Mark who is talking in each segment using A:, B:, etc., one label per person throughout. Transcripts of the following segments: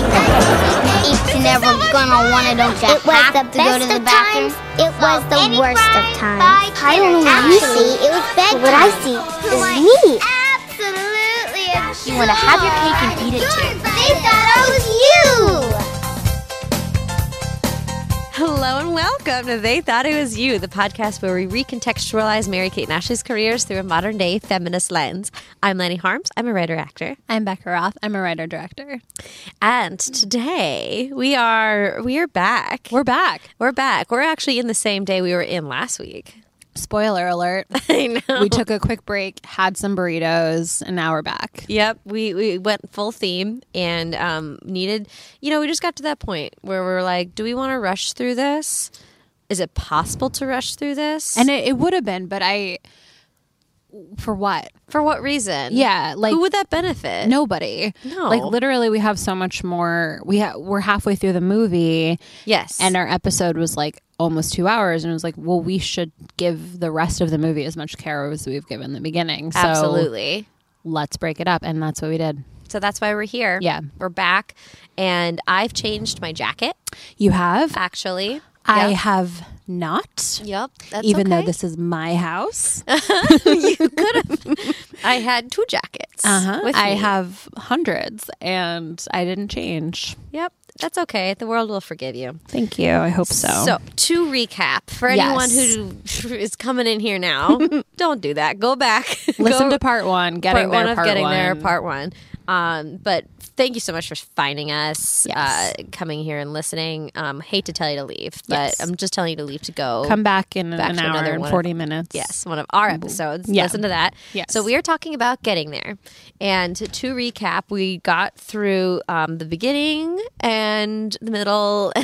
A: It's never gonna want to don't you
B: It was
A: have to
B: the
A: go to
B: best
A: the
B: of
A: bathroom?
B: times. It was
A: So
B: the
A: any
B: worst of
A: crime
B: times.
A: by
B: I don't know what you
A: Twitter.
B: see. It was
A: Absolutely.
B: bedtime. What I see is me.
A: Absolutely.
C: You wanna have your cake and eat it too.
A: They thought I was you.
D: Hello and welcome to They Thought It Was You, the podcast where we recontextualize Mary Kate Nash's careers through a modern day feminist lens. I'm Lanny Harms, I'm a writer actor.
E: I'm Becca Roth. I'm a writer director.
D: And today we are we are back.
E: We're back.
D: We're back. We're actually in the same day we were in last week.
E: Spoiler alert.
D: I know.
E: we took a quick break, had some burritos, and now we're back.
D: Yep, we, we went full theme and um, needed, you know, we just got to that point where we are like, do we want to rush through this? Is it possible to rush through this?
E: And it, it would have been, but I. For what?
D: for what reason?
E: Yeah, like
D: Who would that benefit?
E: nobody.
D: No.
E: Like literally, we have so much more. We ha- we're halfway through the movie,
D: Yes.
E: and our episode was like almost two hours, and it was like, well, we should give the rest of the movie as much care as we've given the beginning. So
D: absolutely.
E: let's break it up, and that's what we did.
D: So that's why we're here.
E: Yeah.
D: We're back. And I've changed my jacket,
E: You have.
D: actually.
E: I
D: Yep.
E: have not.
D: Yep. That's
E: even though
D: okay.
E: this is my house.
D: I had two jackets. with
E: Uh-huh. I
D: me.
E: have hundreds and I didn't change.
D: Yep. That's okay. The world will forgive you.
E: Thank you. I hope
D: So, to recap, for anyone who is coming in here now, don't do that. Go back.
E: listen
D: Go-
E: to part one,
D: part
E: getting there,
D: one of
E: part
D: getting
E: one.
D: there, part one. Um, but thank you so much for finding us,
E: Yes.
D: uh, coming here and listening. Um, hate to tell you to leave, but
E: Yes.
D: I'm just telling you to leave to go.
E: Come back in
D: Back
E: an
D: to another
E: hour and
D: one of-
E: 40 minutes.
D: Yes, one of our episodes.
E: Yeah.
D: Listen to that.
E: Yes.
D: So we are talking about getting there. And to, to recap, we got through um, the beginning and the middle.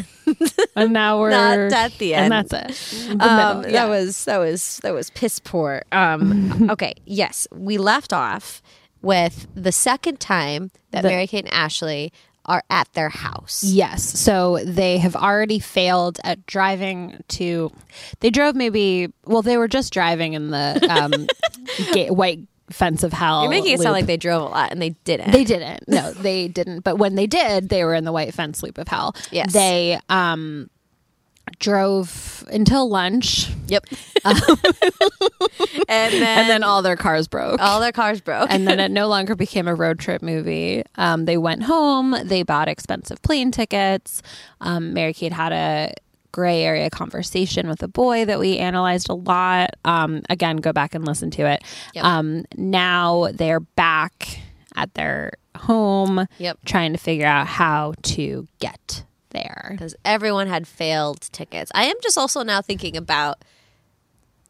E: And now we're
D: Not at the end.
E: And that's it. The
D: Um,
E: middle,
D: That
E: yeah.
D: was that was that was piss poor. Um, okay, yes, we left off with the second time that Mary Kate and Ashley are at their house.
E: Yes. So they have already failed at driving to. They drove maybe. Well, they were just driving in the um, ga- white fence of hell.
D: You're making it sound
E: loop.
D: like they drove a lot, and they didn't.
E: They didn't. No, they didn't. But when they did, they were in the white fence loop of hell.
D: Yes.
E: They um drove until lunch
D: yep. and then,
E: and then all their cars broke.
D: all their cars broke.
E: and then it no longer became a road trip movie. Um, they went home. They bought expensive plane tickets. Um, Mary Kate had a gray area conversation with a boy that we analyzed a lot. Um, again, go back and listen to it.
D: Yep.
E: Um, now they're back at their home,
D: Yep.
E: trying to figure out how to get there.
D: because everyone had failed tickets. I am just also now thinking about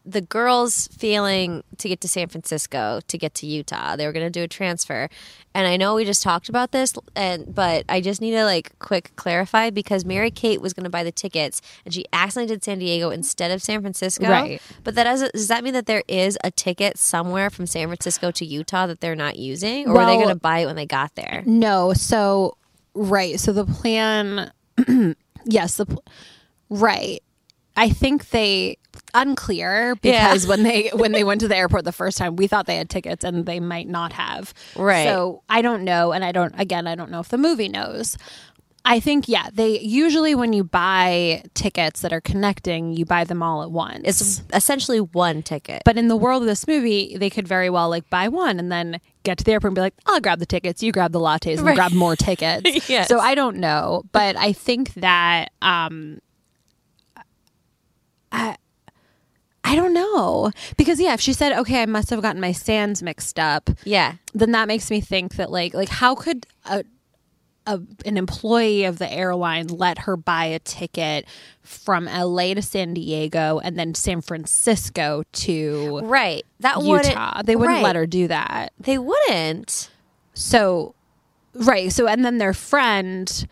D: the girls failing to get to San Francisco to get to Utah. They were going to do a transfer, and I know we just talked about this, and but I just need to like quick clarify because Mary Kate was going to buy the tickets, and she accidentally did San Diego instead of San Francisco.
E: Right.
D: But that does does that mean that there is a ticket somewhere from San Francisco to Utah that they're not using, or were they
E: Well-
D: going to buy it when they got there?
E: No, so right. So the plan yes, the pl- right. I think they unclear because when they when they went to the airport the first time, we thought they had tickets and they might not have.
D: Right.
E: So I don't know and I don't again, I don't know if the movie knows. I think yeah, they usually when you buy tickets that are connecting, you buy them all at once.
D: It's essentially one ticket.
E: But in the world of this movie, they could very well like buy one and then get to the airport and be like, I'll grab the tickets, you grab the lattes, and grab more tickets.
D: Yes.
E: So I don't know, but I think that um I I don't know. Because yeah, if she said, "Okay, I must have gotten my stands mixed up."
D: yeah.
E: Then that makes me think that like like how could a a, an employee of the airline let her buy a ticket from LA to San Diego and then San Francisco to
D: Right. That
E: Utah.
D: wouldn't
E: They wouldn't
D: right.
E: let her do that.
D: They wouldn't.
E: So, right. So, and then their friend,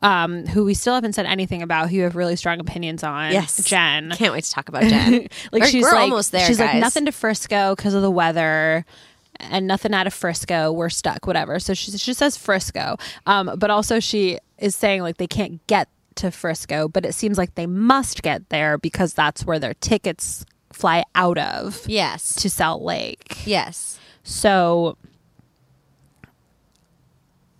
E: um, who we still haven't said anything about, who you have really strong opinions on, Jen.
D: Can't wait to talk about Jen.
E: like
D: We're-
E: she's
D: we're
E: like,
D: almost there.
E: She's like
D: guys.
E: nothing to Frisco because of the weather, and nothing out of Frisco. We're stuck. Whatever. So she she says Frisco, um, but also she is saying like they can't get to Frisco, but it seems like they must get there because that's where their tickets fly out of
D: Yes.
E: to Salt Lake.
D: Yes.
E: So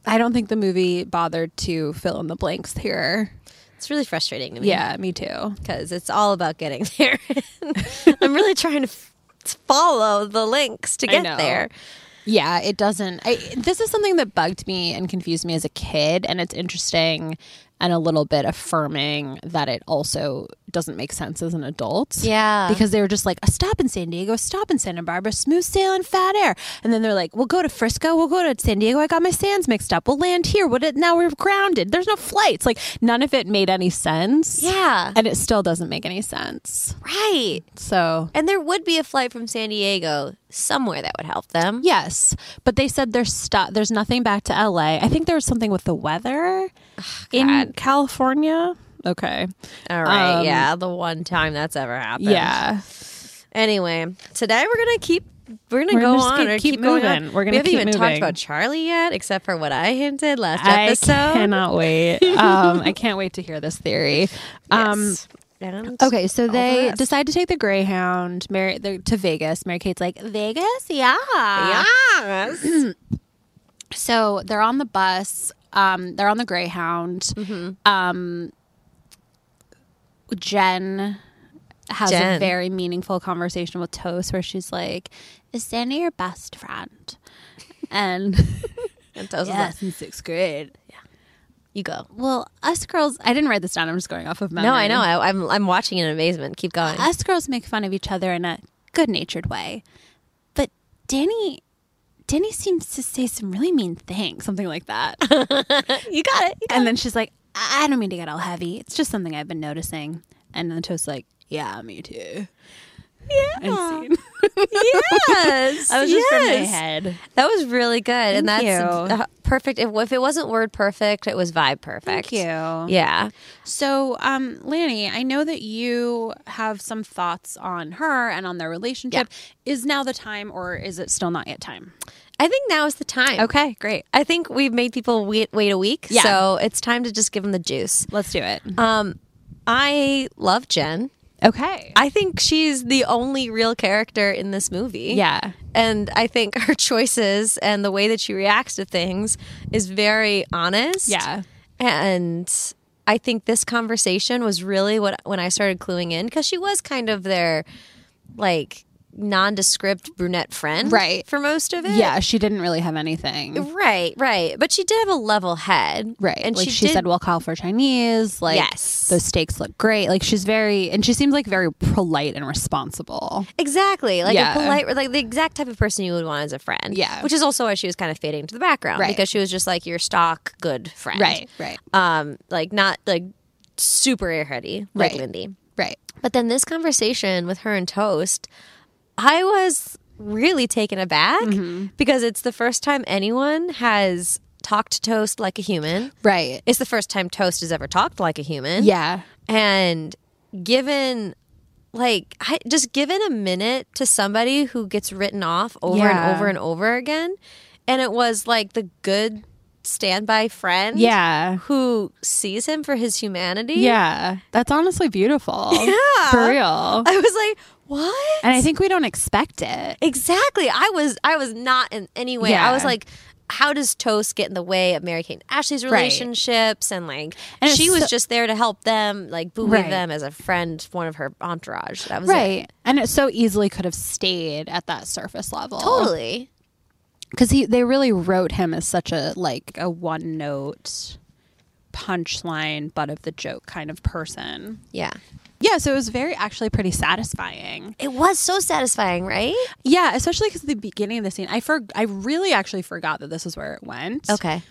E: I don't think the movie bothered to fill in the blanks here.
D: It's really frustrating to me.
E: Yeah, me too.
D: Because it's all about getting there. I'm really trying to f- follow the links to get
E: know.
D: there.
E: Yeah, it doesn't. I, this is something that bugged me and confused me as a kid, and it's interesting and a little bit affirming that it also doesn't make sense as an adult.
D: Yeah.
E: Because they were just like, a stop in San Diego, a stop in Santa Barbara, smooth sailing, fat air. And then they're like, we'll go to Frisco, we'll go to San Diego. I got my sands mixed up. We'll land here. What? it- Now we're grounded. There's no flights. Like, none of it made any sense.
D: Yeah.
E: And it still doesn't make any sense.
D: Right.
E: So
D: And there would be a flight from San Diego somewhere that would help them.
E: Yes, but they said there's stu- there's nothing back to LA. I think there was something with the weather in California. Okay.
D: All right.
E: Um,
D: yeah. The one time that's ever happened.
E: Yeah.
D: Anyway, today we're gonna keep. We're gonna
E: We're
D: go
E: gonna just
D: on
E: keep-
D: or
E: keep
D: keep, going on.
E: moving. We're gonna
D: we haven't
E: keep
D: even
E: moving.
D: talked about Charlie yet, except for what I hinted last
E: I
D: episode.
E: cannot wait. Um, I can't wait to hear this theory. Um,
D: Yes. And
E: Okay, so
D: the
E: they
D: rest.
E: decide to take the Greyhound Mary, they're- to Vegas. Mary Kate's like, Vegas? Yeah.
D: Yes.
E: So they're on the bus. Um, they're on the Greyhound.
D: Mm-hmm.
E: Um, Jen has a
D: Jen.
E: very meaningful conversation with Toast where she's like, Is Santa your best friend? And
D: And Toast is like,
E: in sixth grade.
D: you go.
E: Well, us girls, I didn't write this down. I'm just going off of memory.
D: No, I know. I, I'm I'm watching in amazement. Keep going.
E: us girls make fun of each other in a good natured way. But Danny, Danny seems to say some really mean things, something like that.
D: you got it.
E: And then she's like, I I don't mean to get all heavy. It's just something I've been noticing. And then Toast's like, Yeah, me too. Yeah.
D: Yes.
E: I was just in my
D: yes.
E: head.
D: That was really good, and that's
E: Thank you.
D: uh, perfect. If, if it wasn't word perfect, it was vibe perfect.
E: you.
D: Yeah.
E: So, um, Lanny, I know that you have some thoughts on her and on their relationship. Is now the time or is it still not yet time?
D: I think now is the time.
E: Okay, great.
D: I think we've made people wait, wait a week,
E: Yeah.
D: so it's time to just give them the juice.
E: Let's do it.
D: Um, I love Jen.
E: Okay.
D: I think she's the only real character in this movie.
E: Yeah.
D: And I think her choices and the way that she reacts to things is very honest.
E: Yeah.
D: And I think this conversation was really what when I started cluing in because she was kind of their like nondescript brunette friend
E: Right.
D: for most of it.
E: yeah, she didn't really have anything.
D: Right, right. But she did have a level head.
E: Right.
D: And
E: like she,
D: did,
E: said, we'll call for Chinese. Like,
D: Yes.
E: those steaks look great. Like, she's very, and she seems like very polite and responsible.
D: Exactly. Like
E: Yeah.
D: a polite, like the exact type of person you would want as a friend.
E: Yeah.
D: Which is also why she was kind of fading to the background
E: Right.
D: because she was just like your stock good friend.
E: right,
D: Um, like not like super airheady like
E: Right.
D: Lindy.
E: right.
D: But then this conversation with her and Toast, I was really taken aback
E: Mm-hmm.
D: because it's the first time anyone has talked to Toast like a human.
E: Right.
D: It's the first time Toast has ever talked like a human
E: Yeah.
D: and given like I, just given a minute to somebody who gets written off over
E: Yeah.
D: and over and over again and it was like the good standby friend
E: Yeah.
D: who sees him for his humanity
E: Yeah. That's honestly beautiful.
D: Yeah.
E: For real.
D: i was like what
E: And I think we don't expect it.
D: exactly i was i was not in any way
E: Yeah.
D: i was like how does toast get in the way of mary kate and ashley's relationships and like
E: And it's
D: she was
E: so-
D: just there to help them like buoy
E: Right.
D: them as a friend one of her entourage that was it.
E: Right. And it so easily could have stayed at that surface level.
D: totally
E: Because he they really wrote him as such a like a one note punchline butt of the joke kind of person.
D: Yeah.
E: Yeah, so it was very actually pretty satisfying.
D: It was so satisfying, right?
E: Yeah, especially because the beginning of the scene, I for I really actually forgot that this is where it went.
D: Okay.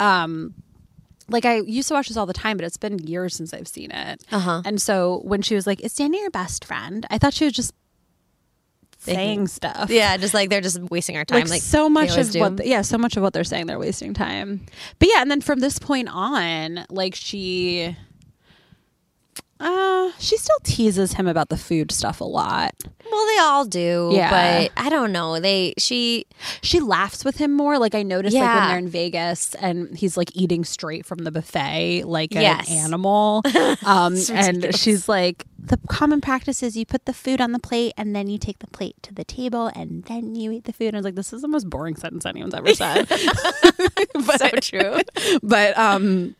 E: like I used to watch this all the time, but it's been years since I've seen it.
D: Uh-huh.
E: And so when she was like, "Is Danny your best friend?" I thought she was just saying stuff.
D: Yeah, just like they're just wasting our time.
E: Like,
D: Like,
E: so
D: they
E: much
D: always
E: of
D: do.
E: what, yeah, so much of what they're saying, they're wasting time. But yeah, and then from this point on, like she, uh, she still teases him about the food stuff a lot.
D: well, they all do.
E: Yeah.
D: but I don't know. They she
E: She laughs with him more. Like I noticed, like when
D: Yeah.
E: they're in Vegas and he's like eating straight from the buffet, like
D: Yes.
E: an animal. Um, and she's like, the common practice is you put the food on the plate and then you take the plate to the table and then you eat the food. And I was like, this is the most boring sentence anyone's ever said. but
D: true.
E: but um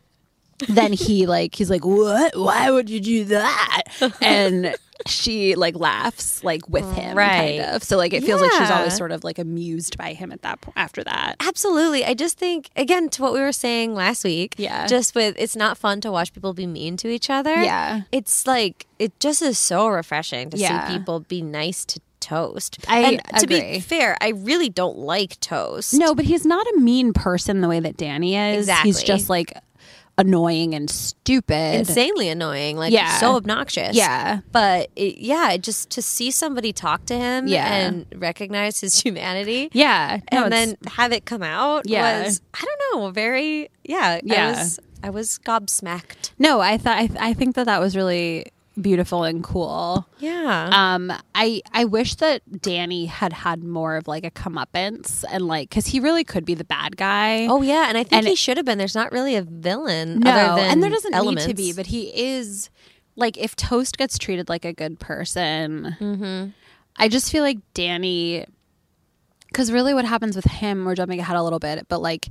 E: then he like he's like what why would you do that and she like laughs like with him
D: Right.
E: kind of so like it feels like she's
D: Yeah.
E: always sort of like amused by him at that point after that
D: Absolutely. I just think again to what we were saying last week.
E: Yeah.
D: Just with it's not fun to watch people be mean to each other.
E: Yeah.
D: It's like it just is so refreshing to
E: Yeah.
D: see people be nice to toast.
E: I
D: and to
E: agree.
D: be fair, I really don't like toast.
E: no but he's not a mean person the way that danny is he's
D: Exactly.
E: just like annoying and stupid
D: Insanely annoying, like
E: Yeah.
D: so obnoxious.
E: Yeah.
D: but it, yeah, it just to see somebody talk to him
E: Yeah.
D: and recognize his humanity,
E: yeah No,
D: and
E: it's-
D: then have it come out
E: Yeah.
D: was I don't know, very yeah,
E: Yeah.
D: I was, I was gobsmacked.
E: no i thought I, I think that that was really beautiful and cool
D: Yeah.
E: Um, I I wish that Danny had had more of like a comeuppance and like because he really could be the bad guy.
D: Oh yeah, and I think
E: And
D: he
E: it-
D: should have been. There's not really a villain.
E: no,
D: other than
E: and there doesn't
D: elements.
E: need to be, but he is like if Toast gets treated like a good person, Mm-hmm. I just feel like Danny. Because really, what happens with him? We're jumping ahead a little bit, but like.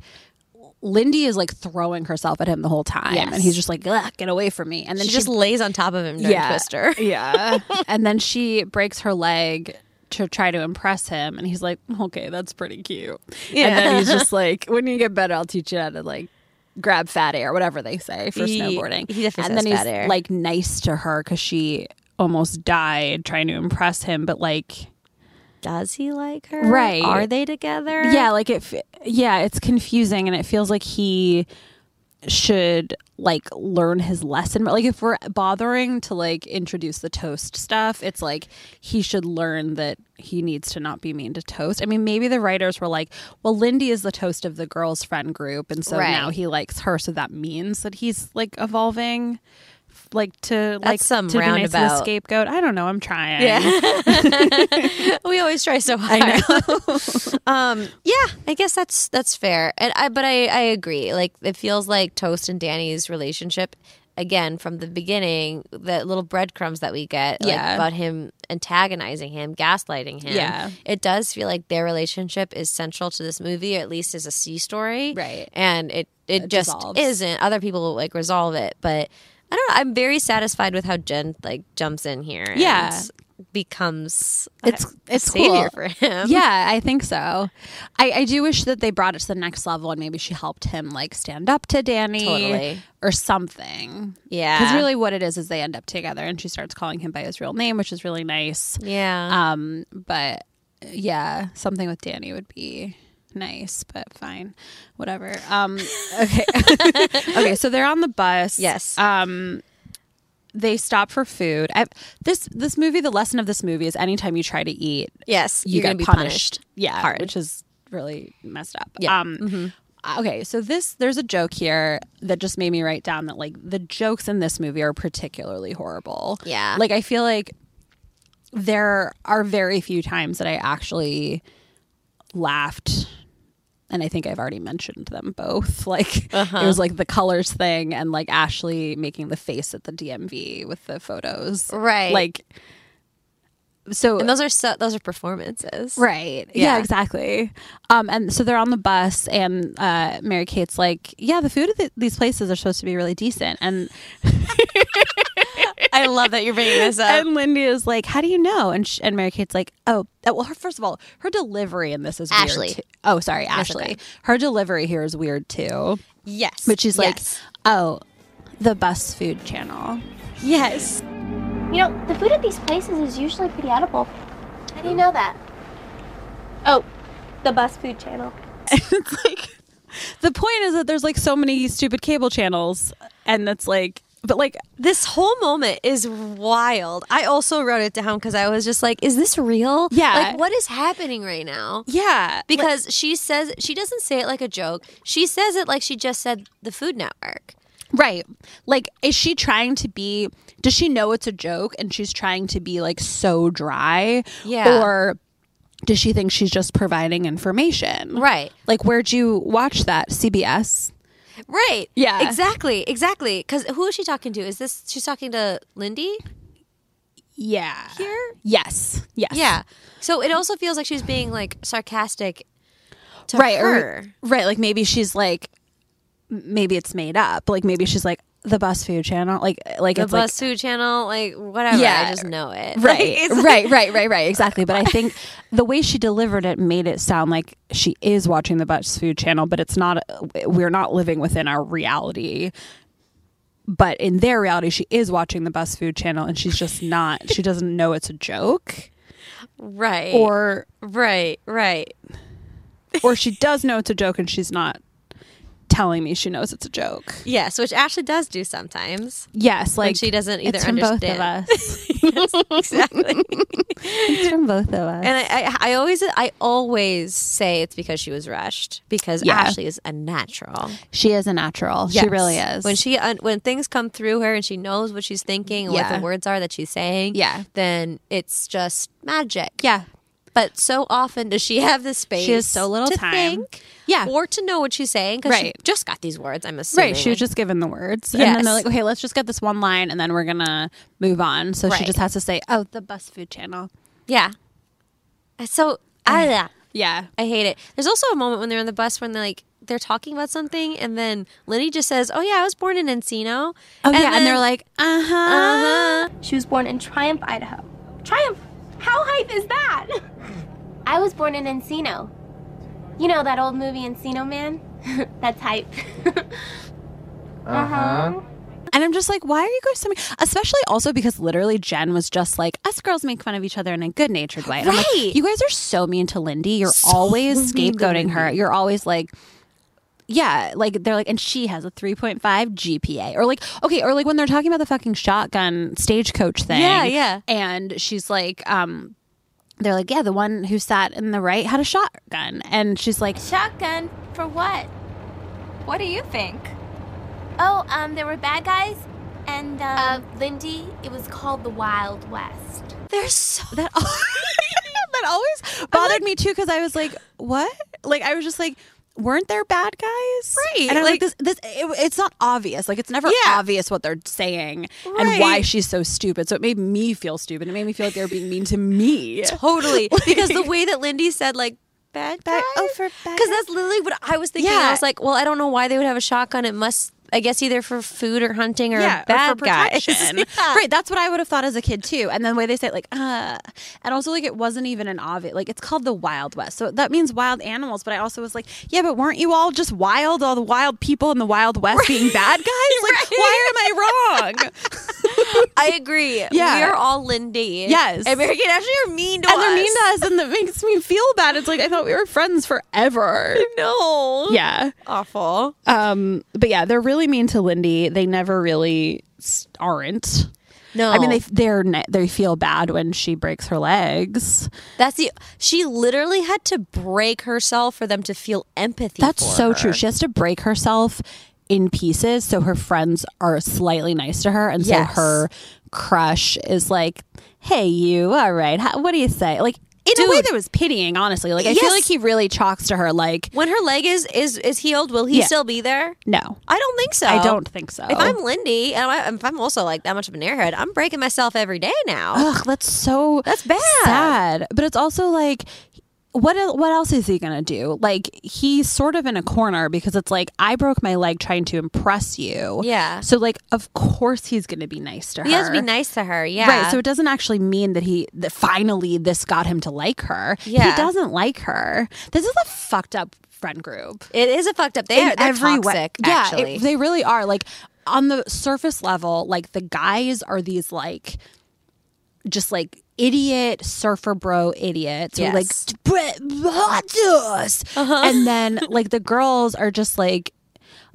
E: Lindy is like throwing herself at him the whole time,
D: Yes.
E: and he's just like, "Ugh, "Get away from me!" And then
D: she
E: she
D: just lays on top of him during Twister.
E: yeah. and then she breaks her leg to try to impress him. And he's like, okay, that's pretty cute. And then he's just like, when you get better, I'll teach you how to like grab fat air, whatever they say for
D: He-
E: snowboarding.
D: he definitely
E: and
D: says
E: then he's
D: fat air.
E: like nice to her because she almost died trying to impress him. But like,
D: Does he like her?
E: Right.
D: Are they together?
E: yeah, like it, f- yeah, it's confusing. And it feels like he should like learn his lesson but like if we're bothering to like introduce the toast stuff it's like he should learn that he needs to not be mean to toast i mean maybe the writers were like well lindy is the toast of the girls friend group and so
D: Right.
E: now he likes her so that means that he's like evolving like to like
D: some
E: to be nice to the
D: roundabout.
E: scapegoat i don't know i'm trying
D: we always try so hard. I know. um, yeah, I guess that's that's fair. And I but I I agree. Like it feels like Toast and Danny's relationship again from the beginning, the little breadcrumbs that we get like,
E: Yeah.
D: about him antagonizing him, gaslighting him.
E: Yeah.
D: It does feel like their relationship is central to this movie or at least is a C story.
E: Right.
D: And it it, just
E: dissolves.
D: isn't. Other people like resolve it, but I don't know. I'm very satisfied with how Jen like jumps in here. and
E: Yeah.
D: becomes
E: It's-
D: a
E: it's
D: savior
E: cool.
D: for him.
E: yeah, I think so. I, I do wish that they brought it to the next level and maybe she helped him like stand up to Danny
D: Totally.
E: or something.
D: Yeah.
E: Because really what it is is they end up together and she starts calling him by his real name, which is really nice.
D: Yeah.
E: Um, but yeah, something with Danny would be nice, but fine. Whatever. Um okay. okay, so they're on the bus. Um,
D: yes.
E: They stop for food. I, this this movie, the lesson of this movie is anytime you try to eat
D: yes.
E: you
D: are
E: get
D: gonna be
E: punished.
D: punished.
E: Yeah,
D: hard.
E: which is really messed up.
D: Yeah. Mm-hmm.
E: Um, Okay, so this there's a joke here that just made me write down that like the jokes in this movie are particularly horrible.
D: Yeah.
E: like I feel like there are very few times that I actually laughed. And I think I've already mentioned them both. Like
D: Uh-huh.
E: it was like the colors thing and like Ashley making the face at the DMV with the photos.
D: Right.
E: Like so
D: And those are so, those are performances.
E: Right. Yeah,
D: Yeah.
E: exactly. Um, and so they're on the bus, and uh, Mary Kate's like, Yeah, the food at th- these places are supposed to be really decent. And,
D: I love that you're bringing this up.
E: and Lindy is like, How do you know? And, sh- and Mary Kate's like, Oh, uh, well, her, first of all, her delivery in this is
D: Ashley.
E: weird. Too. Oh, sorry, Ashley.
D: okay.
E: Her delivery here is weird too.
D: yes.
E: But she's like,
D: Yes.
E: Oh, the bus food channel.
D: yes.
B: You know, the food at these places is usually pretty edible. How do you know that? Oh, the bus food channel.
E: it's like the point is that there's like so many stupid cable channels, and that's like, but like,
D: This whole moment is wild. I also wrote it down because I was just like, is this real?
E: Yeah.
D: Like, what is happening right now?
E: yeah.
D: Because she says, she doesn't say it like a joke. She says it like she just said the Food Network.
E: Right. Like, is she trying to be, does she know it's a joke and she's trying to be like so dry?
D: Yeah.
E: Or does she think she's just providing information?
D: Right.
E: Like, where'd you watch that? CBS?
D: Right.
E: Yeah.
D: Exactly. Exactly. Because who is she talking to? Is this she's talking to Lindy?
E: Yeah. Here? Yes. Yes.
D: Yeah. So it also feels like she's being like sarcastic to
E: Right.
D: her.
E: Or, right. Like, maybe she's like, maybe it's made up. Like maybe she's like the BuzzFeed channel, like like
D: The
E: it's like
D: BuzzFeed channel, like whatever.
E: Yeah.
D: I just know it. Like,
E: right,
D: it's-
E: right, right, right, right, exactly. But I think the way she delivered it made it sound like she is watching the BuzzFeed channel, but it's not. We're not living within our reality. But in their reality, she is watching the BuzzFeed channel, and she's just not. She doesn't know it's a joke,
D: right.
E: or
D: right, right.
E: or she does know it's a joke, and she's not telling me she knows it's a joke.
D: Yes, which Ashley does do sometimes.
E: Yes, like
D: she doesn't either
E: It's from
D: understand.
E: both of us.
D: exactly.
E: it's from both of us.
D: And I, I, I always, I always say it's because she was rushed because
E: Yeah.
D: Ashley is a natural.
E: she is a natural. She
D: Yes.
E: really is.
D: When she, un- when things come through her and she knows what she's thinking and what
E: Yeah.
D: the words are that she's saying,
E: Yeah.
D: then it's just magic.
E: yeah,
D: But so often does she have the space?
E: she has so little
D: to
E: time.
D: think
E: yeah,
D: or to know what she's saying because she
E: Right.
D: just got these words. I'm assuming.
E: right. She was just given the words, and then they're
D: Yes.
E: like, "Okay, let's just get this one line, and then we're gonna move on." So she
D: Right.
E: just has to say, "Oh, the bus food channel."
D: yeah. Uh, So I,
E: Yeah,
D: I hate it. There's also a moment when they're on the bus when they're like they're talking about something, and then Lenny just says, "Oh yeah, I was born in Encino."
E: oh yeah, and
D: then-
E: they're
D: Uh-huh.
E: like, "Uh huh."
D: Uh huh.
B: She was born in Triumph, Idaho. Triumph? How hype is that? I was born in Encino. You know that old movie Encino Man? That's hype.
E: And I'm just like, why are you guys so mean? Especially also because literally Jen was just like, us girls make fun of each other in a good natured way. And I'm like,
D: Right.
E: you guys are so mean to Lindy. You're always scapegoating her. You're always like, yeah, like they're like, and she has a 3.5 GPA. Or like, okay, or like when they're talking about the fucking shotgun stagecoach thing.
D: Yeah, yeah.
E: And she's like, um, they're like, yeah, the one who sat in the right had a shotgun. And she's like,
B: Shotgun? For what?
C: What do you think?
B: Oh, um, there were bad guys, and, um... Uh, Lindy, it was called the Wild West.
D: They're so.
E: that al- that always bothered me too because I was like, what? Like I was just like, weren't there bad guys?
D: Right,
E: And I'm like,
D: like-
E: this, this, it, it's not obvious. Like it's never
D: Yeah.
E: obvious what they're saying and
D: Right.
E: why she's so stupid. So it made me feel stupid. It made me feel like they were being mean to me.
D: Totally. because the way that Lindy said, like, bad guys.
E: Bad- oh, for bad
D: Because that's literally what I was thinking.
E: Yeah.
D: I was like, well, I don't know why they would have a shotgun. It must, I guess, either for food or hunting or
E: yeah,
D: bad
E: or for
D: guys.
E: protection.
D: Yeah.
E: Right, that's what I would have thought as a kid too. And then the way they say it, like, uh, and also like it wasn't even an obvious. Like it's called the Wild West, so that means wild animals. But I also was like, yeah, but weren't you all just wild? All the wild people in the Wild West being bad guys. Like, why am I wrong?
D: I agree.
E: Yeah.
D: We are all Lindy.
E: Yes.
D: And Mary Kate Ashley are mean to
E: and
D: us.
E: they're mean to us, and that makes me feel bad. It's like I thought we were friends forever.
D: No.
E: Yeah.
D: Awful.
E: Um. But yeah, they're really mean to Lindy. They never really s- aren't.
D: No.
E: I mean, they they're ne- they feel bad when she breaks her legs.
D: That's the she literally had to break herself for them to feel empathy.
E: That's
D: for
E: so
D: her.
E: true. She has to break herself in pieces so her friends are slightly nice to her, and
D: Yes.
E: so her crush is like, "Hey, you, all right? How, what do you say?" Like in a way
D: Dude.
E: that was pitying, honestly. Like I feel
D: Yes.
E: like he really chalks to her, like,
D: When her leg is is is healed, will he
E: Yeah.
D: still be there?
E: "No,
D: I don't think so.
E: I don't think so."
D: If I'm Lindy and I, if I'm also like that much of an airhead, I'm breaking myself every day now.
E: Ugh, that's so
D: That's bad.
E: Sad, but it's also like, what el- what else is he gonna do? Like he's sort of in a corner because it's like I broke my leg trying to impress you.
D: Yeah.
E: So like, of course he's gonna be nice to her.
D: He has to be nice to her. Yeah.
E: Right, so it doesn't actually mean that he that finally this got him to like her.
D: Yeah.
E: He doesn't like her. This is a fucked up friend group
D: it is a fucked up. They
E: in
D: are they're
E: every
D: toxic.
E: way. Yeah, it-
D: actually.
E: they really are. Like on the surface level, like the guys are these like just like idiot surfer bro idiots. who,
D: Yes. Uh-huh.
E: Like "Brett, hot sauce. And then like the girls are just like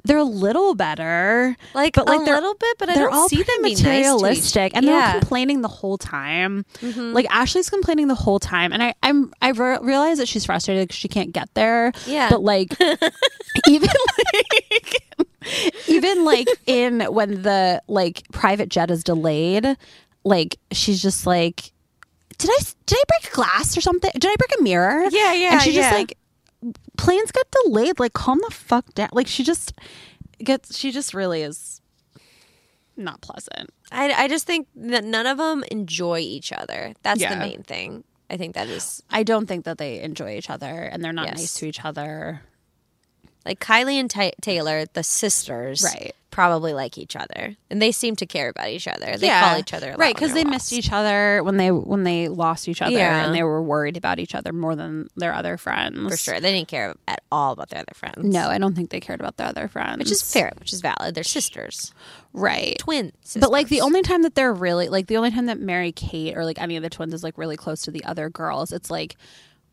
E: they're a little better,
D: Like, a
E: they're-
D: little bit, but I
E: they're
D: don't
E: all
D: see
E: pretty
D: them be nice to each-
E: materialistic, and they're all
D: Yeah. Mm-hmm.
E: complaining the whole time. Like Ashley's complaining the whole time, and I I'm I re- realize that she's frustrated because she can't get there.
D: Yeah.
E: but like even like even like in when the like private jet is delayed, like she's just like, did I did I break glass or something? Did I break a mirror?
D: Yeah, yeah,
E: And she just
D: yeah.
E: like planes got delayed. Like calm the fuck down. Like she just gets she just really is not pleasant.
D: I, I just think that none of them enjoy each other. That's
E: Yeah.
D: the main thing. I think that is
E: I don't think that they enjoy each other and they're not
D: Yes.
E: nice to each other.
D: Like Kylie and Ta Taylor, the sisters,
E: Right.
D: probably like each other, and they seem to care about each other. They call each other a lot
E: right
D: because
E: because they missed each other when they when they lost each other
D: Yeah.
E: and they were worried about each other more than their other friends.
D: for sure. They didn't care at all about their other friends.
E: No, I don't think they cared about their other friends,
D: which is fair, which is valid. They're sisters,
E: right.
D: twins.
E: But like the only time that they're really like the only time that Mary Kate or like any of the twins is like really close to the other girls, it's like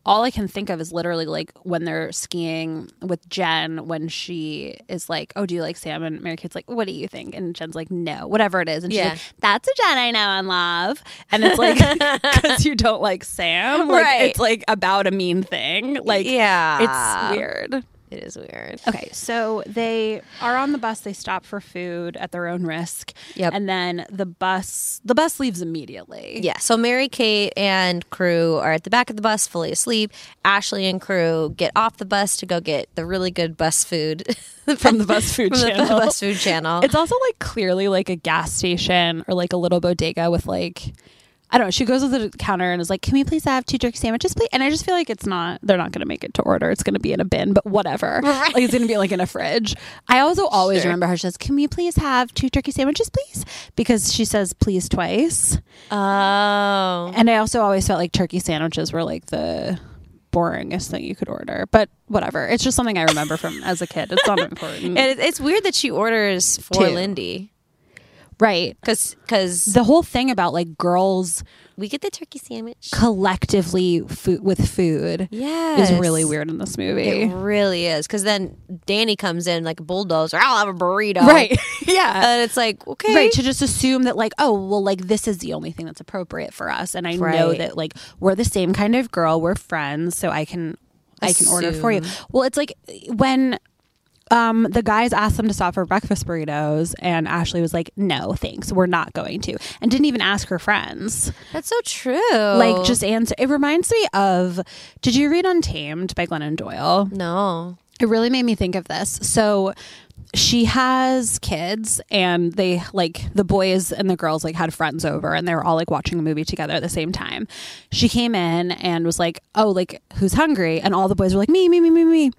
E: all I can think of is literally like when they're skiing with Jen when she is like, Oh, do you like Sam? And Mary Kate's like, What do you think? And Jen's like, No, whatever it is. And she's
D: Yeah.
E: like, That's a Jen I know and love. And it's like because you don't like Sam. Like
D: Right.
E: it's like about a mean thing. Like
D: yeah,
E: it's weird.
D: It is weird.
E: Okay, so they are on the bus. They stop for food at their own risk.
D: Yep.
E: And then the bus the bus leaves immediately.
D: Yeah, so Mary Kate and crew are at the back of the bus, fully asleep. Ashley and crew get off the bus to go get the really good bus food
E: From the bus food
D: from the
E: channel.
D: bus food channel.
E: It's also like clearly like a gas station or like a little bodega with like I don't know. She goes to the counter and is like, "Can we please have two jerk sandwiches, please?" And I just feel like it's not. They're not going to make it to order. It's going to be in a bin, but whatever. Like it's going to be like in a fridge. I also always remember her. She says, "Can we please have two turkey sandwiches, please?" Because she says "please" twice.
D: oh,
E: And I also always felt like turkey sandwiches were like the boringest thing you could order, but whatever. It's just something I remember from as a kid. It's not important.
D: and it, it's weird that she orders for
E: Two.
D: Lindy
E: right.
D: because
E: The whole thing about like girls
D: we get the turkey sandwich.
E: collectively food with food
D: Yeah,
E: is really weird in this
D: It
E: movie.
D: really is because then Danny comes in like a bulldozer. I'll have a burrito,
E: yeah.
D: And it's like okay,
E: Right, to just assume that, like, oh, well, like, this is the only thing that's appropriate for us. And I know
D: Right.
E: that, like, we're the same kind of girl, we're friends, so I can, I can order for you. Well, it's like when um, the guys asked them to stop for breakfast burritos, and Ashley was like, "No, thanks, we're not going to," and didn't even ask her friends.
D: that's so true. Oh.
E: Like, just answer. It reminds me of. Did you read Untamed by Glennon Doyle?
D: no,
E: It really made me think of this. So she has kids and they like the boys and the girls like had friends over and they were all like watching a movie together at the same time. She came in and was like, "Oh, like who's hungry?" And all the boys were like, "Me, me, me, me, me."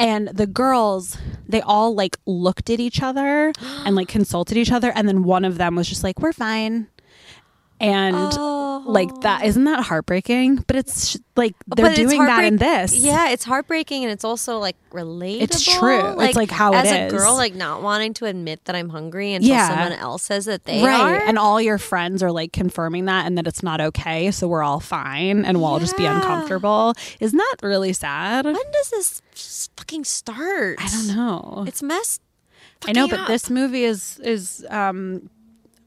E: And the girls, they all like looked at each other and like consulted each other and then one of them was just like, "We're fine." And like that isn't that heartbreaking? But it's like they're
D: Oh. But it's
E: doing that in
D: heartbreak-
E: this.
D: Yeah, it's heartbreaking and it's also like relatable.
E: true. It's, like, how it
D: as a girl,
E: is.
D: like not wanting to admit that I'm hungry until
E: Yeah.
D: someone else says that they
E: right
D: are.
E: and all your friends are like confirming that and that it's not okay so we're all fine and we'll all just be
D: Yeah.
E: uncomfortable isn't that really sad i
D: when does this s- fucking start? I
E: don't know
D: It's messed.
E: i know
D: fucking
E: but
D: up.
E: this movie is is um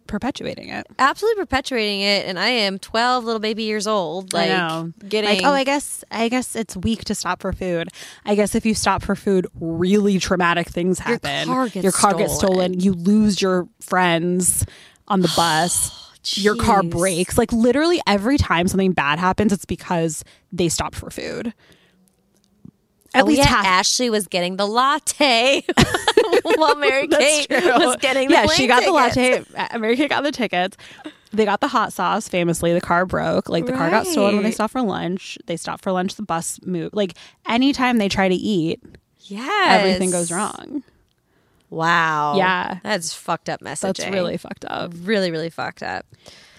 E: perpetuating it
D: absolutely perpetuating it, and I am 12 little baby years old.
E: I
D: Like
E: know.
D: getting.
E: like oh i guess i guess it's weak to stop for food i guess if you stop for food really traumatic things happen
D: car gets
E: your car gets
D: stolen.
E: stolen you lose your friends on the bus your car
D: jeez.
E: breaks like literally every time something bad happens it's because they stopped for food at
D: Oh,
E: least
D: yeah,
E: half
D: Ashley was getting the latte while Mary Kate was getting the
E: yeah
D: plane
E: she got the
D: tickets.
E: latte america got the tickets they got the hot sauce famously the car broke like the car got stolen when they
D: Right.
E: stopped for lunch they stopped for lunch the bus moved like anytime they try to eat
D: Yes.
E: everything goes wrong
D: Wow.
E: Yeah.
D: That's fucked up messaging.
E: that's really fucked up
D: really, really fucked up.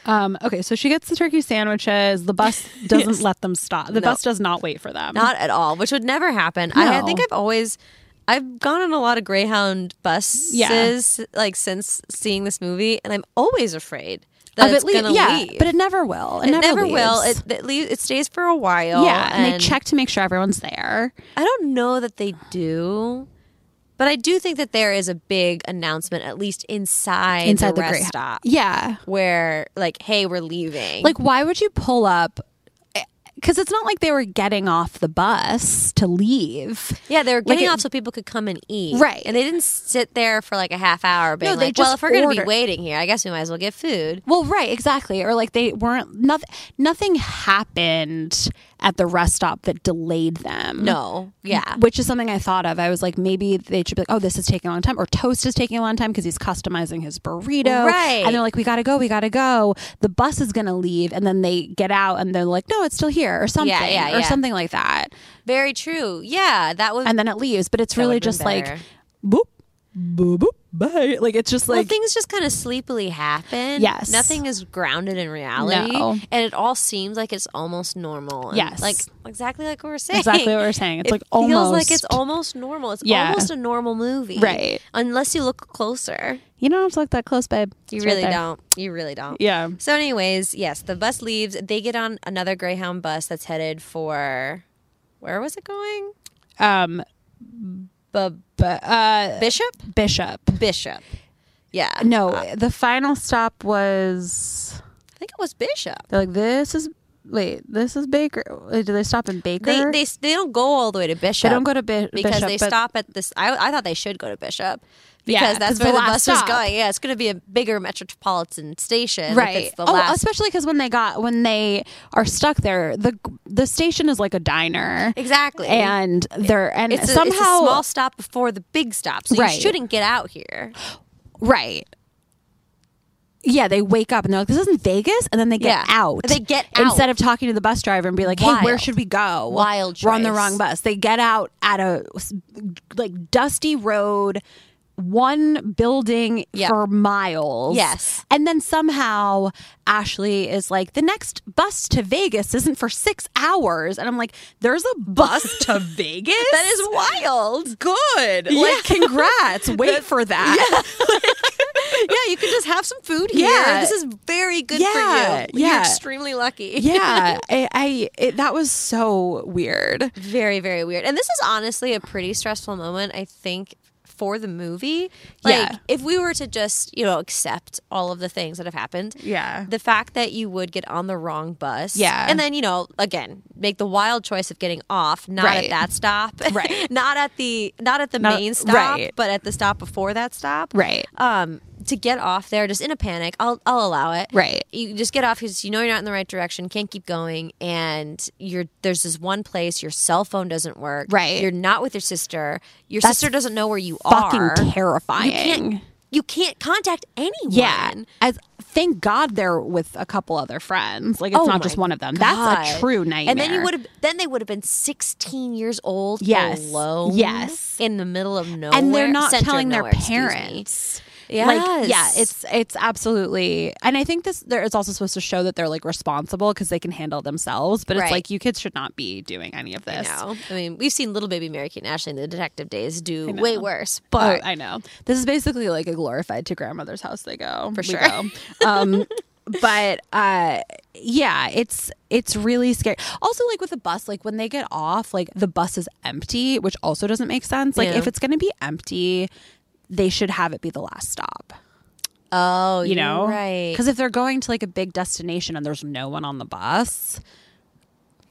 E: um okay so she gets the turkey sandwiches the bus doesn't let them stop the bus does not wait for them
D: Not at all, which would never happen. I, I
E: No.
D: think I've always, I've gone on a lot of Greyhound buses, like since seeing this movie, and I'm always afraid that
E: of
D: it's
E: it lea-
D: going to
E: yeah
D: leave.
E: but it never will it,
D: It never will.
E: leaves.
D: It it, leaves, it stays for a while.
E: yeah and, they check to make sure everyone's there
D: I don't know that they do, but I do think that there is a big announcement, at least inside
E: inside the,
D: rest
E: Greyhound.
D: stop,
E: yeah
D: where like, hey, we're leaving.
E: Like, why would you pull up? Because it's not like they were getting off the bus to leave.
D: Yeah, they were getting
E: it-
D: off so people could come and eat.
E: Right.
D: And they didn't sit there for like a half hour being
E: No, they
D: like, well,
E: just
D: if we're going to be
E: ordered.
D: waiting here, I guess we might as well get food.
E: Well, right, exactly. Or like they weren't nothing. Nothing happened at the rest stop that delayed them.
D: No. Yeah.
E: Which is something I thought of. I was like, maybe they should be like, oh, this is taking a long time, or toast is taking a long time because he's customizing his burrito.
D: Right.
E: And they're like, we got to go, we got to go. The bus is going to leave. And then they get out and they're like, no, it's still here, or something,
D: yeah,
E: or
D: yeah.
E: something like that.
D: Very true. Yeah. That would.
E: And then it leaves. But it's really
D: would've been
E: just like,
D: better.
E: boop, boop, boop, bye. Like, it's just
D: well,
E: like,
D: things just kind of sleepily happen.
E: Yes.
D: Nothing is grounded in reality.
E: No.
D: And it all seems like it's almost normal. And
E: Yes.
D: Like exactly like we were saying.
E: exactly what we're saying. It's
D: it
E: like
D: feels
E: almost.
D: like it's almost normal. It's
E: Yeah.
D: almost a normal movie.
E: Right.
D: Unless you look closer.
E: you don't have to look that close, babe.
D: You
E: It's right
D: really
E: there.
D: don't. You really don't.
E: Yeah.
D: So, anyways, yes, the bus leaves. They get on another Greyhound bus that's headed for where was it going?
E: Um,
D: B-
E: but uh,
D: Bishop?
E: Bishop.
D: Bishop. Yeah.
E: No, the final stop was.
D: I think it was Bishop.
E: They're like, this is wait, this is Baker. Wait, Do they stop in Baker?
D: They, they they don't go all the way to Bishop.
E: They don't go to Bi-
D: because
E: Bishop,
D: they
E: but-
D: stop at this. I, I thought they should go to Bishop
E: Yeah,
D: because
E: 'cause
D: that's
E: the
D: where the,
E: last
D: bus was
E: stop.
D: going. Yeah, it's going to be a bigger metropolitan station. If
E: right.
D: it's the
E: oh,
D: last.
E: especially because when they got when they are stuck there, the the station is like a diner,
D: Exactly.
E: and they're and
D: it's a,
E: somehow
D: it's a small stop before the big stop, so
E: Right.
D: you shouldn't get out here.
E: right. Yeah, they wake up and they're like, "This isn't Vegas," and then they get
D: Yeah.
E: out.
D: They get
E: instead
D: out.
E: of talking to the bus driver and be like, "Hey, where
D: Wild.
E: should we go?"
D: Wild
E: We're on the
D: choice.
E: wrong bus. They get out at a like dusty road, one building
D: Yeah.
E: for miles.
D: Yes.
E: and then somehow Ashley is like, "The next bus to Vegas isn't for six hours," and I'm like, "There's a bus to Vegas?
D: That is wild. Good.
E: Like, congrats! Wait for that."
D: yeah, you can just have some food here.
E: Yeah.
D: This is very good
E: Yeah,
D: for you.
E: yeah.
D: You're extremely lucky.
E: yeah, I, I it, that was so weird.
D: Very, very weird. And this is honestly a pretty stressful moment, I think, for the movie. Like,
E: Yeah.
D: if we were to just, you know, accept all of the things that have happened.
E: Yeah.
D: The fact that you would get on the wrong bus.
E: Yeah.
D: And then, you know, again, make the wild choice of getting off, not
E: Right.
D: at that stop.
E: Right.
D: not at the not at the
E: Not-
D: main stop,
E: right.
D: but at the stop before that stop.
E: Right.
D: Um, to get off there just in a panic. I'll I'll allow it.
E: Right.
D: You just get off because you know you're not in the right direction, can't keep going, and you're there's this one place your cell phone doesn't work.
E: Right.
D: You're not with your sister. Your
E: That's
D: sister doesn't know where you
E: Fucking
D: are.
E: terrifying.
D: You can't, you can't contact anyone.
E: Yeah. As thank God they're with a couple other friends. Like it's
D: Oh
E: not
D: my
E: just one of them. That's a
D: God.
E: true nightmare.
D: And then you would have then they would have been 16 years old
E: Yes.
D: alone.
E: Yes.
D: In the middle of nowhere.
E: and they're not
D: center of
E: telling
D: nowhere,
E: their
D: excuse me.
E: parents. Like
D: Yes.
E: yeah, it's it's absolutely and I think this there is also supposed to show that they're like responsible because they can handle themselves, but it's
D: Right.
E: like you kids should not be doing any of this.
D: No. I mean, we've seen little baby Mary Kate and Ashley in the detective days do way worse.
E: Oh,
D: But
E: I know. This is basically like a glorified to grandmother's house they go. For
D: sure.
E: Um but uh yeah, it's it's really scary. Also like with the bus, like when they get off, like the bus is empty, which also doesn't make sense. Like
D: Yeah.
E: if it's going to be empty, they should have it be the last stop,
D: oh,
E: you know?
D: right?
E: Cuz if they're going to like a big destination and there's no one on the bus,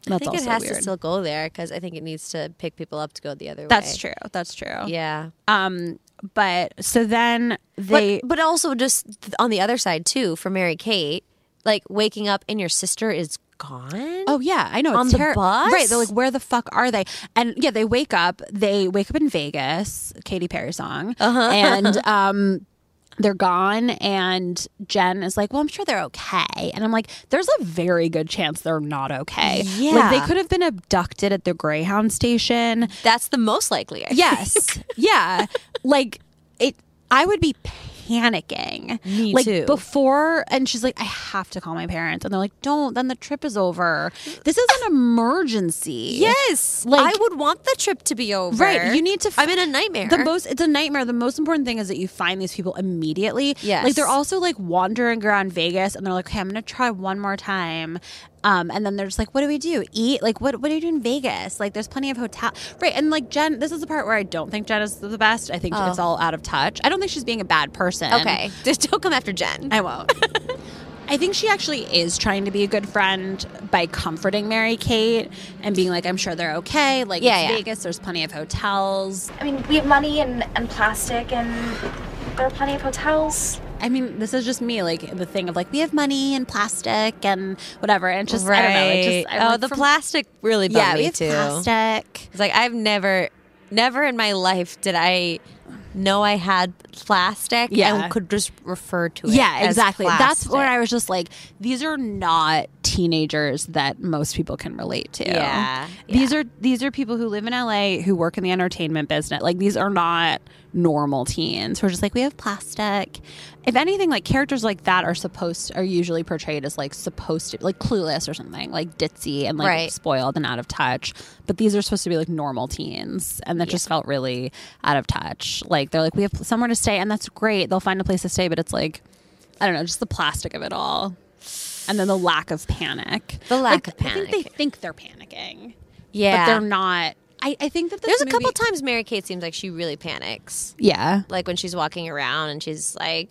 E: that's
D: I think it
E: also
D: has
E: weird.
D: to still go there because I think it needs to pick people up to go the other way.
E: that's true. That's true.
D: Yeah.
E: Um but so then they
D: But, but also just th- on the other side too for Mary Kate, like waking up and your sister is gone.
E: Oh yeah, I know.
D: On
E: it's
D: the
E: terri-
D: bus?
E: right? They're like, where the fuck are they? And yeah, they wake up. They wake up in Vegas, Katy Perry song,
D: Uh-huh.
E: and um, they're gone. And Jen is like, well, I'm sure they're okay. And I'm like, there's a very good chance they're not okay. like,
D: Yeah.
E: they could have been abducted at the Greyhound station.
D: That's the most likely. I think.
E: Yes. yeah. Like it I would be panicking.
D: Me
E: like
D: too.
E: before and she's like, I have to call my parents. And they're like, Don't, then the trip is over. This is an emergency.
D: Yes.
E: Like-
D: I would want the trip to be over.
E: Right. You need to f-
D: i I'm in a nightmare.
E: The most it's a nightmare. The most important thing is that you find these people immediately.
D: Yes.
E: Like they're also like wandering around Vegas and they're like, Okay, I'm gonna try one more time. Um, and then they're just like, What do we do? Eat? Like what what do you do in Vegas? Like there's plenty of hotel Right. And like Jen, this is the part where I don't think Jen is the best. I think it's all out of touch. I don't think she's being a bad person.
D: Oh. okay. Just don't come after Jen.
E: I won't. I think she actually is trying to be a good friend by comforting Mary Kate and being like, I'm sure they're okay. Like,
D: Yeah,
E: it's
D: yeah.
E: Vegas, there's plenty of hotels.
F: I mean, we have money and, and plastic, and there are plenty of hotels.
E: I mean, this is just me, like the thing of like we have money and plastic and whatever, and it's just
D: right.
E: I don't know. It just, I'm
D: oh,
E: like,
D: the
E: from-
D: plastic really bummed
E: yeah, we
D: me
E: have
D: too.
E: plastic.
D: It's like I've never, never in my life did I know I had plastic
E: Yeah.
D: and could just refer to it.
E: Yeah,
D: as
E: exactly. That's
D: plastic.
E: where I was just like, these are not teenagers that most people can relate to.
D: Yeah,
E: These are these are people who live in LA who work in the entertainment business. Like these are not normal teens who are just like, we have plastic. If anything, like characters like that are supposed are usually portrayed as like supposed to like clueless or something, like ditzy and like
D: Right.
E: spoiled and out of touch. But these are supposed to be like normal teens, and that just felt really out of touch. Like they're like, we have somewhere to stay, and that's great. They'll find a place to stay, but it's like, I don't know, just the plastic of it all, and then the lack of panic.
D: The lack
E: Like,
D: of panic.
E: I think they think they're panicking,
D: yeah.
E: but they're not. I, I think that this
D: There's a couple
E: movie-
D: times Mary Kate seems like she really panics.
E: Yeah.
D: Like when she's walking around and she's like,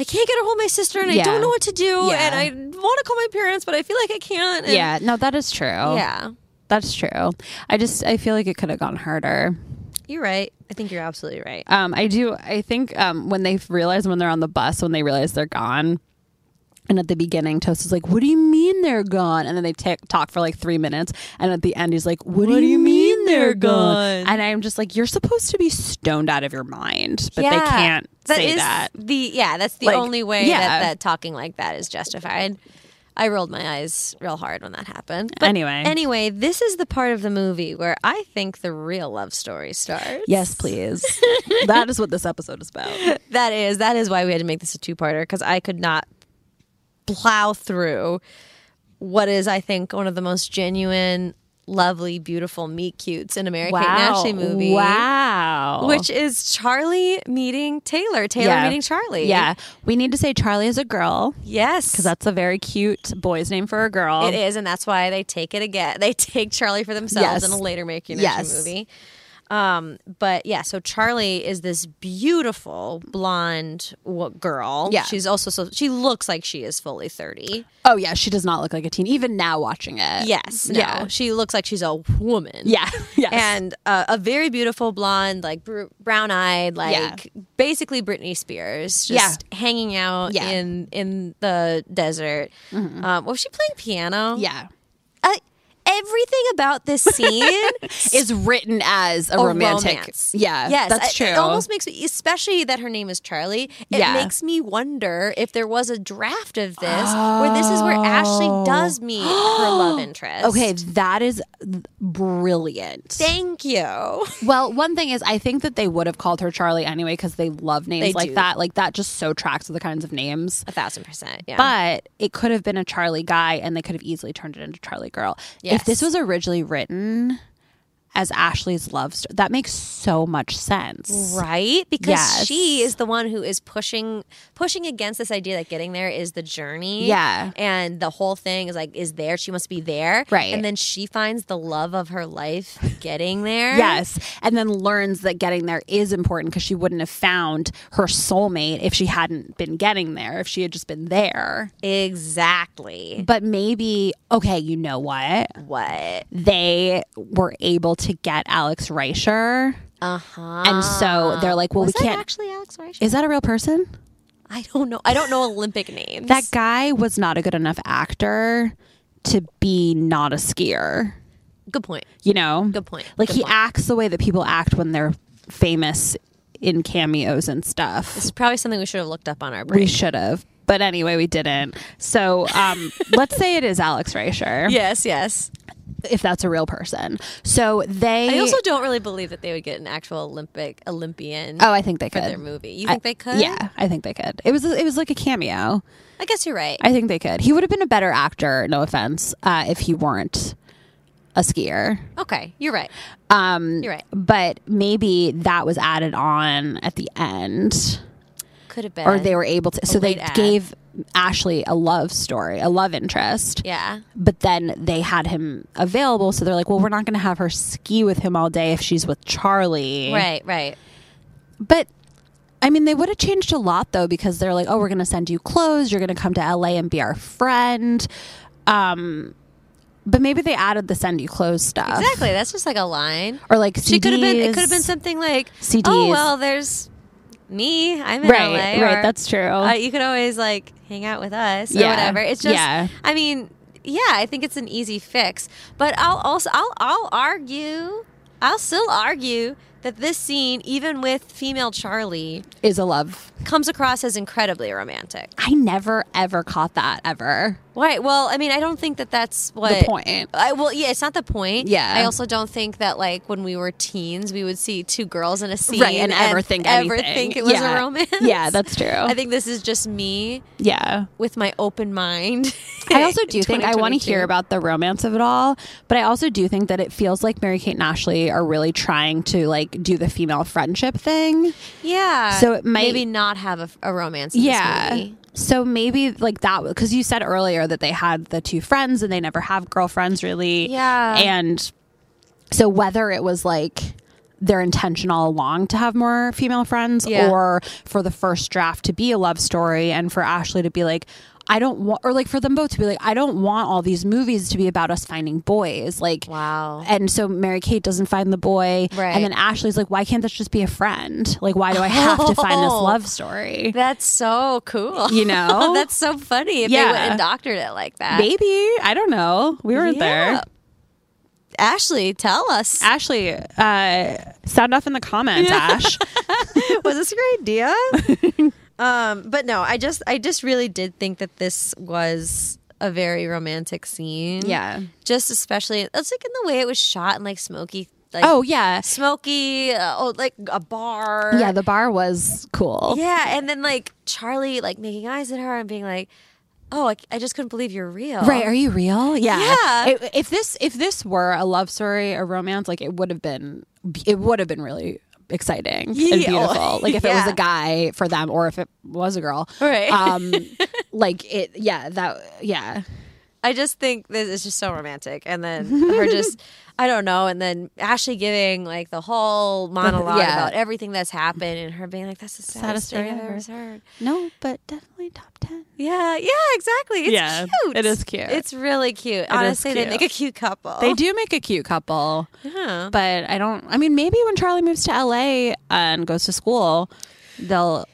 D: I can't get a hold of my sister and I
E: Yeah.
D: don't know what to do
E: Yeah.
D: and I want to call my parents but I feel like I can't. and-
E: Yeah. No, that is true.
D: Yeah.
E: That's true. I just I feel like it could have gone harder.
D: You're right. I think you're absolutely right.
E: Um, I do. I think um, when they realize when they're on the bus, when they realize they're gone, and at the beginning, Toast is like, "What do you mean they're gone?" And then they ta- talk for like three minutes, and at the end, he's like, "What, do you mean, they're gone? And I'm just like, "You're supposed to be stoned out of your mind, but they can't
D: That
E: say
D: is
E: that."
D: The yeah, that's the
E: Like,
D: only way
E: yeah.
D: that, that talking like that is justified. I rolled my eyes real hard when that happened.
E: Anyway.
D: anyway, this is the part of the movie where I think the real love story starts.
E: Yes, please. that is what this episode is about.
D: that is that is why we had to make this a two-parter because I could not plow through what is I think one of the most genuine, lovely, beautiful meet cutes in American Ashley movie.
E: Wow.
D: Which is Charlie meeting Taylor, Taylor
E: Yeah.
D: meeting Charlie.
E: Yeah, we need to say Charlie is a girl
D: Yes.
E: because that's a very cute boy's name for a girl.
D: It is, and that's why they take it again. They take Charlie for themselves
E: Yes.
D: in a later making
E: Yes.
D: movie. Um, but yeah, so Charlie is this beautiful blonde w- girl.
E: Yeah.
D: she's also so she looks like she is fully thirty.
E: Oh yeah, she does not look like a teen. Even now, watching it.
D: Yes, no,
E: Uh, Yeah.
D: she looks like she's a woman.
E: Yeah. Yes.
D: and uh, a very beautiful blonde, like br- brown eyed, like basically Britney Spears, just hanging out
E: Yeah. Mm-hmm.
D: in in the desert. Um, was she playing piano?
E: yeah,
D: uh, everything about this scene
E: is written as a,
D: a
E: romantic.
D: romance.
E: Oh, Yeah.
D: yes,
E: that's
D: it-
E: true.
D: It almost makes me, especially that her name is Charlie. It
E: Yeah.
D: makes me wonder if there was a draft of this where this is where Ashley does meet her love interest.
E: Oh. okay. That is brilliant.
D: thank you.
E: well, one thing is, I think that they would have called her Charlie anyway because they love names
D: They
E: like
D: do.
E: that. Like that just so tracks with the kinds of names.
D: A thousand percent. Yeah,
E: But it could have been a Charlie guy, and they could have easily turned it into Charlie girl. If this
D: Yes.
E: was originally written as Ashley's love story, that makes so much sense.
D: right because
E: Yes.
D: she is the one who is pushing pushing against this idea that getting there is the journey
E: Yeah.
D: and the whole thing is like is there she must be there
E: Right.
D: and then she finds the love of her life getting there
E: Yes. And then learns that getting there is important because she wouldn't have found her soulmate if she hadn't been getting there, if she had just been there.
D: Exactly.
E: But maybe, okay, you know what?
D: What?
E: They were able to get Alex Reicher.
D: Uh huh.
E: And so they're like, well,
D: Ah, was
E: we
D: that
E: can't.
D: actually Alex Reichel?
E: is that a real person?
D: I don't know. I don't know Olympic names.
E: That guy was not a good enough actor to be not a skier,
D: good point.
E: you know?
D: Good point.
E: Like
D: Good
E: he
D: point.
E: acts the way that people act when they're famous in cameos and stuff.
D: It's probably something we should have looked up on our break.
E: We should have. But anyway, we didn't. So um, let's say it is Alex Reicher,
D: yes, yes.
E: if that's a real person. So they.
D: I also don't really believe that they would get an actual Olympic Olympian
E: oh, I think they
D: for
E: could.
D: their movie. You think they could?
E: Yeah, I think they could. It was it was like a cameo.
D: I guess you're right.
E: I think they could. He would have been a better actor, no offense, uh, if he weren't a skier.
D: okay, you're right.
E: Um,
D: You're right.
E: But maybe that was added on at the end.
D: Could have been.
E: Or they were able to, so they
D: late ad.
E: gave Ashley a love story, a love interest.
D: Yeah.
E: but then they had him available so they're like well we're not going to have her ski with him all day if she's with charlie
D: Right. Right.
E: but i mean they would have changed a lot though because they're like oh we're going to send you clothes you're going to come to la and be our friend um but maybe they added the send you clothes stuff
D: Exactly. That's just like a line.
E: or like CDs.
D: She could have been. It could have been something like,
E: CDs.
D: "Oh well, there's me. I'm in
E: Right,
D: LA.
E: right,
D: or,
E: that's true.
D: Uh, you could always like hang out with us or
E: Yeah,
D: whatever. It's just,
E: yeah.
D: I mean, yeah, I think it's an easy fix. But I'll also, I'll, I'll argue, I'll still argue that this scene, even with female Charlie,
E: Is a love.
D: comes across as incredibly romantic.
E: I never ever caught that ever.
D: Right. Well, I mean, I don't think that that's what
E: point.
D: I, well, yeah, it's not the point.
E: Yeah.
D: I also don't think that like when we were teens, we would see two girls in a scene
E: right, and ever think
D: ever
E: anything.
D: think it was
E: Yeah.
D: a romance.
E: Yeah, that's true.
D: I think this is just me
E: yeah.
D: with my open mind.
E: I also do think I want to
D: 2022.
E: hear about the romance of it all, but I also do think that it feels like Mary Kate and Ashley are really trying to like do the female friendship thing.
D: Yeah.
E: So it might-
D: maybe not have a, a romance. In
E: yeah.
D: This movie.
E: So maybe like that because you said earlier that they had the two friends and they never have girlfriends really.
D: Yeah.
E: And so whether it was like their intention all along to have more female friends
D: Yeah.
E: or for the first draft to be a love story and for Ashley to be like I don't want or like for them both to be like I don't want all these movies to be about us finding boys like
D: Wow.
E: and so Mary Kate doesn't find the boy
D: Right.
E: and then Ashley's like why can't this just be a friend like why do I have to find this
D: Oh.
E: love story
D: That's so cool.
E: You know?
D: that's so funny. If
E: Yeah.
D: they went and doctored it like that,
E: Maybe. I don't know. We weren't
D: Yeah.
E: there.
D: Ashley, tell us.
E: Ashley, uh, sound off in the comments, Ash.
D: was this a great idea? um, but no, I just I just really did think that this was a very romantic scene.
E: Yeah.
D: Just especially it's like in the way it was shot and like smoky like
E: Oh, yeah.
D: smoky uh, oh like a bar.
E: Yeah, the bar was cool.
D: Yeah, and then like Charlie like making eyes at her and being like, "Oh, I, I just couldn't believe you're real."
E: Right, are you real? Yeah.
D: Yeah.
E: It- if this if this were a love story, a romance, like it would have been it would have been really exciting and
D: Yeah.
E: beautiful. Like if it was
D: Yeah.
E: a guy for them or if it was a girl.
D: Right.
E: Um like it yeah, that yeah.
D: I just think this is just so romantic. And then her just, I don't know. And then Ashley giving like the whole monologue
E: Yeah.
D: about everything that's happened and her being like, that's the saddest,
E: story
D: thing I've
E: ever."
D: ever heard.
E: No, but definitely top 10.
D: Yeah, yeah, exactly. It's
E: Yeah,
D: cute.
E: it is cute.
D: It's really cute. Honestly, they
E: cute.
D: make a cute couple.
E: They do make a cute couple.
D: Yeah.
E: but I don't. I mean, maybe when Charlie moves to LA and goes to school, they'll.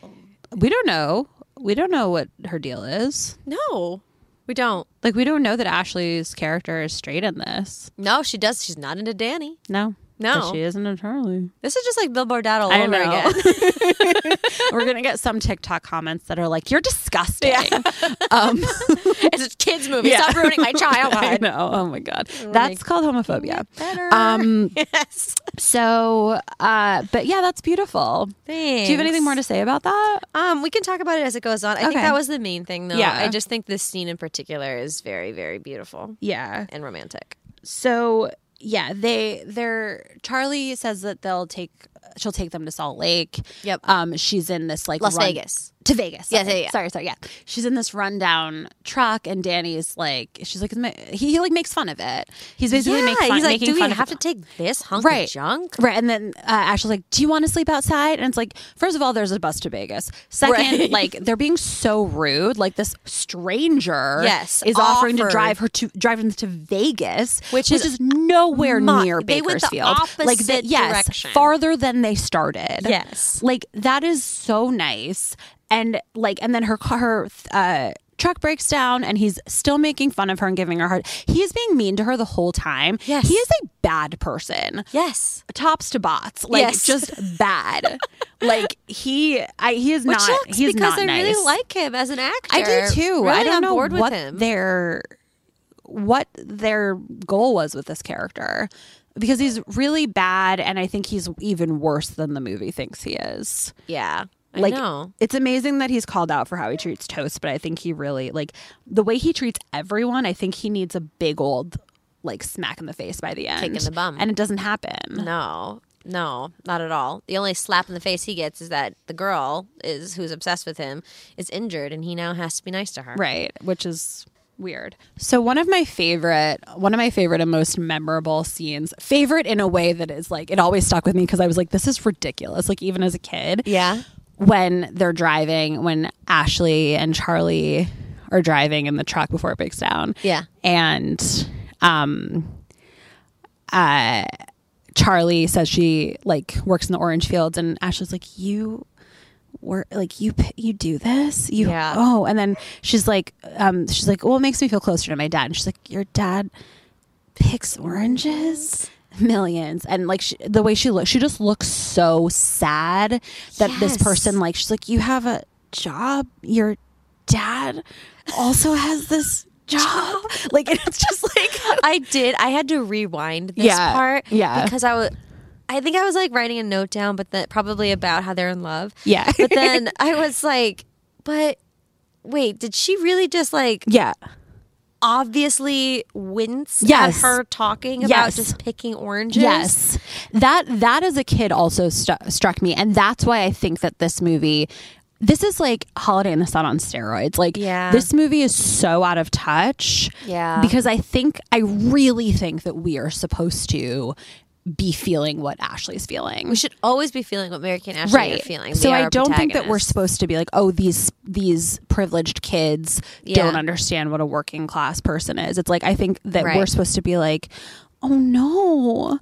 E: We don't know. We don't know what her deal is.
D: No, we don't.
E: Like, we don't know that Ashley's character is straight in this.
D: No, she does. She's not into Danny.
E: No,
D: No. Oh,
E: 'Cause she isn't a Charlie.
D: This is just like Billboard Dad all
E: I
D: over
E: know.
D: again.
E: We're gonna get some TikTok comments that are like, "You're disgusting." Um,
D: it's a kids movie. Stop ruining my
E: I
D: childhood.
E: know. Oh my god, that's called homophobia.
D: Better.
E: Um.
D: yes.
E: So, uh, but yeah, that's beautiful.
D: Thanks.
E: Do you have anything more to say about that?
D: Um, we can talk about it as it goes on. I think
E: Okay.
D: that was the main thing, though.
E: Yeah.
D: I just think this scene in particular is very, very beautiful
E: Yeah.
D: and romantic.
E: so yeah they they're charlie says that they'll take she'll take them to salt lake
D: Yep.
E: um she's in this like
D: Las
E: run-
D: Vegas.
E: to vegas
D: Yeah,
E: sorry.
D: yeah, yeah.
E: sorry sorry yeah she's in this rundown truck and danny's like she's like "Ma- he, he like makes fun of it he's basically make fun,
D: he's like,
E: making
D: do we
E: fun
D: have
E: of
D: to
E: it.
D: take this hunk
E: Right.
D: of junk?
E: Right, and then uh, Ashley's like, "Do you want to sleep outside?" And it's like, first of all, there's a bus to Vegas. Second,
D: Right.
E: like they're being so rude. Like this stranger,
D: Yes,
E: is offering to
D: offered.
E: drive her to drive them to Vegas,
D: Which is
E: nowhere
D: mon-
E: near
D: they went the
E: Bakersfield. like they-
D: opposite
E: yes,
D: direction.
E: farther than they started.
D: Yes.
E: like that is so nice. And like, and then her car, her. Uh, Truck breaks down and he's still making fun of her and giving her hard. He is being mean to her the whole time.
D: Yes.
E: He is a bad person
D: Yes.
E: tops to bots, like
D: Yes.
E: just bad. like he, I he is
D: Which
E: not.
D: sucks
E: he's
D: because
E: not
D: I
E: nice.
D: really like him as an actor.
E: I do too.
D: Really
E: I don't
D: on
E: know
D: board with
E: what
D: him.
E: their what their goal was with this character because he's really bad, and I think he's even worse than the movie thinks he is.
D: Yeah. I
E: Like
D: know.
E: it's amazing that he's called out for how he treats Toast, but I think he really like the way he treats everyone. I think he needs a big old like smack in the face by the end,
D: in the bum.
E: and it doesn't happen.
D: No. No, not at all. The only slap in the face he gets is that the girl is who's obsessed with him is injured, and he now has to be nice to her.
E: Right, which is weird. So one of my favorite, one of my favorite and most memorable scenes, favorite in a way that is like it always stuck with me because I was like this is ridiculous like even as a kid.
D: Yeah.
E: When they're driving when Ashley and Charlie are driving in the truck before it breaks down.
D: Yeah.
E: And um uh Charlie says she like works in the orange fields and Ashley's like you we're like you p- you do this you
D: Yeah.
E: oh and then she's like um she's like well it makes me feel closer to my dad and she's like your dad picks oranges millions and like she, the way she looks she just looks so sad that this
D: Yes.
E: person like she's like you have a job your dad also has this job like it's just like
D: I did. I had to rewind this
E: Yeah,
D: part.
E: yeah.
D: Because I was, I think I was like writing a note down, but that probably about how they're in love.
E: Yeah.
D: But then I was like, but wait, did she really just like
E: yeah
D: obviously wince
E: Yes.
D: at her talking about
E: Yes.
D: just picking oranges?
E: Yes, that that as a kid also stu- struck me, and that's why I think that this movie. This is like Holiday in the Sun on steroids. Like,
D: Yeah.
E: this movie is so out of touch.
D: Yeah.
E: Because I think, I really think that we are supposed to be feeling what Ashley's feeling
D: We should always be feeling what Mary Kate and Ashley are feeling.
E: so
D: They are
E: i don't think that we're
D: protagonists.
E: supposed to be like oh these these privileged kids
D: Yeah.
E: don't understand what a working class person is it's like i think that we're
D: Right.
E: supposed to be like oh no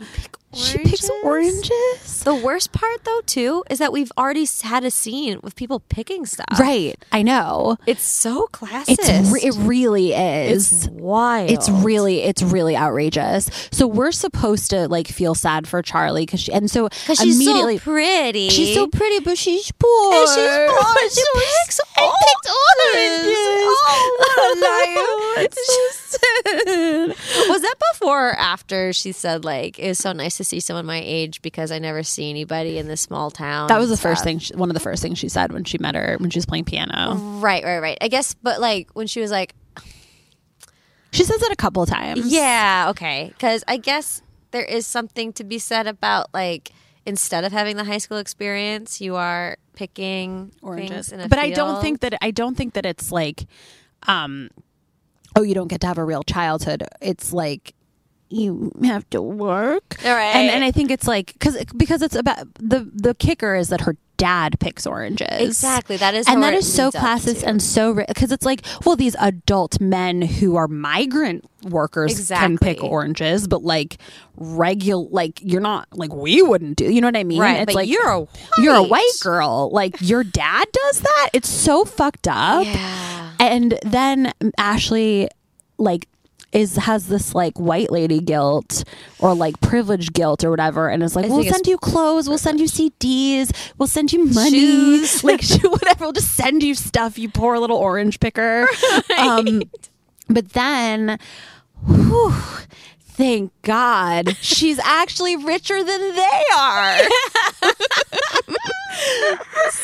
E: she picks
D: oranges?
E: oranges
D: The worst part, though, too, is that we've already had a scene with people picking stuff.
E: right i know
D: It's so classic.
E: it's re- it really is
D: wild.
E: It's really, it's really outrageous. So we're supposed to like feel sad for Charlie because she, and so
D: because she's
E: immediately,
D: so pretty.
E: She's so pretty, but she's poor.
D: And she's poor.
E: And
D: She picks
E: and
D: oranges.
E: Oh, what a liar.
D: Was that before or after she said like it was so nice to see someone my age because I never see anybody in this small town?
E: That was the
D: and
E: first
D: stuff?
E: thing, she, one of the first things she said when she met her, when she was playing piano.
D: Right, right, right. I guess, but like when she was like,
E: She says that a couple of times.
D: yeah, okay, because I guess there is something to be said about like instead of having the high school experience, you are picking things
E: Oranges.
D: in a
E: But I don't
D: field.
E: think that, I don't think that it's like, um, oh, you don't get to have a real childhood. It's like, you have to work.
D: All right.
E: And, and I think it's like, cause, because it's about the, the kicker is that her dad picks oranges.
D: exactly that is,
E: and
D: how
E: that
D: it
E: is so
D: leads up
E: classist
D: to.
E: and so because it's like well these adult men who are migrant workers can pick
D: Exactly.
E: oranges but like regular like you're not like we wouldn't do you know what i mean
D: Right,
E: it's
D: but
E: like
D: you're a
E: you're a white
D: white.
E: girl like your dad does that it's so fucked up
D: Yeah.
E: and then Ashley like is has this like white lady guilt or like privilege guilt or whatever and it's like we'll
D: think it's
E: send you clothes we'll send you CDs we'll send you money
D: Shoes.
E: like shoe- whatever we'll just send you stuff you poor little orange picker um but then whew, thank god she's actually richer than they are so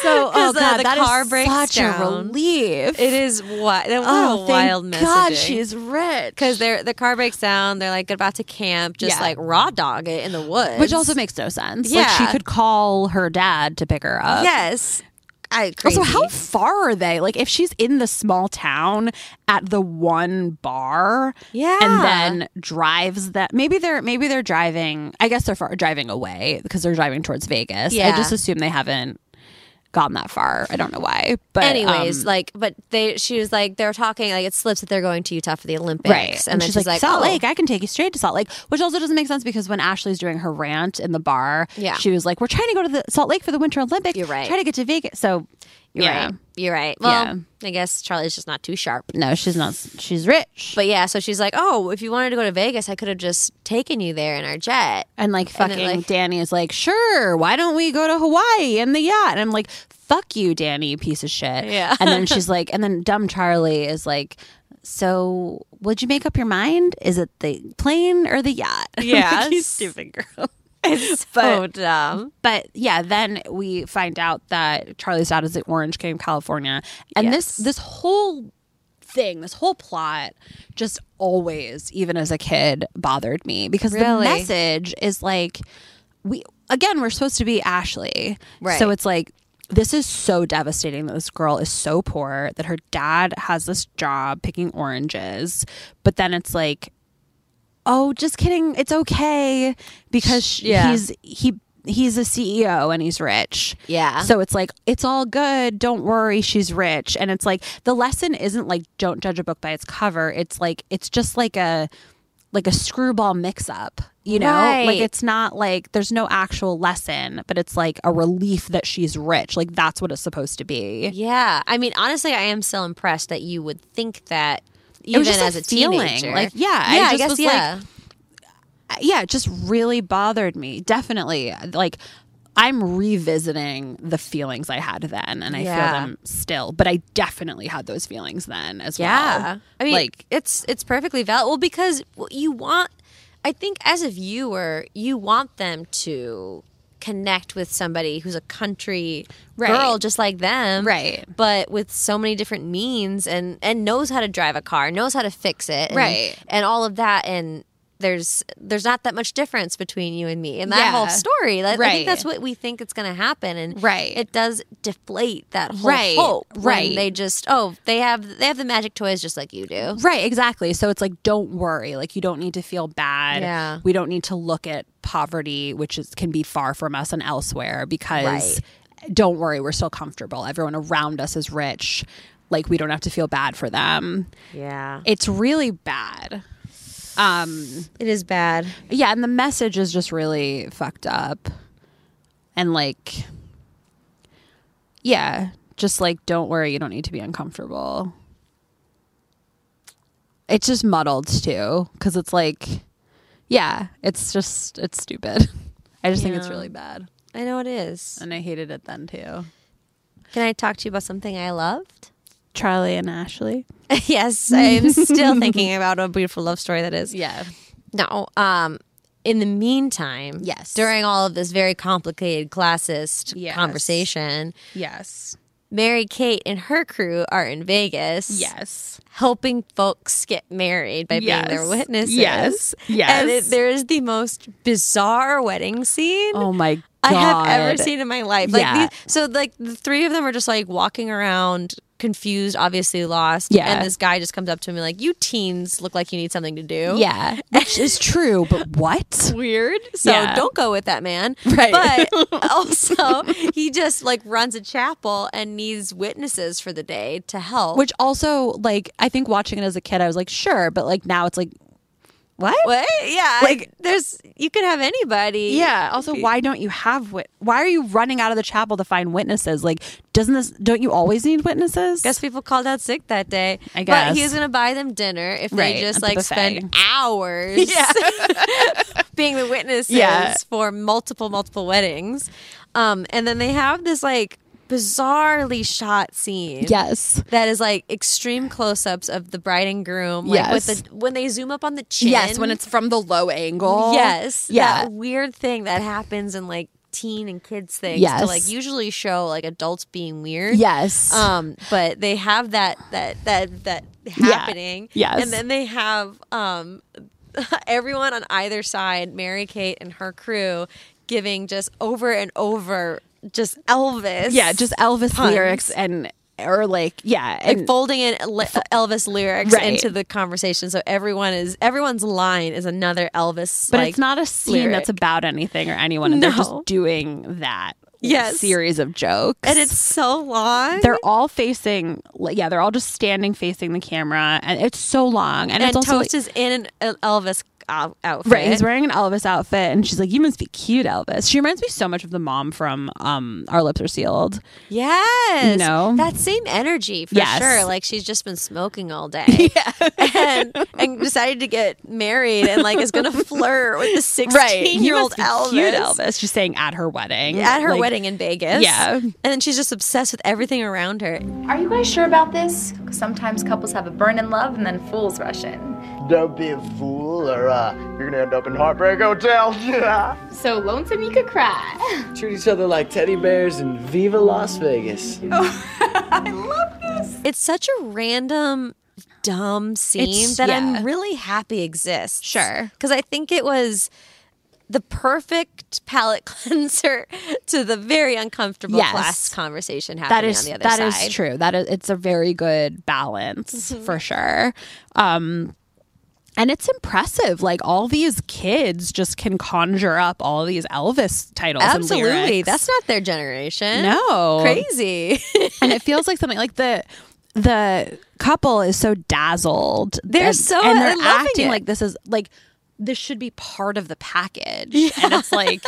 E: oh
D: 'Cause, uh,
E: god
D: the
E: that is
D: car breaks
E: such a
D: down.
E: relief
D: It is wild. What
E: Oh,
D: a
E: thank
D: wild message.
E: God she's rich.
D: because they're the car breaks down. They're like about to camp, just
E: Yeah.
D: like raw dog it in the woods,
E: which also makes no sense. Like
D: Yeah.
E: she could call her dad to pick her up.
D: yes. I crazy.
E: Also, how far are they? Like, if she's in the small town at the one bar,
D: Yeah.
E: and then drives that. Maybe they're maybe they're driving. I guess they're far, driving away because they're driving towards Vegas. I
D: Yeah.
E: just assume they haven't gone that far. I don't know why. But
D: Anyways,
E: um,
D: like, but they, she was like, they're talking, like, it slips that they're going to Utah for the Olympics.
E: Right. And, she's, like,
D: "Oh,
E: Salt Lake, I can take you straight to Salt Lake, which also doesn't make sense because when Ashley's doing her rant in the bar,
D: Yeah.
E: she was like, We're trying to go to the Salt Lake for the Winter Olympics.
D: You're right.
E: Try to get to Vegas. So,
D: You're
E: yeah.
D: right. You're right. Well,
E: Yeah.
D: I guess Charlie's just not too sharp.
E: No, she's not, she's rich.
D: But yeah, so she's like, oh, if you wanted to go to Vegas, I could have just taken you there in our jet.
E: and like
D: And
E: fucking
D: then, like-
E: Danny is like, Sure, why don't we go to Hawaii and the yacht? And I'm like, Fuck you, Danny, you piece of shit.
D: Yeah.
E: and then she's like, And then dumb Charlie is like, so, would you make up your mind? Is it the plane or the yacht?
D: Yes.
E: like, you stupid girl.
D: So dumb.
E: but yeah, then we find out that Charlie's dad is the Orange County, California, and this
D: Yes.
E: this whole thing, this whole plot, just always, even as a kid, bothered me because the
D: Really?
E: message is like we again we're supposed to be Ashley,
D: Right.
E: So it's like. This is so devastating that this girl is so poor that her dad has this job picking oranges. But then it's like, oh, just kidding. It's okay because sh-
D: Yeah.
E: he's he he's a CEO and he's rich.
D: Yeah.
E: So it's like it's all good. Don't worry, she's rich. And it's like the lesson isn't like don't judge a book by its cover. It's like it's just like a like a screwball mix up, you know? Like
D: Right.
E: it's not like there's no actual lesson, but it's like a relief that she's rich. Like that's what it's supposed to be.
D: Yeah. I mean, honestly, I am still impressed that you would think that even
E: It was just
D: as
E: a
D: a
E: feeling,
D: teenager.
E: like, yeah, I
D: yeah, I,
E: just
D: guess,
E: was like,
D: yeah.
E: yeah, it just really bothered me. Definitely. Like I'm revisiting the feelings I had then and I
D: Yeah.
E: feel them still, but I definitely had those feelings then as well.
D: Yeah. I mean,
E: like
D: it's it's perfectly valid. Well, because you want, I think, as a viewer, you want them to connect with somebody who's a country
E: Right.
D: girl just like them,
E: Right.
D: But with so many different means and and knows how to drive a car, knows how to fix it, and,
E: Right.
D: And all of that, and there's there's not that much difference between you and me and that
E: Yeah.
D: whole story. Like, I
E: Right.
D: think that's what we think it's going to happen, and
E: Right.
D: it does deflate that whole
E: Right.
D: hope. when
E: Right.
D: they just oh they have they have the magic toys just like you do.
E: Right, exactly. So it's like don't worry, like you don't need to feel bad.
D: Yeah.
E: We don't need to look at poverty, which is can be far from us and elsewhere because don't worry, we're still comfortable. Everyone around us is rich. Like we don't have to feel bad for them.
D: Yeah.
E: It's really bad. Um
D: It is bad.
E: yeah, and the message is just really fucked up. And like yeah, just like don't worry, you don't need to be uncomfortable. It's just muddled too cuz it's like yeah, it's just it's stupid. I just think it's
D: Yeah.
E: really bad.
D: I know it is.
E: And I hated it then too.
D: Can I talk to you about something I loved?
E: Charlie and Ashley.
D: yes, I'm still thinking about a beautiful love story that is.
E: Yeah.
D: No. Um in the meantime,
E: Yes.
D: during all of this very complicated classist
E: Yes.
D: conversation,
E: Yes.
D: Mary Kate and her crew are in Vegas
E: Yes.
D: helping folks get married by being their
E: Yes.
D: witnesses.
E: Yes. Yes.
D: And it, there is the most bizarre wedding scene.
E: Oh my god.
D: I have ever seen in my life. Like
E: Yeah.
D: these, so like the three of them are just like walking around confused, obviously lost.
E: Yeah.
D: And this guy just comes up to me like, You teens look like you need something to do.
E: Yeah. Which is true, but what?
D: Weird. So
E: Yeah.
D: don't go with that man.
E: Right.
D: But also he just like runs a chapel and needs witnesses for the day to help.
E: Which also, like, I think watching it as a kid, I was like, sure, but like now it's like, what?
D: what? Yeah. Like
E: Like-
D: there's you can have anybody.
E: Yeah. Also, why don't you have wit? Why are you running out of the chapel to find witnesses? Like, doesn't this? Don't you always need witnesses?
D: Guess people called out sick that day.
E: I
D: But he
E: guess.
D: was gonna buy them dinner if
E: Right,
D: they just
E: at the
D: like
E: buffet.
D: spend hours being the witnesses
E: Yeah.
D: for multiple, multiple weddings. Um, and then they have this like bizarrely shot scene.
E: Yes.
D: That is like extreme close ups of the bride and groom. Like
E: Yes.
D: with the when they zoom up on the chin.
E: from the low angle.
D: Yes.
E: Yeah.
D: That weird thing that happens in like teen and kids things
E: Yes.
D: to like usually show like adults being weird.
E: yes.
D: Um, but they have that that that that happening.
E: Yes.
D: And then they have um everyone on either side, Mary Kate and her crew, giving just over and over just Elvis.
E: yeah. Just Elvis
D: puns.
E: lyrics and or like yeah.
D: like
E: And,
D: folding in le- Elvis lyrics
E: Right.
D: into the conversation, so everyone is everyone's line is another Elvis.
E: but
D: like,
E: it's not a scene
D: lyric.
E: that's about anything or anyone. And They're
D: No.
E: just doing that.
D: Yes.
E: Series of jokes.
D: and it's so long.
E: They're all facing, like, yeah, they're all just standing facing the camera, and it's so long. And,
D: and
E: it's also
D: Toast is in an Elvis uh, outfit.
E: right. He's wearing an Elvis outfit, and she's like, "You must be cute, Elvis." She reminds me so much of the mom from um, Our Lips Are Sealed.
D: Yes.
E: You know?
D: That same energy for
E: Yes.
D: sure. Like she's just been smoking all day. And, and decided to get married and like is gonna flirt with the sixteen
E: you
D: year old
E: must be
D: Elvis.
E: cute, Elvis. She's saying at her wedding,
D: At her
E: Like,
D: wedding in Vegas.
E: Yeah.
D: And then she's just obsessed with everything around her.
F: Are you guys sure about this? 'Cause Sometimes couples have a burn in love and then fools rush in.
G: Don't be a fool, or uh, you're gonna end up in Heartbreak Hotel.
F: So lonesome you could cry.
H: Treat each other like teddy bears and viva Las Vegas.
D: It's such a random dumb scene
E: It's-
D: that
E: yeah.
D: I'm really happy exists.
E: Sure.
D: Because I think it was the perfect palate cleanser to the very uncomfortable
E: Yes.
D: class conversation happening
E: That is
D: on the other
E: that
D: side. Mm-hmm.
E: is true. That is it's a very good balance for sure. Um and it's impressive. Like all these kids just can conjure up all these Elvis titles. and
D: Absolutely.
E: lyrics.
D: That's not their generation.
E: no
D: Crazy.
E: and it feels like something like the the couple is so dazzled.
D: They're
E: and,
D: so-
E: and they're
D: they're loving
E: acting
D: it.
E: like this is like this should be part of the package. And it's like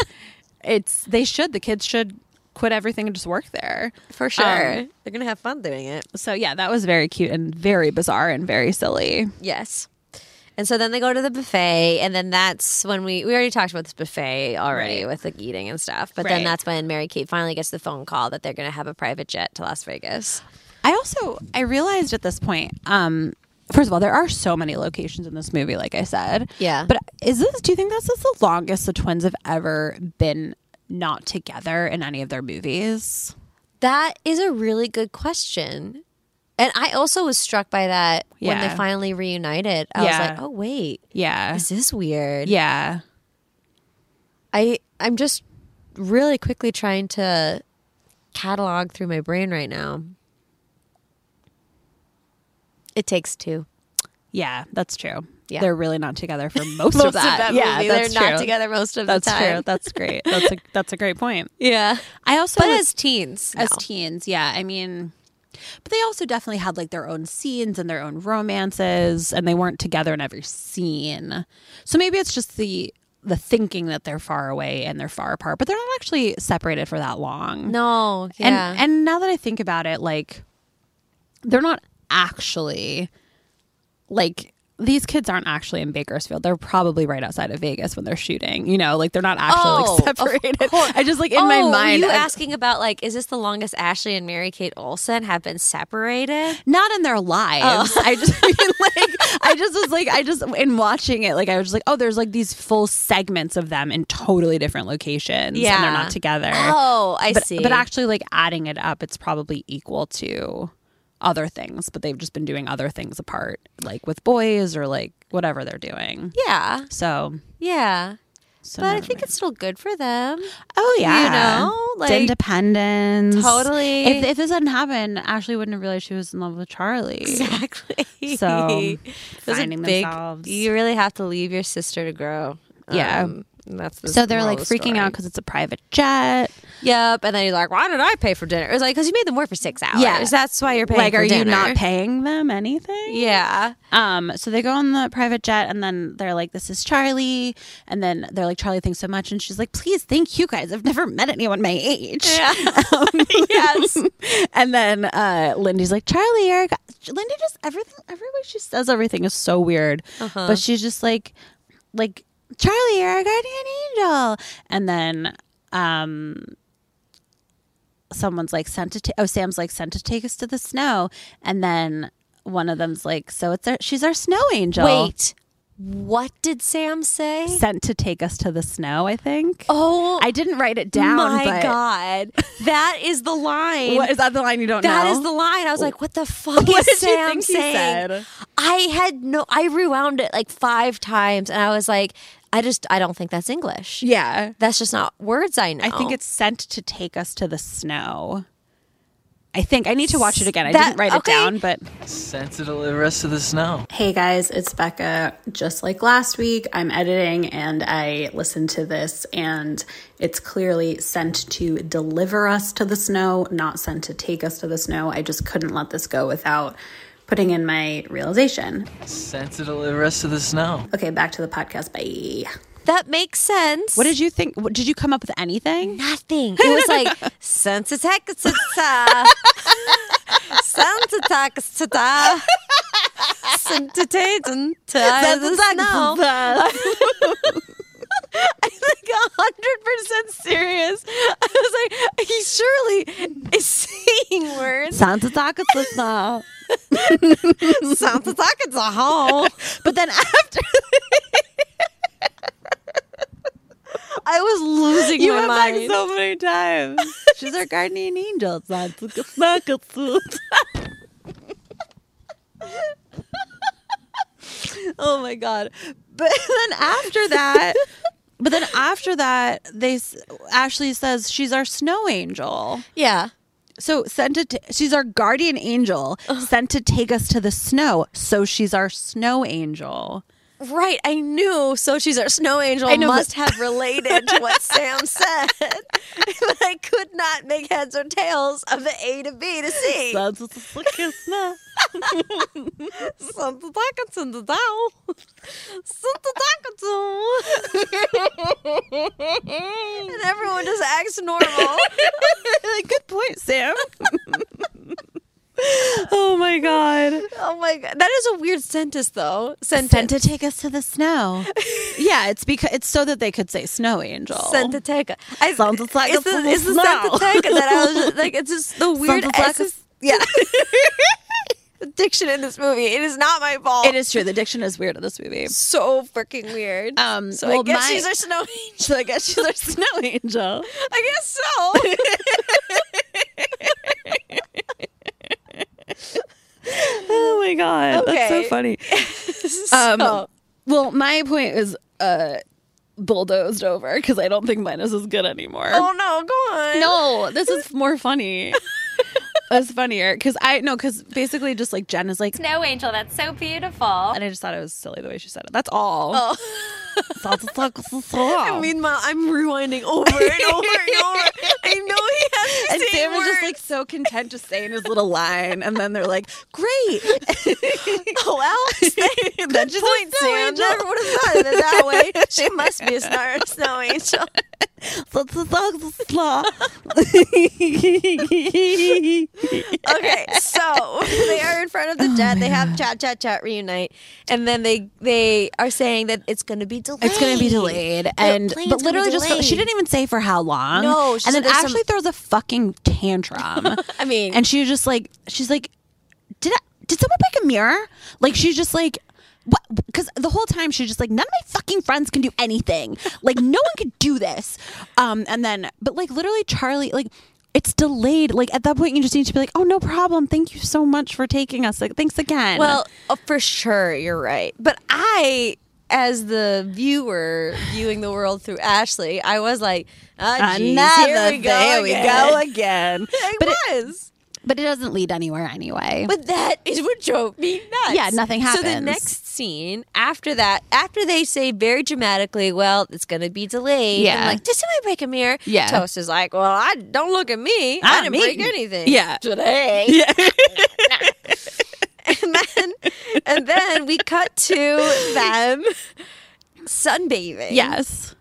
E: it's they should the kids should quit everything and just work there.
D: For sure. They're going to have fun doing it.
E: So yeah, that was very cute and very bizarre and very silly.
D: Yes. And so then they go to the buffet, and then that's when we we already talked about this buffet already with like eating and stuff. But then
E: Right.
D: that's when Mary Kate finally gets the phone call that they're going to have a private jet to Las Vegas.
E: I also I realized at this point, um, first of all, there are so many locations in this movie, like I said.
D: Yeah.
E: But is this do you think this is the longest the twins have ever been not together in any of their movies?
D: That is a really good question. And I also was struck by that when
E: Yeah.
D: they finally reunited. I
E: Yeah.
D: was like, oh wait,
E: Yeah.
D: this is weird.
E: Yeah.
D: I I'm just really quickly trying to catalog through my brain right now. It takes two.
E: Yeah, that's true.
D: Yeah.
E: They're really not together for most, of that. yeah,
D: movie,
E: that's
D: they're
E: true.
D: not together most of
E: That's
D: the time.
E: true. That's great. That's a that's a great point.
D: Yeah.
E: I also
D: But
E: was-
D: as teens,
E: as
D: no.
E: teens, yeah. I mean, but they also definitely had like their own scenes and their own romances, and they weren't together in every scene. So maybe it's just the the thinking that they're far away and they're far apart, but they're not actually separated for that long.
D: no,
E: and
D: yeah.
E: and now that I think about it, like they're not actually like these kids aren't actually in Bakersfield. They're probably right outside of Vegas when they're shooting. You know, like they're not actually
D: Oh, of
E: like separated. I just like in my
D: Oh,
E: mind,
D: were you
E: I'm-
D: asking about like, is this the longest Ashley and Mary Kate Olsen have been separated?
E: not in their lives.
D: Oh.
E: I just I mean, like I just was like I just in watching it like I was just like oh there's like these full segments of them in totally different locations and they're
D: Yeah.
E: not together.
D: Oh, I
E: but,
D: see.
E: But actually like adding it up it's probably equal to other things but they've just been doing other things apart like with boys or like whatever they're doing.
D: yeah,
E: So,
D: yeah.
E: so
D: But I
E: never
D: think
E: mind.
D: it's still good for them.
E: oh yeah.
D: know,
E: The
D: like-
E: independence.
D: Totally.
E: If, if this hadn't happened, Ashley wouldn't have realized she was in love with Charlie.
D: Exactly.
E: So,
D: Those are
E: finding
D: big-
E: themselves.
D: You really have to leave your sister to grow.
E: Yeah.
D: and that's the
E: So they're
D: moral
E: like
D: of the
E: freaking
D: story.
E: out because it's a private jet.
D: Yep. And then you're like, why did I pay for dinner? It was like, because you made them work for six hours.
E: Yeah.
D: That's why you're paying
E: Like,
D: for
E: are you not
D: dinner.
E: paying them anything?
D: Yeah.
E: Um, so they go on the private jet and then they're like, This is Charlie. And then they're like, Charlie, thanks so much. And she's like, Please, thank you guys. I've never met anyone my age. Um,
D: Yeah. yes.
E: And then uh, Lindy's like, Charlie, Eric. Lindy just, everything, every way she says everything is so weird.
D: Uh-huh.
E: But she's just like, like, Charlie, you're our guardian angel. And then um, someone's like sent to ta- oh Sam's like sent to take us to the snow, and then one of them's like, so it's our, she's our snow angel.
D: Wait. What did Sam say?
E: sent to take us to the snow. I think.
D: Oh,
E: I didn't write it down.
D: my
E: but
D: God. That is the line.
E: what is that the line you don't
D: That
E: know?
D: is the line. I was like, what the fuck
E: What
D: is
E: did you
D: Sam
E: think he
D: saying?
E: said?
D: I had no I rewound it like five times and I was like, I just I don't think that's English.
E: yeah.
D: That's just not words I know.
E: I think it's sent to take us to the snow. I think I need to watch it again. I
D: That-
E: didn't write
D: okay.
E: it down, but
H: Sent to deliver us to the snow.
I: Hey guys, it's Becca. Just like last week, I'm editing and I listened to this, and it's clearly sent to deliver us to the snow, not sent to take us to the snow. I just couldn't let this go without putting in my realization.
H: Sent to deliver us to the snow.
I: Okay, back to the podcast. Bye.
D: that makes sense.
E: what did you think? what- Did you come up with anything?
D: nothing. It was like sensitexita. Sensitexita. Sensitatin. like a hundred percent serious. I was like, he surely is saying words.
E: Santa Tacos the snow.
D: Sounds like it's a hole.
E: But then after
D: I was losing
E: you
D: my
E: went
D: mind.
E: back so many times. She's our guardian angel. Santa Tacos. oh my god! But then after that, but then after that, they s- Ashley says she's our snow angel.
D: yeah.
E: So sent to t- she's our guardian angel sent to take us to the snow. So she's our snow angel.
D: Right, I knew Sochi's our snow angel
E: know, but-
D: must have related to what Sam said, but I could not make heads or tails of the A to B to C. Santa Dickinson the Dow. Santa Dickinson. and everyone just acts normal.
E: Like, good point, Sam. oh my god.
D: oh my god. That is a weird sentence though. Sentence.
E: Sent to take us to the snow. yeah, it's because it's so that they could say snow angel.
D: Santa Teca. I,
E: Sounds like
D: it's
E: a
D: the, it's the
E: snow.
D: Santa Teca that I was just, like. It's just the weird
E: Sounds like a-
D: S's. yeah. the diction in this movie. It is not my fault.
E: It is true. The diction is weird in this movie.
D: so freaking weird.
E: Um,
D: so I
E: well,
D: guess
E: my-
D: she's our snow angel.
E: So I guess she's our snow angel.
D: I guess so.
E: Oh my god, that's so
D: Okay.
E: funny. um, well, my point is uh, bulldozed over because I don't think mine is as good anymore.
D: oh no, go on.
E: No, this is more funny. That's funnier because I no because basically just like Jen is like
C: Snow Angel, that's so beautiful.
E: and I just thought it was silly the way she said it. That's all. Oh. I
D: Meanwhile, I'm rewinding over and over and over. I know he has the
E: and
D: same
E: Sam was just
D: word.
E: like so content just saying his little line, and then they're like, "Great!"
D: "Oh, Alex,
E: And then she's
D: good
E: a
D: point,
E: snow
D: Sam.
E: angel.
D: Never would have thought of it that way. She must be a star- snow angel." okay, so they are in front of
E: Oh,
D: the jet. They have chat, chat, chat, reunite, and then they they are saying that it's going to be delayed.
E: It's going to be delayed, and
D: plane's
E: but
D: gonna be
E: literally just for, she
D: delayed.
E: didn't even say for how long.
D: No, she
E: and
D: said
E: then
D: there's some-
E: Ashley throws a fucking tantrum.
D: I mean-
E: and she was just like, she's like, did I, did someone break a mirror? Like she's just like. Because the whole time she's just like, none of my fucking friends can do anything. Like, no one could do this. Um, and then, but like, literally, Charlie, like, it's delayed. Like, at that point, you just need to be like, oh, no problem. Thank you so much for taking us. Like, thanks again.
D: Well, uh, for sure, you're right. But I, as the viewer viewing the world through Ashley, I was like, ah, geez, here
E: Another
D: we go,
E: there we
D: again.
E: go again.
D: I
E: But it-
D: was.
E: But it doesn't lead anywhere anyway.
D: but that is what drove me nuts.
E: Yeah, nothing
D: So the
E: happens.
D: next scene after that, after they say very dramatically, "Well, it's going to be delayed,"
E: Yeah.
D: I'm like, "Did somebody break a mirror?"
E: Yeah.
D: Toast is like, "Well, I don't look at me. I
E: Not
D: didn't
E: me.
D: break anything."
E: yeah.
D: today.
E: Yeah.
D: and then and then we cut to them sunbathing.
E: Yes.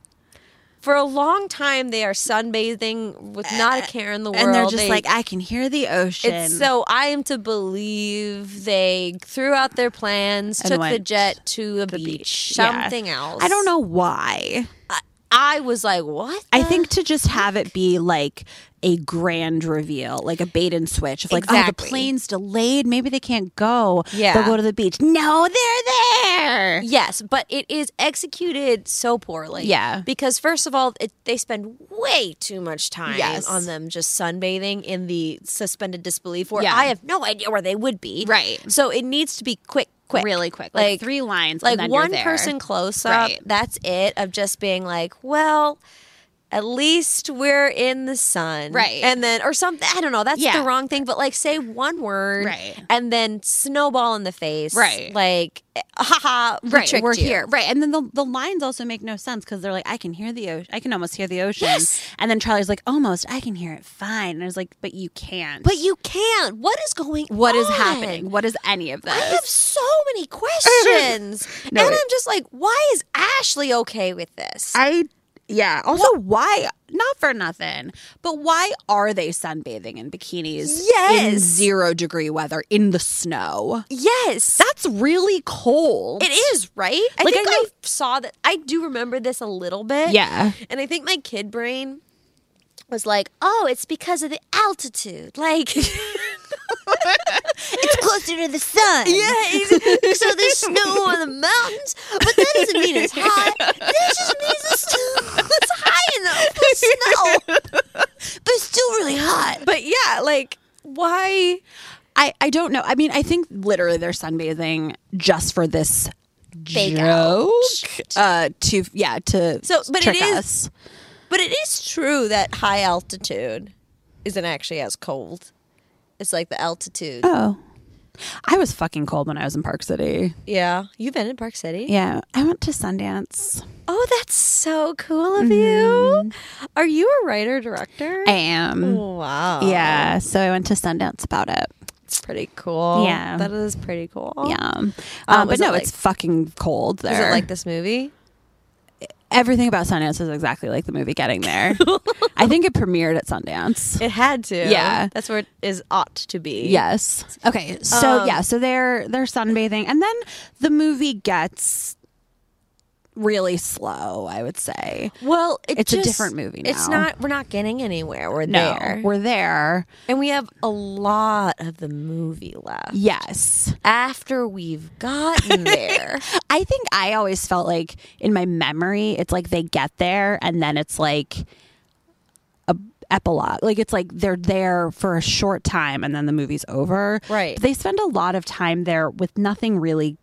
D: For a long time they are sunbathing with not a care in the world.
E: And they're just
D: They-
E: like, I can hear the ocean.
D: it's so I am to believe they threw out their plans,
E: And
D: took the
E: went
D: jet to a beach,
E: Yeah.
D: something else.
E: I don't know why.
D: I, I was like, what?
E: I
D: the-
E: think to just have it be like a grand reveal, like a bait and switch of like, oh, the
D: Exactly.
E: plane's delayed. Maybe they can't go.
D: Yeah.
E: They'll go to the beach. No, they're there.
D: Yes, but it is executed so poorly.
E: Yeah.
D: Because, first of all, it, they spend way too much time
E: Yes.
D: on them just sunbathing in the suspended disbelief where
E: Yeah.
D: I have no idea where they would be.
E: Right.
D: So it needs to be quick, quick.
E: Really quick. Like, three lines.
D: Like
E: and then you're
D: one
E: there.
D: person close up.
E: Right.
D: That's it, of just being like, well, at least we're in the sun.
E: Right.
D: And then, or something. I don't know. That's
E: Yeah.
D: the wrong thing. But like, say one word.
E: Right.
D: And then snowball in the face.
E: Right.
D: Like, haha. we
E: Right,
D: tricked
E: we're
D: you.
E: here. Right, and then the, the lines also make no sense because they're like, I can hear the ocean, I can almost hear the ocean,
D: Yes.
E: and then Charlie's like, almost, I can hear it fine, and I was like, but you can't.
D: But you can't. What is going
E: What is
D: on?
E: happening? What is any of
D: I
E: this?
D: have so many questions.
E: No,
D: and
E: it-
D: I'm just like, why is Ashley okay with this?
E: I yeah. Also, why not for nothing? But why are they sunbathing in bikinis? in
D: Yes.
E: zero degree weather in the snow.
D: yes.
E: That's really cold.
D: it is, right? I
E: Like, I
D: think I,
E: know-
D: saw that. I do remember this a little bit.
E: Yeah.
D: And I think my kid brain was like, oh, it's because of the altitude. Like,
A: It's closer to the sun.
D: yeah, it's- so there's snow on the mountains, but that doesn't mean it's hot. That just means it's, it's high enough for snow, but it's still really hot.
E: But yeah, like why? I I don't know. I mean, I think literally they're sunbathing just for this
D: Fake out.
E: joke. Uh, to yeah, to
D: So, but it
E: trick
D: is-
E: us.
D: But it is true that high altitude isn't actually as cold. It's like the altitude.
E: Oh, I was fucking cold when I was in Park City.
D: Yeah. You've been in Park City?
E: Yeah, I went to Sundance.
D: Oh, that's so cool of you. Are you a writer director?
E: Mm-hmm. I am.
D: Wow.
E: Yeah, so I went to Sundance about it.
D: It's pretty cool.
E: Yeah.
D: That is pretty cool.
E: Yeah, um,
D: was
E: but
D: it
E: no,
D: like-
E: it's fucking cold there.
D: Is it like this movie?
E: everything about Sundance is exactly like the movie Getting There. I think it premiered at Sundance.
D: It had to.
E: Yeah.
D: That's where it is ought to be.
E: Yes. Um, Okay. So yeah. So they're they're sunbathing, and then the movie gets really slow. I would say.
D: Well, it
E: It's a
D: just-
E: different movie
D: It's
E: now.
D: not. We're not getting anywhere. We're there,
E: No, we're there.
D: and we have a lot of the movie left
E: Yes.
D: after we've gotten there.
E: I think I always felt like in my memory, it's like they get there and then it's like a epilogue. Like it's like they're there for a short time and then the movie's over.
D: Right.
E: But they spend a lot of time there with nothing really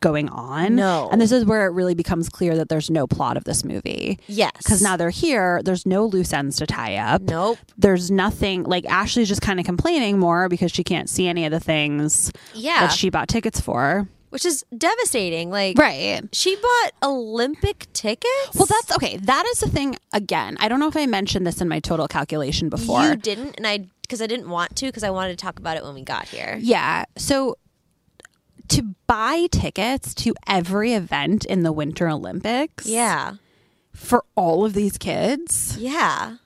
E: going on.
D: No.
E: And this is where it really becomes clear that there's no plot of this movie.
D: yes,
E: Because now they're here, there's no loose ends to tie up.
D: nope.
E: There's nothing like Ashley's just kind of complaining more because she can't see any of the things
D: Yeah,
E: that she bought tickets for.
D: which is devastating. Like
E: Right.
D: She bought Olympic tickets.
E: Well, that's okay. That is the thing. Again, I don't know if I mentioned this in my total calculation before.
D: you didn't, and I because I didn't want to because I wanted to talk about it when we got here.
E: yeah. So to buy tickets to every event in the Winter Olympics
D: Yeah,
E: for all of these kids,
D: yeah.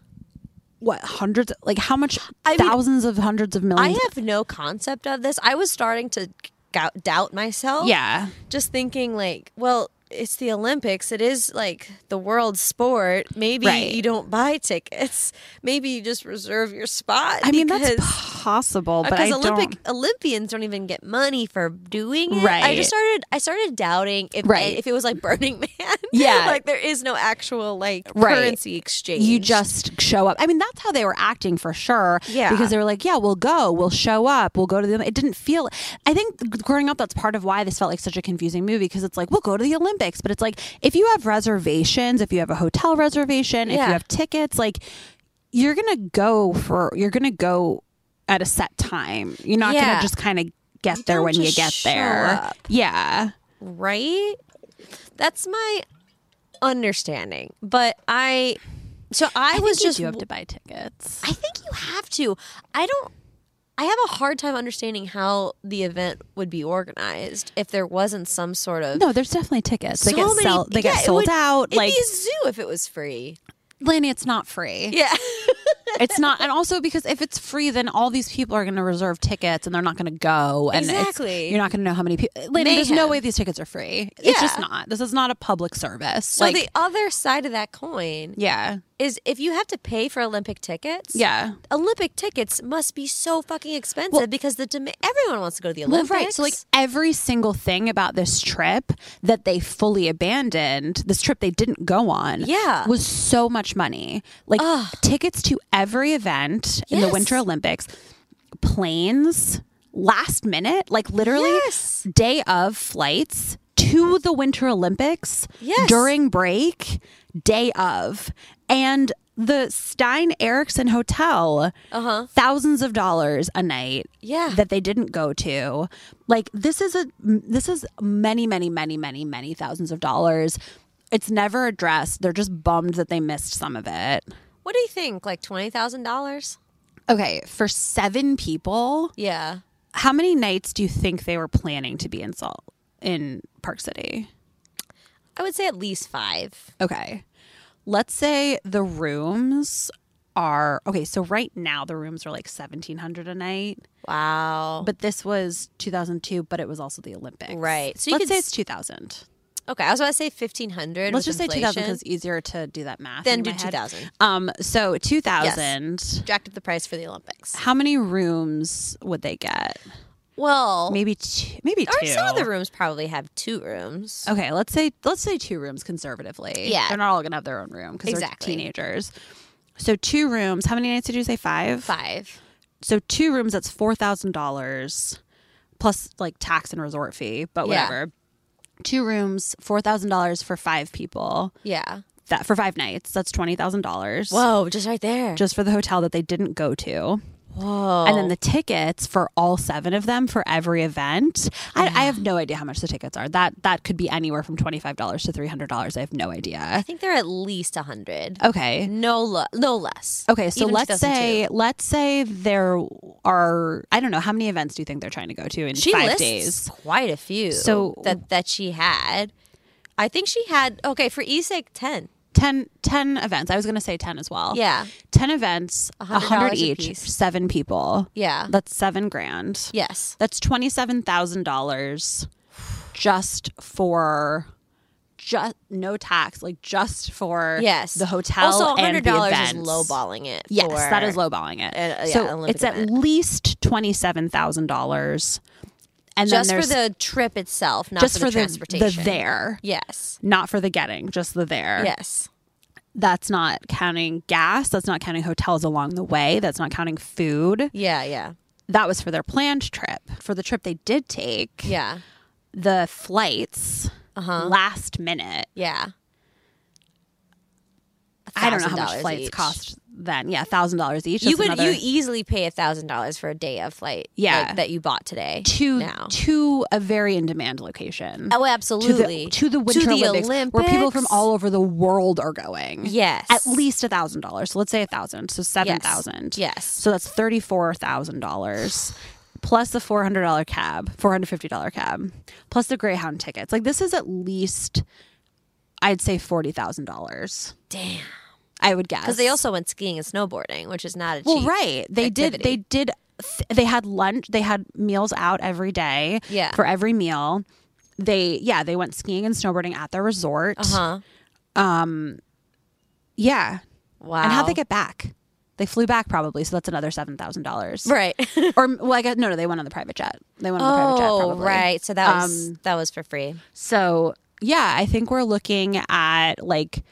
E: what hundreds, like how much,
D: I mean,
E: thousands of hundreds of
D: I
E: millions.
D: have no concept of this. I was starting to gou- doubt myself.
E: yeah.
D: just thinking like, well, it's the Olympics. It is like the world sport. Maybe
E: Right.
D: you don't buy tickets. Maybe you just reserve your spot.
E: I mean,
D: because,
E: that's possible, but I
D: because
E: don't.
D: Olympic Olympians don't even get money for doing it. I
E: Right.
D: just started. I started doubting if
E: Right.
D: if it was like Burning Man.
E: Yeah.
D: like there is no actual like
E: Right.
D: currency exchange.
E: you just show up. I mean, that's how they were acting for sure.
D: Yeah.
E: Because they were like, yeah, we'll go, we'll show up, we'll go to the. It didn't feel. I think growing up, that's part of why this felt like such a confusing movie because it's like, we'll go to the Olympics. But it's like, if you have reservations, if you have a hotel reservation, if
D: Yeah.
E: you have tickets, like, you're going to go for, you're going to go at a set time. You're not going
D: Yeah.
E: to just kind of get there
D: don't
E: when you
D: just
E: get
D: show
E: there.
D: up.
E: Yeah.
D: right? That's my understanding. But I, so I, was just
E: buy tickets.
D: I think you have to. I don't. I have a hard time understanding how the event would be organized if there wasn't some sort of.
E: No, there's definitely tickets. they
D: So
E: get
D: many-
E: sell, they
D: yeah,
E: get
D: it
E: sold
D: would-
E: out.
D: It'd
E: like
D: be a zoo if it was free.
E: Lanny, it's not free.
D: Yeah.
E: It's not, and also because if it's free, then all these people are going to reserve tickets, and they're not going to go. And it's-
D: Exactly.
E: you're not going to know how many people. Lanny, there's no
D: Mayhem.
E: way these tickets are free. It's just
D: Yeah.
E: not. This is not a public service.
D: So
E: like,
D: the other side of that coin
E: yeah,
D: is if you have to pay for Olympic tickets.
E: yeah.
D: Olympic tickets must be so fucking expensive because the demand everyone wants to go to the
E: Well,
D: Olympics.
E: right. So like every single thing about this trip that they fully abandoned, this trip they didn't go on,
D: Yeah.
E: was so much money. Like tickets to every event in the
D: Yes.
E: Winter Olympics, planes, last minute, like literally
D: Yes.
E: day of flights to the Winter Olympics
D: Yes.
E: during break, day of, and the Stein Erickson Hotel, uh-huh. thousands of dollars a night
D: Yeah.
E: that they didn't go to like this is a this is many many many many many thousands of dollars it's never addressed they're just bummed that they missed some of it
D: what do you think? Like twenty thousand dollars?
E: okay for seven people
D: Yeah.
E: how many nights do you think they were planning to be in salt in park city
D: I would say at least five.
E: okay let's say the rooms are okay so right now the rooms are like 1700 a night
D: Wow.
E: but this was 2002 but it was also the olympics
D: Right. So
E: so
D: you
E: you let's
D: could
E: say
D: s-
E: it's 2000
D: Okay, I was about to say fifteen hundred.
E: Let's just say 2000
D: inflation.
E: because it's easier to do that math.
D: Then
E: in
D: do
E: my head.
D: 2000.
E: Um, so 2000.
D: jacked up the price for the Olympics.
E: How many rooms would they get?
D: Well,
E: Maybe two. Maybe two.
D: or some of the rooms probably have two rooms.
E: Okay, let's say let's say two rooms conservatively.
D: Yeah.
E: they're not all gonna have their own room because
D: Exactly.
E: they're teenagers. So two rooms. How many nights did you say? Five.
D: Five.
E: So two rooms. That's four thousand dollars plus like tax and resort fee, but
D: Yeah.
E: whatever. Two rooms, four thousand dollars for five people.
D: Yeah.
E: That for five nights. That's twenty thousand dollars.
D: Whoa, Oh, just right there.
E: just for the hotel that they didn't go to. And
D: Oh.
E: then the tickets for all seven of them for every event. I, I have no idea how much the tickets are. That that could be anywhere from twenty five dollars to three hundred dollars. I have no
D: I
E: idea.
D: think they're at least a hundred.
E: Okay.
D: No, lo- no less.
E: Okay, so
D: Even
E: let's
D: 2002.
E: say let's say there are I don't know how many events do you think they're trying to go to in
D: she
E: five
D: lists
E: days?
D: quite a few.
E: So-
D: that that she had, I think she had okay for E Isaac ten.
E: 10, 10 events. I was going to say ten as well.
D: Yeah.
E: ten events, a
D: $100
E: hundred
D: a
E: each,
D: piece.
E: seven people.
D: Yeah.
E: that's seven grand.
D: Yes.
E: That's twenty seven thousand dollars just for just no tax, like just for
D: Yes.
E: the hotel.
D: Also,
E: and the
D: $100 is
E: events.
D: lowballing it.
E: Yes,
D: for-
E: that is lowballing it.
D: uh, yeah, an
E: so
D: Olympic
E: it's at
D: event.
E: least twenty seven thousand dollars, and
D: Just
E: then
D: for
E: there's
D: the trip itself, not
E: just
D: for the
E: the,
D: transportation.
E: there,
D: Yes.
E: not for the getting, just the there.
D: Yes.
E: That's not counting gas. That's not counting hotels along the way. That's not counting food.
D: Yeah. Yeah.
E: That was for their planned trip. For the trip they did take,
D: Yeah.
E: the flights last minute.
D: Yeah.
E: I don't know how much
D: $1,000
E: flights
D: each.
E: cost then. Yeah, thousand dollars each.
D: you
E: That's
D: could
E: another
D: you easily pay a thousand dollars for a day of flight.
E: Yeah.
D: like, that you bought today.
E: to
D: now.
E: to a very in demand location.
D: Oh,
E: to
D: absolutely.
E: the, to the Winter
D: the
E: Olympics, where people from
D: Olympics.
E: all over the world are going.
D: Yes.
E: at least a thousand dollars. So let's say a thousand, so seven thousand.
D: Yes.
E: so that's thirty four thousand dollars, plus the four hundred dollar cab, four hundred fifty dollar cab, plus the Greyhound tickets. Like this is at least, I'd say forty thousand dollars.
D: Damn.
E: I would guess
D: Because they also went skiing and snowboarding, which is not a cheap.
E: well, right. They did. They
D: activity.
E: did. th- They had lunch. They had meals out every day.
D: Yeah.
E: For every meal, they yeah they went skiing and snowboarding at their resort.
D: Uh huh.
E: Yeah.
D: Wow.
E: And how they get back? They flew back probably, so that's another seven thousand dollars.
D: right?
E: Or well, I guess no, no, they went on the private jet. They went on the private jet.
D: oh,
E: Probably. Um,
D: right. So that was that was for free.
E: So yeah, I think we're looking at like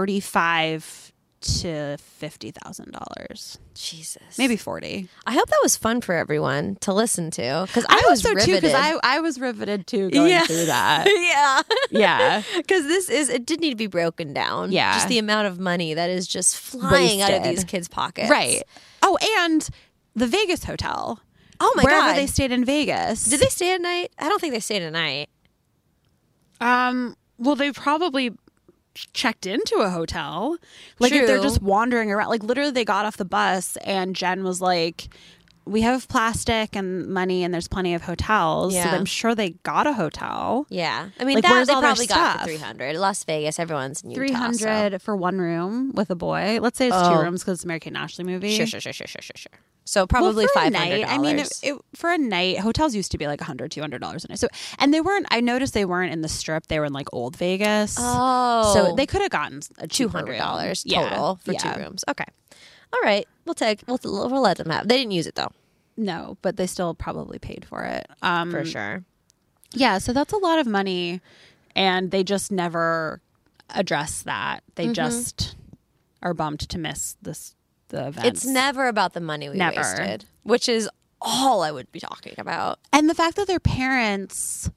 E: thirty-five to fifty thousand dollars,
D: Jesus.
E: maybe forty.
D: I hope that was fun for everyone to listen to because
E: I,
D: I,
E: hope
D: was
E: so too
D: riveted.
E: because I I was riveted too going
D: Yeah.
E: through that.
D: yeah.
E: Yeah.
D: Because this is, it did need to be broken down.
E: Yeah.
D: Just the amount of money that is just flying out of
E: Wasted.
D: these kids' pockets.
E: Right. Oh, and the Vegas hotel.
D: Oh my
E: wherever
D: God.
E: they stayed in Vegas.
D: Did they stay at night? I don't think they stayed at night.
E: Um, well, they probably checked into a hotel. Like if they're
D: True.
E: just wandering around, like literally they got off the bus and Jen was like, "We have plastic and money, and there's plenty of hotels."
D: Yeah.
E: So I'm sure they got a hotel.
D: Yeah. I mean,
E: Like,
D: that
E: where's
D: they
E: all their
D: probably got
E: stuff?
D: for 300. Las Vegas, everyone's in Utah.
E: Three hundred for one room with a boy. Let's say it's two rooms because it's Mary Kate and Ashley movie.
D: So. Sure, sure, sure, sure, sure, sure, sure. So
E: Well,
D: probably
E: for
D: $500.
E: a night, I mean, it, it, for a night, hotels used to be like 100 dollars a night. So, and they weren't. I noticed they weren't in the strip. They were in like Old Vegas.
D: oh.
E: so they could have gotten a
D: two
E: cheaper
D: hundred
E: room.
D: dollars
E: Yeah,
D: total for
E: yeah.
D: two rooms. Okay, all right. We'll take. We'll, we'll let them have. They didn't use it though,
E: No, but they still probably paid for it. Um,
D: for sure.
E: Yeah, so that's a lot of money, and they just never address that. They
D: Mm-hmm.
E: just are bummed to miss this the event.
D: It's never about the money we
E: Never.
D: wasted, which is all I would be talking about.
E: and the fact that their parents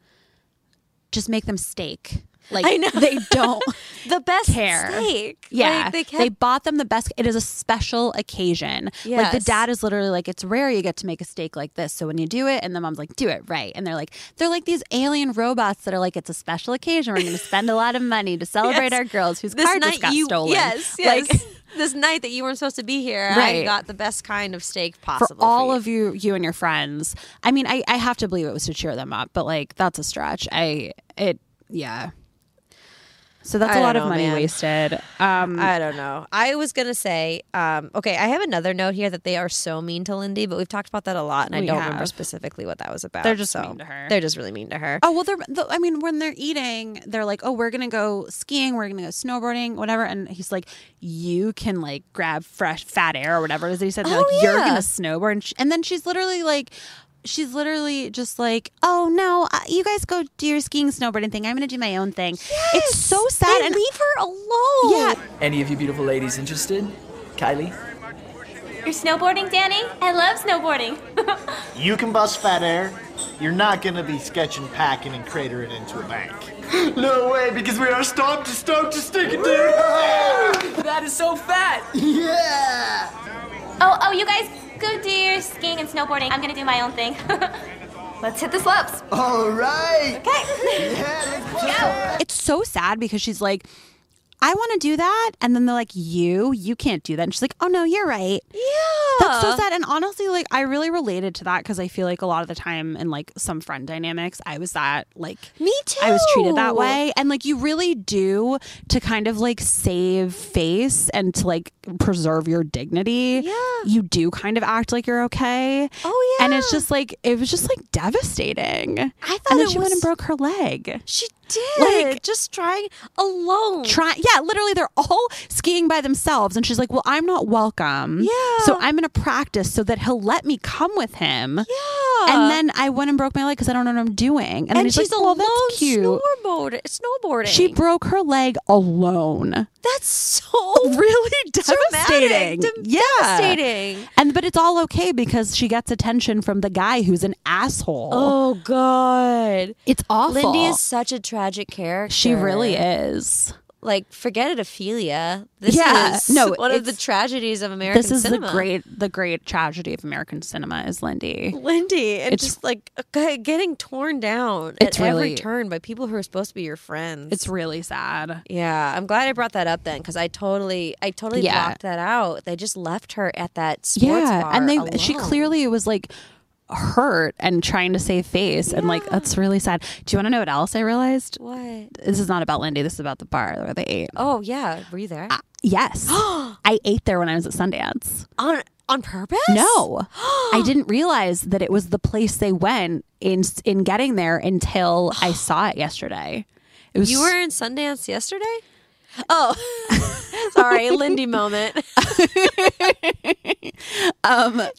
E: just make them steak. Like
D: I know.
E: they don't.
D: The best
E: Care.
D: steak.
E: Yeah,
D: Like,
E: they,
D: they kept.
E: bought them the best. It is a special occasion. Like the
D: Yes.
E: dad is literally like, it's rare you get to make a steak like this. So when you do it, and the mom's like, do it right. And they're like, they're like these alien robots that are like, it's a special occasion. We're going to spend a lot of money to celebrate our girls whose car just got
D: you
E: stolen.
D: yes yes.
E: like
D: this night that you weren't supposed to be here, I
E: Right.
D: got the best kind of steak
E: for
D: possible.
E: all
D: you.
E: of you, you and your friends. I mean, I, I have to believe it was to cheer them up, but like that's a stretch. I it yeah. So that's
D: I
E: a lot
D: don't
E: of
D: know,
E: money
D: man.
E: wasted. Um,
D: I don't know. I was gonna say, um, okay, I have another note here that they are so mean to Lindy, but we've talked about that a lot, and I
E: We
D: don't remember
E: have.
D: specifically what that was about.
E: They're just
D: so
E: mean to her.
D: They're just really mean to her.
E: Oh well, they're. The, I mean, when they're eating, they're like, "Oh, we're gonna go skiing. We're gonna go snowboarding, whatever." And he's like, "You can like grab fresh fat air or whatever it is that he said." They're
D: Oh,
E: like, "You're
D: yeah.
E: gonna snowboard," and, sh and then she's literally like. She's literally just like, oh no, uh, you guys go do your skiing, snowboarding thing. I'm gonna do my own thing. It's so sad.
D: They
E: and
D: leave her alone.
E: yeah,
H: Any of you beautiful ladies interested? Kylie?
B: You're snowboarding, Danny? I love snowboarding.
G: You can bust fat air. You're not gonna be sketching, packing, and cratering into a bank. no way, because we are stomped to stomped to stick it, dude.
H: That is so fat!
G: yeah.
B: oh, oh, you guys
C: go deer skiing and snowboarding. I'm gonna do my own thing.
F: Let's hit the slopes.
G: All right. Okay. Yeah, let's go.
E: It's so sad because she's like, I want to do that. And then they're like, You, you can't do that. And she's like, Oh, no, you're right. Yeah. That's so sad. And honestly, like, I really related to that because I feel like a lot of the time in like some friend dynamics, I was that, like,
D: Me too.
E: I was treated that way. And like, you really do to kind of like save face and to like preserve your dignity.
D: Yeah.
E: You do kind of act like you're okay.
D: Oh, yeah.
E: And it's just like, it was just like devastating. I
D: thought
E: And then
D: it
E: she went and
D: was-
E: broke her leg.
D: She did.
E: Like-
D: just trying alone.
E: Try, yeah, literally, they're all skiing by themselves, and she's like, "Well, I'm not welcome.
D: Yeah.
E: so I'm gonna practice so that he'll let me come with him.
D: yeah.
E: And then I went and broke my leg because I don't know what I'm doing. And, then
D: and
E: he's
D: she's
E: like, "Well,
D: alone
E: that's cute."
D: snowboard- snowboarding.
E: She broke her leg alone.
D: that's so
E: Really devastating.
D: traumatic,
E: yeah.
D: Oh, devastating.
E: And but it's all okay because she gets attention from the guy who's an asshole.
D: Oh god.
E: It's awful.
D: Lindy is such a tragic character.
E: she really is.
D: Like forget Ophelia. This
E: Yeah,
D: is
E: no,
D: one of the
E: it's-
D: tragedies of American
E: This is
D: cinema.
E: the great the great tragedy of American cinema is Lindy.
D: Lindy and
E: It's-
D: just like okay, getting torn down
E: It's
D: at every
E: really-
D: turn by people who are supposed to be your friends.
E: It's really sad.
D: yeah, I'm glad I brought that up then because I totally, I totally
E: Yeah.
D: blocked that out. They just left her at that sports
E: yeah
D: bar
E: and they she
D: alone.
E: clearly was like hurt and trying to save face and like that's really sad do you want to know what else i realized
D: what?
E: this is not about lindy this is about the bar where they ate
D: Oh yeah, were you there
E: yes i ate there when i was at sundance
D: on on purpose?
E: no i didn't realize that it was the place they went in in getting there until i saw it yesterday it was
D: You were in Sundance yesterday? Oh, sorry, Lindy moment.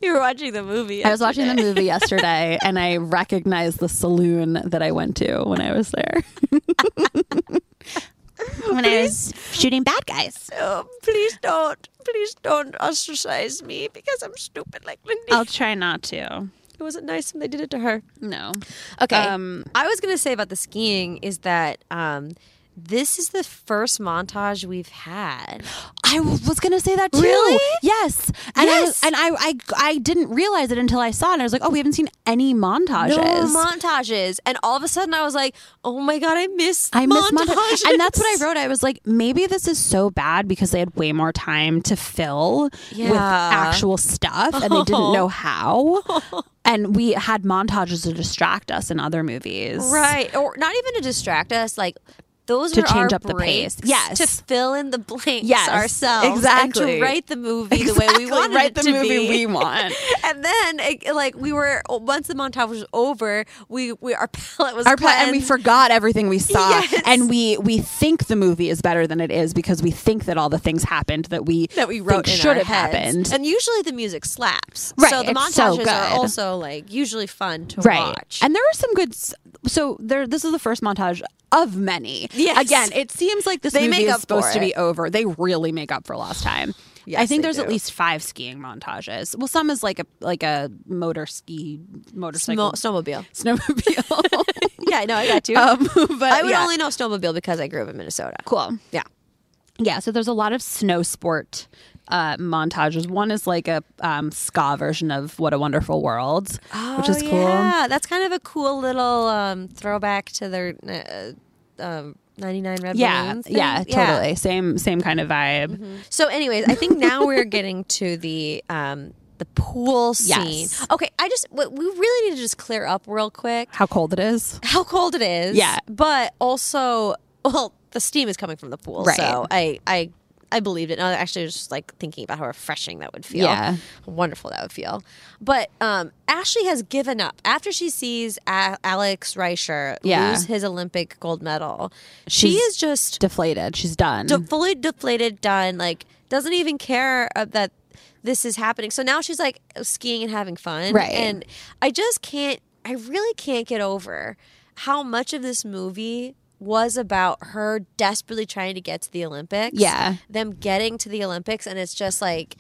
D: you were watching the movie.
E: I was watching the movie yesterday and I recognized the saloon that I went to when I was there. when I was shooting bad guys.
D: Oh, please don't, please don't ostracize me because I'm stupid like Lindy.
E: I'll try not to.
D: It wasn't nice when they did it to her.
E: No.
D: Okay.
E: Um,
D: I was gonna say about the skiing is that um, this is the first montage we've had.
E: I was gonna say that too.
D: Really?
E: Yes. And I was,
D: Yes.
E: and I, I I didn't realize it until I saw it and I was like, oh, we haven't seen any montages.
D: No montages, and all of a sudden I was like, "Oh my god, I miss
E: I miss montages.
D: montages."
E: And that's what I wrote. I was like, maybe this is so bad because they had way more time to fill with
D: Yeah.
E: actual stuff and they didn't know how. and we had montages to distract us in other movies.
D: right? Or not even to distract us, like. Those
E: To
D: were
E: change
D: our
E: up the
D: breaks
E: pace. Yes.
D: to fill in the blanks
E: Yes,
D: ourselves, and
E: exactly.
D: to write the movie the way we wanted
E: write
D: it
E: the
D: to
E: movie
D: be.
E: we want.
D: And then, it, like we were, once the montage was over, we, we our palette was
E: Our pla- and we
D: cleansed.
E: forgot everything we saw,
D: Yes.
E: and we we think the movie is better than it is because we think that all the things happened that we
D: that we
E: think
D: wrote in
E: should
D: our
E: have
D: heads.
E: happened.
D: And usually the music slaps.
E: Right,
D: So the
E: it's so
D: montages are
E: good.
D: also like usually fun to watch.
E: And there are some good. s- So there, this is the first montage of many.
D: Yes.
E: Again, it seems like this
D: They
E: movie
D: make
E: is
D: up
E: supposed
D: for
E: to be
D: it.
E: over. They really make up for lost time. I
D: Yes,
E: think
D: they
E: there's at
D: do.
E: least five skiing montages. Well, some is like a like a motor ski motorcycle
D: Smo- snowmobile.
E: snowmobile.
D: yeah, no, I got you.
E: um, but
D: I would
E: yeah.
D: only know snowmobile because I grew up in Minnesota.
E: cool.
D: Yeah.
E: Yeah, so there's a lot of snow sport uh, montages. One is like a um, ska version of "What a Wonderful World," which is cool.
D: Oh, Yeah, that's kind of a cool little um, throwback to their uh, um, 99 Red
E: Yeah,
D: Balloon thing. Mm-hmm.
E: yeah, totally. Same, same kind of vibe.
D: So, anyways, I think now we're getting to the um, the pool scene.
E: Yes.
D: Okay, I just we we really need to just clear up real quick.
E: How cold it is?
D: how cold it is.
E: Yeah.
D: But also, well, the steam is coming from the pool.
E: Right.
D: So I, I, I believed it. And I actually was just like thinking about how refreshing that would feel.
E: Yeah.
D: How wonderful that would feel. But um, Ashley has given up after she sees A- Alex Reicher
E: Yeah.
D: lose his Olympic gold medal. she
E: She's
D: is just
E: Deflated. She's done.
D: de- fully deflated, done. Like doesn't even care uh, that this is happening. So now she's like skiing and having fun,
E: Right.
D: And I just can't. I really can't get over how much of this movie was about her desperately trying to get to the Olympics.
E: Yeah.
D: them getting to the Olympics, and it's just like.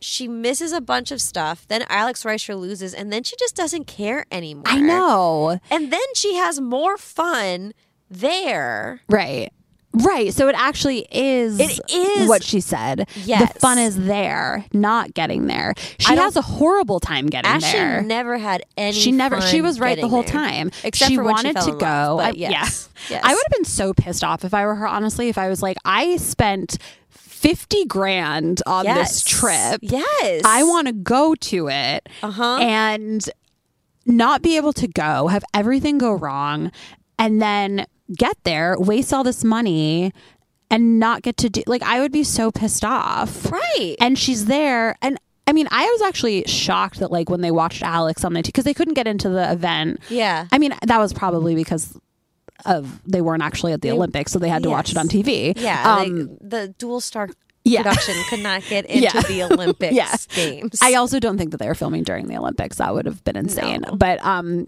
D: She misses a bunch of stuff. Then Alex Reicher loses, and then she just doesn't care anymore.
E: I know.
D: And then she has more fun there
E: Right. Right. So it actually is
D: It is-
E: what she said.
D: Yes.
E: The fun is there, not getting there. She has a horrible time getting
D: Ashley
E: there.
D: never had any.
E: she never she
D: fun
E: was right the
D: getting
E: whole
D: there.
E: time
D: except
E: she
D: for when she
E: wanted
D: fell
E: to
D: in
E: go
D: love,
E: I,
D: but yes,
E: yeah.
D: yes.
E: i would have been so pissed off if i were her honestly if i was like i spent 50 grand on this
D: Yes.
E: trip
D: Yes.
E: i want to go to it
D: Uh-huh.
E: and not be able to go have everything go wrong and then get there waste all this money and not get to do like i would be so pissed off
D: Right.
E: and she's there and I mean, I was actually shocked that like when they watched Alex on the because they couldn't get into the event.
D: Yeah.
E: I mean that was probably because of they weren't actually at the Olympics, so they had to watch it
D: yes.
E: on TV.
D: Yeah, like,
E: Um,
D: the dual star
E: Yeah.
D: production could not get into
E: Yeah.
D: the Olympics
E: Yeah.
D: games.
E: I also don't think that they were filming during the Olympics. That would have been insane. But um,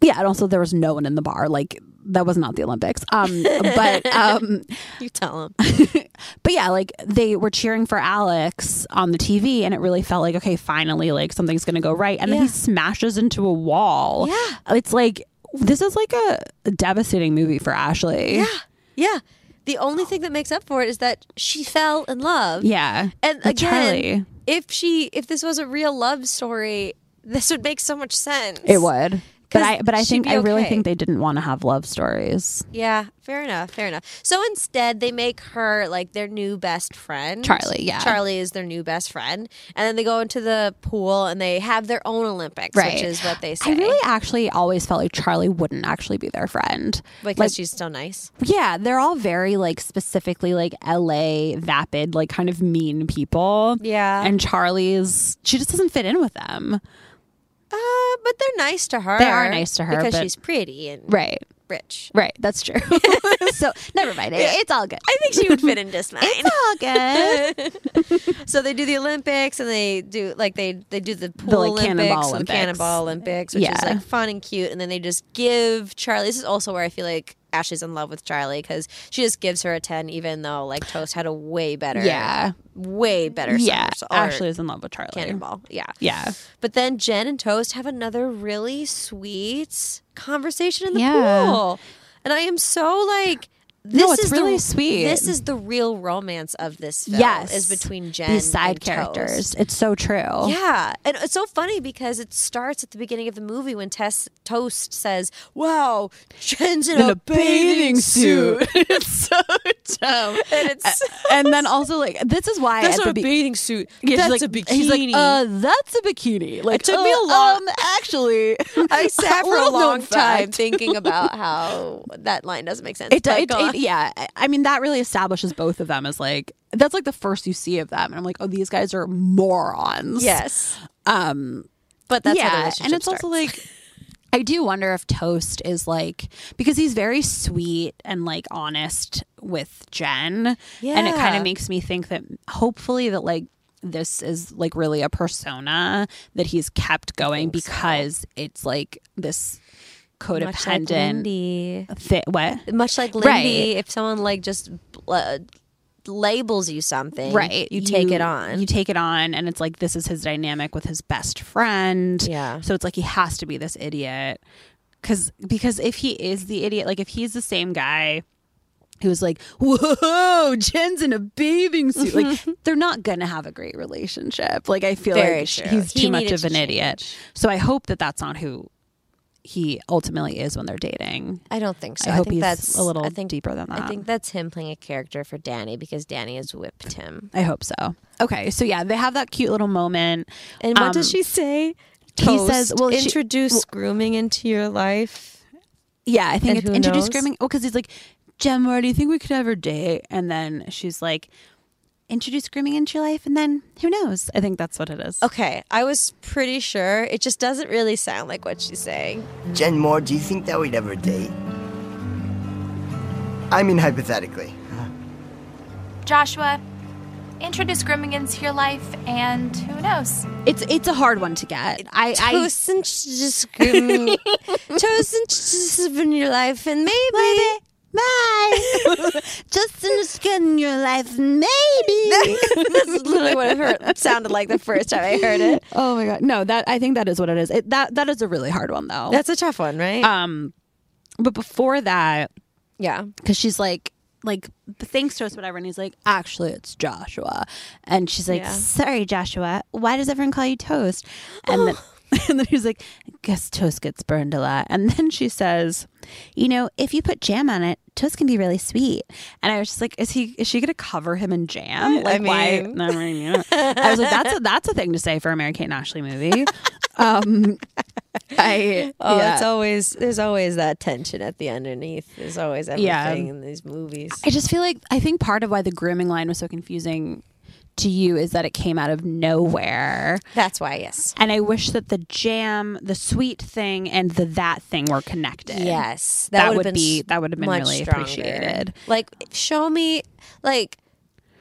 E: yeah, and also there was no one in the bar. Like that was not the Olympics. Um, but um,
D: you tell him.
E: but yeah, like they were cheering for Alex on the TV, and it really felt like okay, finally, like something's gonna go right. And then he
D: Yeah.
E: smashes into a wall.
D: Yeah.
E: it's like this is like a devastating movie for Ashley.
D: Yeah, yeah. The only thing that makes up for it is that she fell in love.
E: yeah,
D: and
E: With
D: again,
E: Charlie.
D: if she if this was a real love story, this would make so much sense.
E: It would. But
D: 'Cause
E: I but I
D: she'd
E: think
D: be
E: I really
D: okay.
E: think they didn't want to have love stories.
D: Yeah, fair enough, fair enough. So instead, they make her like their new best friend.
E: Charlie, yeah.
D: Charlie is their new best friend. And then they go into the pool and they have their own Olympics, which is what they say.
E: I really actually always felt like Charlie wouldn't actually be their friend.
D: because
E: like-
D: she's so nice.
E: Yeah, they're all very like specifically like LA vapid, like kind of mean people.
D: Yeah.
E: And Charlie's she just doesn't fit in with them.
D: Uh, but they're nice to her.
E: They are nice to her,
D: because
E: but-
D: she's pretty and
E: Right.
D: rich.
E: Right. That's true. so never mind. It, It's all good.
D: I think she would fit in just fine.
E: all good.
D: so they do the Olympics and they do like they they do the pool
E: like,
D: Olympics,
E: cannonball
D: and
E: Olympics.
D: the cannonball Olympics, which
E: Yeah.
D: is like fun and cute. And then they just give Charlie. This is also where I feel like Ashley's in love with Charlie because she just gives her a ten, even though like Toast had a way better,
E: Yeah.
D: way better,
E: yeah.
D: somersault or
E: Ashley is in love with Charlie.
D: cannonball, yeah,
E: Yeah.
D: But then Jen and Toast have another really sweet conversation in the
E: Yeah.
D: pool, and I am so like. This
E: it's
D: is
E: really
D: the,
E: sweet.
D: This is the real romance of this film.
E: Yes.
D: is between Jen
E: These side
D: and Toast.
E: characters. It's so true.
D: Yeah, and it's so funny because it starts at the beginning of the movie when Tess Toast says, "Wow, Jen's in, a, bathing suit."
E: it's so dumb.
D: And it's
E: and then also like this is why
D: that's
E: at
D: not
E: the
D: a
E: be-
D: bathing suit.
E: Yeah, she's
D: that's a
E: like-
D: bikini.
E: He's like, uh, that's a bikini. Like,
D: took me a
E: uh,
D: long-
E: Um, actually,
D: I sat for a
E: world-known
D: long time
E: fact.
D: thinking about how that line doesn't make sense.
E: It,
D: but
E: it,
D: go on.
E: it, yeah, I- I mean that really establishes both of them as like that's like the first you see of them, and I'm like, oh, these guys are morons.
D: yes,
E: Um.
D: but that's how the
E: yeah,
D: relationship
E: and it's
D: starts.
E: also like. I do wonder if Toast is like because he's very sweet and like honest with Jen, and it kind
D: Yeah.
E: of makes me think that hopefully that like this is like really a persona that he's kept going because it's like this
D: much like
E: codependent
D: Lindy,
E: thi- what
D: much like Lindy.
E: Right.
D: If someone like just. Uh, labels you something
E: right
D: you take it on
E: you take it on and it's like this is his dynamic with his best friend
D: Yeah.
E: so it's like he has to be this idiot because because if he is the idiot like if he's the same guy who's like whoa jen's in a bathing suit like they're not gonna have a great relationship like i feel
D: Very
E: like sh-
D: true.
E: he's
D: He
E: too much
D: needed
E: of
D: to
E: an idiot so i hope that that's not who he ultimately is when they're dating
D: I don't think so.
E: I
D: I,
E: hope
D: think
E: he's
D: that's
E: a little
D: I think,
E: deeper than
D: I
E: that.
D: think that's him playing a character for Danny because Danny has whipped him.
E: i hope so okay so yeah they have that cute little moment
D: And what does
E: Um,
D: she say?
E: he says-
D: Toast,
E: well, she-
D: introduce grooming into your life.
E: Yeah, I think
D: And
E: it's
D: who
E: introduce
D: knows?
E: grooming. Oh, because he's like, Jen, where do you think we could have her date? And then she's like, introduce grooming into your life, and then who knows? Oh, I think that's what it is.
D: Okay, I was pretty sure. It just doesn't really sound like what she's saying.
J: Jen Moore, do you think that we'd ever date? I mean, hypothetically.
F: Joshua, introduce grooming into your life, and who knows?
E: It's it's a hard one to get. I, I
D: Toast and just grooming, toast and just in your life, and maybe. Bye. Just in your life, maybe. That's literally what it heard, sounded like the first time I heard it.
E: oh my god, no, that I think that is what it is. It, that that is a really hard one though.
D: That's a tough one, right?
E: um, but before that,
D: Uh, yeah.
E: because she's like, like thanks to us, whatever. And he's like, actually, it's Joshua. And she's like,
D: Yeah.
E: sorry, Joshua. Why does everyone call you Toast? And then, and then he's like, I guess Toast gets burned a lot. And then she says, you know, if you put jam on it, Toast can be really sweet. And I was just like, is he? Is she gonna cover him in jam? Like why?
D: mean-
E: No, I mean, yeah. I was like, that's a that's a thing to say for a Mary Kate and Ashley movie. um, I
D: Oh,
E: yeah.
D: it's always there's always that tension at the underneath. There's always everything
E: Yeah.
D: in these movies.
E: I just feel like I think part of why the grooming line was so confusing to you is that it came out of nowhere.
D: That's why, yes.
E: And I wish that the jam, the sweet thing, and the that thing were connected.
D: Yes,
E: that,
D: would've
E: would
D: been
E: be
D: s-
E: that would have been
D: much
E: really
D: stronger.
E: appreciated.
D: Like, show me, like,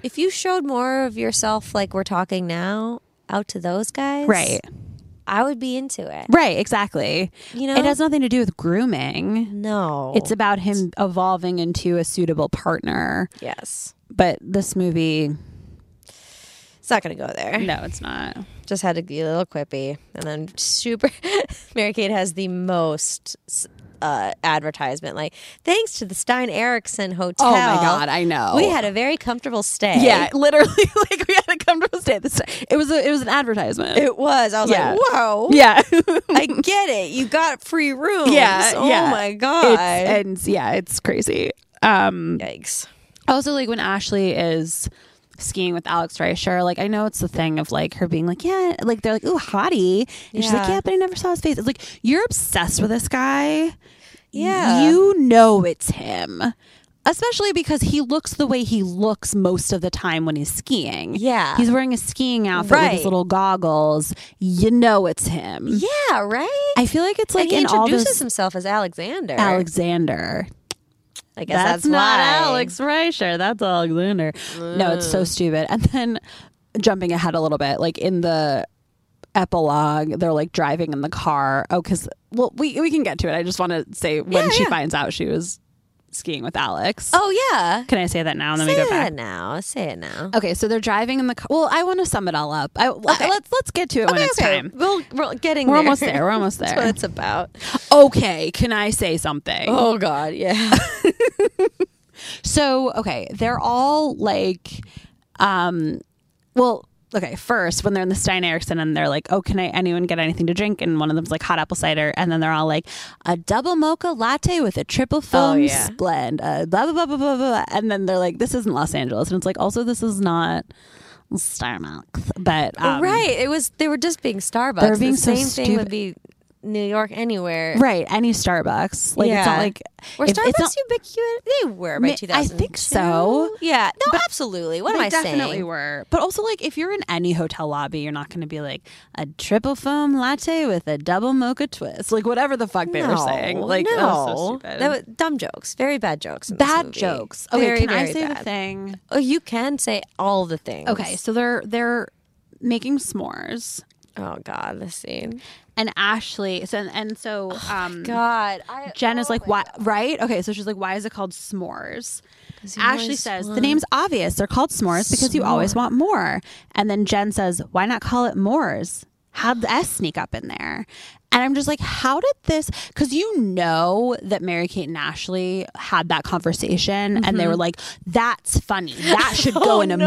D: if you showed more of yourself, like we're talking now, out to those guys,
E: Right,
D: I would be into it.
E: right, exactly.
D: You know,
E: It has nothing to do with grooming.
D: no.
E: It's about him evolving into a suitable partner.
D: yes.
E: But this movie,
D: It's not gonna go there.
E: no, it's not.
D: Just had to be a little quippy, and then super. Mary Kate has the most. Uh, advertisement like thanks to the Stein Erickson Hotel.
E: Oh my god, I know.
D: We had a very comfortable stay.
E: yeah, literally, like we had to come to a stay at the stay. It was a, it was an advertisement.
D: It was. I was
E: Yeah.
D: like, whoa.
E: yeah,
D: I get it. You got free rooms.
E: yeah,
D: Oh
E: yeah.
D: my
E: It's-
D: god.
E: and yeah, it's crazy. Um,
D: Yikes.
E: also like when Ashley is skiing with Alex Reicher, like I know it's the thing of like her being like, yeah, like they're like, ooh, hottie, and she's like,
D: Yeah.
E: yeah, but I never saw his face. It's like you're obsessed with this guy.
D: Yeah.
E: you know it's him. Especially because he looks the way he looks most of the time when he's skiing.
D: Yeah.
E: He's wearing a skiing outfit with his
D: Right.
E: little goggles. You know it's him.
D: Yeah. Right.
E: I feel like it's like
D: and he
E: in all
D: introduces
E: those
D: himself as Alexander.
E: Alexander.
D: I guess
E: That's,
D: that's,
E: not
D: why.
E: Alex Reicher. That's Alexander. No, it's
D: Mm.
E: so stupid. And then jumping ahead a little bit, like in the epilogue, they're like driving in the car. Oh, because well, we we can get to it. I just want to say when she finds out she was skiing with Alex.
D: Oh yeah.
E: Can I say that now? And then
D: Say
E: we go back.
D: it now. Say it now.
E: Okay, so they're driving in the car. Well, I want to sum it all up. I, Let's let's get to it when it's time.
D: We'll, we're getting
E: We're
D: there.
E: almost there. We're almost
D: That's what
E: there.
D: it's about.
E: Okay, can I say something?
D: Oh God, yeah.
E: So, okay, they're all like, um, well, okay, first when they're in the Stein Erickson and they're like, oh, can I, anyone get anything to drink? And one of them's like hot apple cider. And then they're all like, a double mocha latte with a triple foam
D: Oh, yeah.
E: blend, uh, blah, blah, blah, blah, blah, blah. And then they're like, this isn't Los Angeles. And it's like, also, this is not Starbucks, but, um,
D: right. It was. They were just being Starbucks.
E: They're being
D: the
E: so
D: same thing
E: stupid.
D: would be New York anywhere.
E: Right. Any Starbucks. Like, it's not
D: Yeah.
E: like,
D: Were
E: if-
D: Starbucks
E: it's not-
D: ubiquitous? They were by
E: Ma- I
D: 2000.
E: think so.
D: Yeah. No, absolutely. What am
E: they
D: I
E: definitely
D: saying?
E: were. But also, like, if you're in any hotel lobby, you're not going to be like a triple foam latte with a double mocha twist, like whatever the fuck they were saying. Like, that was so
D: no.
E: stupid.
D: That was dumb jokes. Very bad jokes. in this
E: bad
D: movie.
E: jokes. Okay,
D: very,
E: can I
D: very
E: say
D: bad.
E: the thing?
D: Oh, you can say all the things.
E: Okay, so they're they're making s'mores,
D: Oh God, this scene.
E: and Ashley. So and so, um,
D: God, I,
E: Jen is like, why? Right? Okay, so she's like, why is it called s'mores?
D: you
E: Ashley
D: always
E: says, the
D: want-
E: name's obvious. They're called s'mores because you always want more. And then Jen says, why not call it mores? How'd the S sneak up in there? And I'm just like, how did this? Because you know that Mary Kate and Ashley had that conversation and
D: Mm-hmm.
E: they were like, that's funny. That should
D: Oh,
E: go in a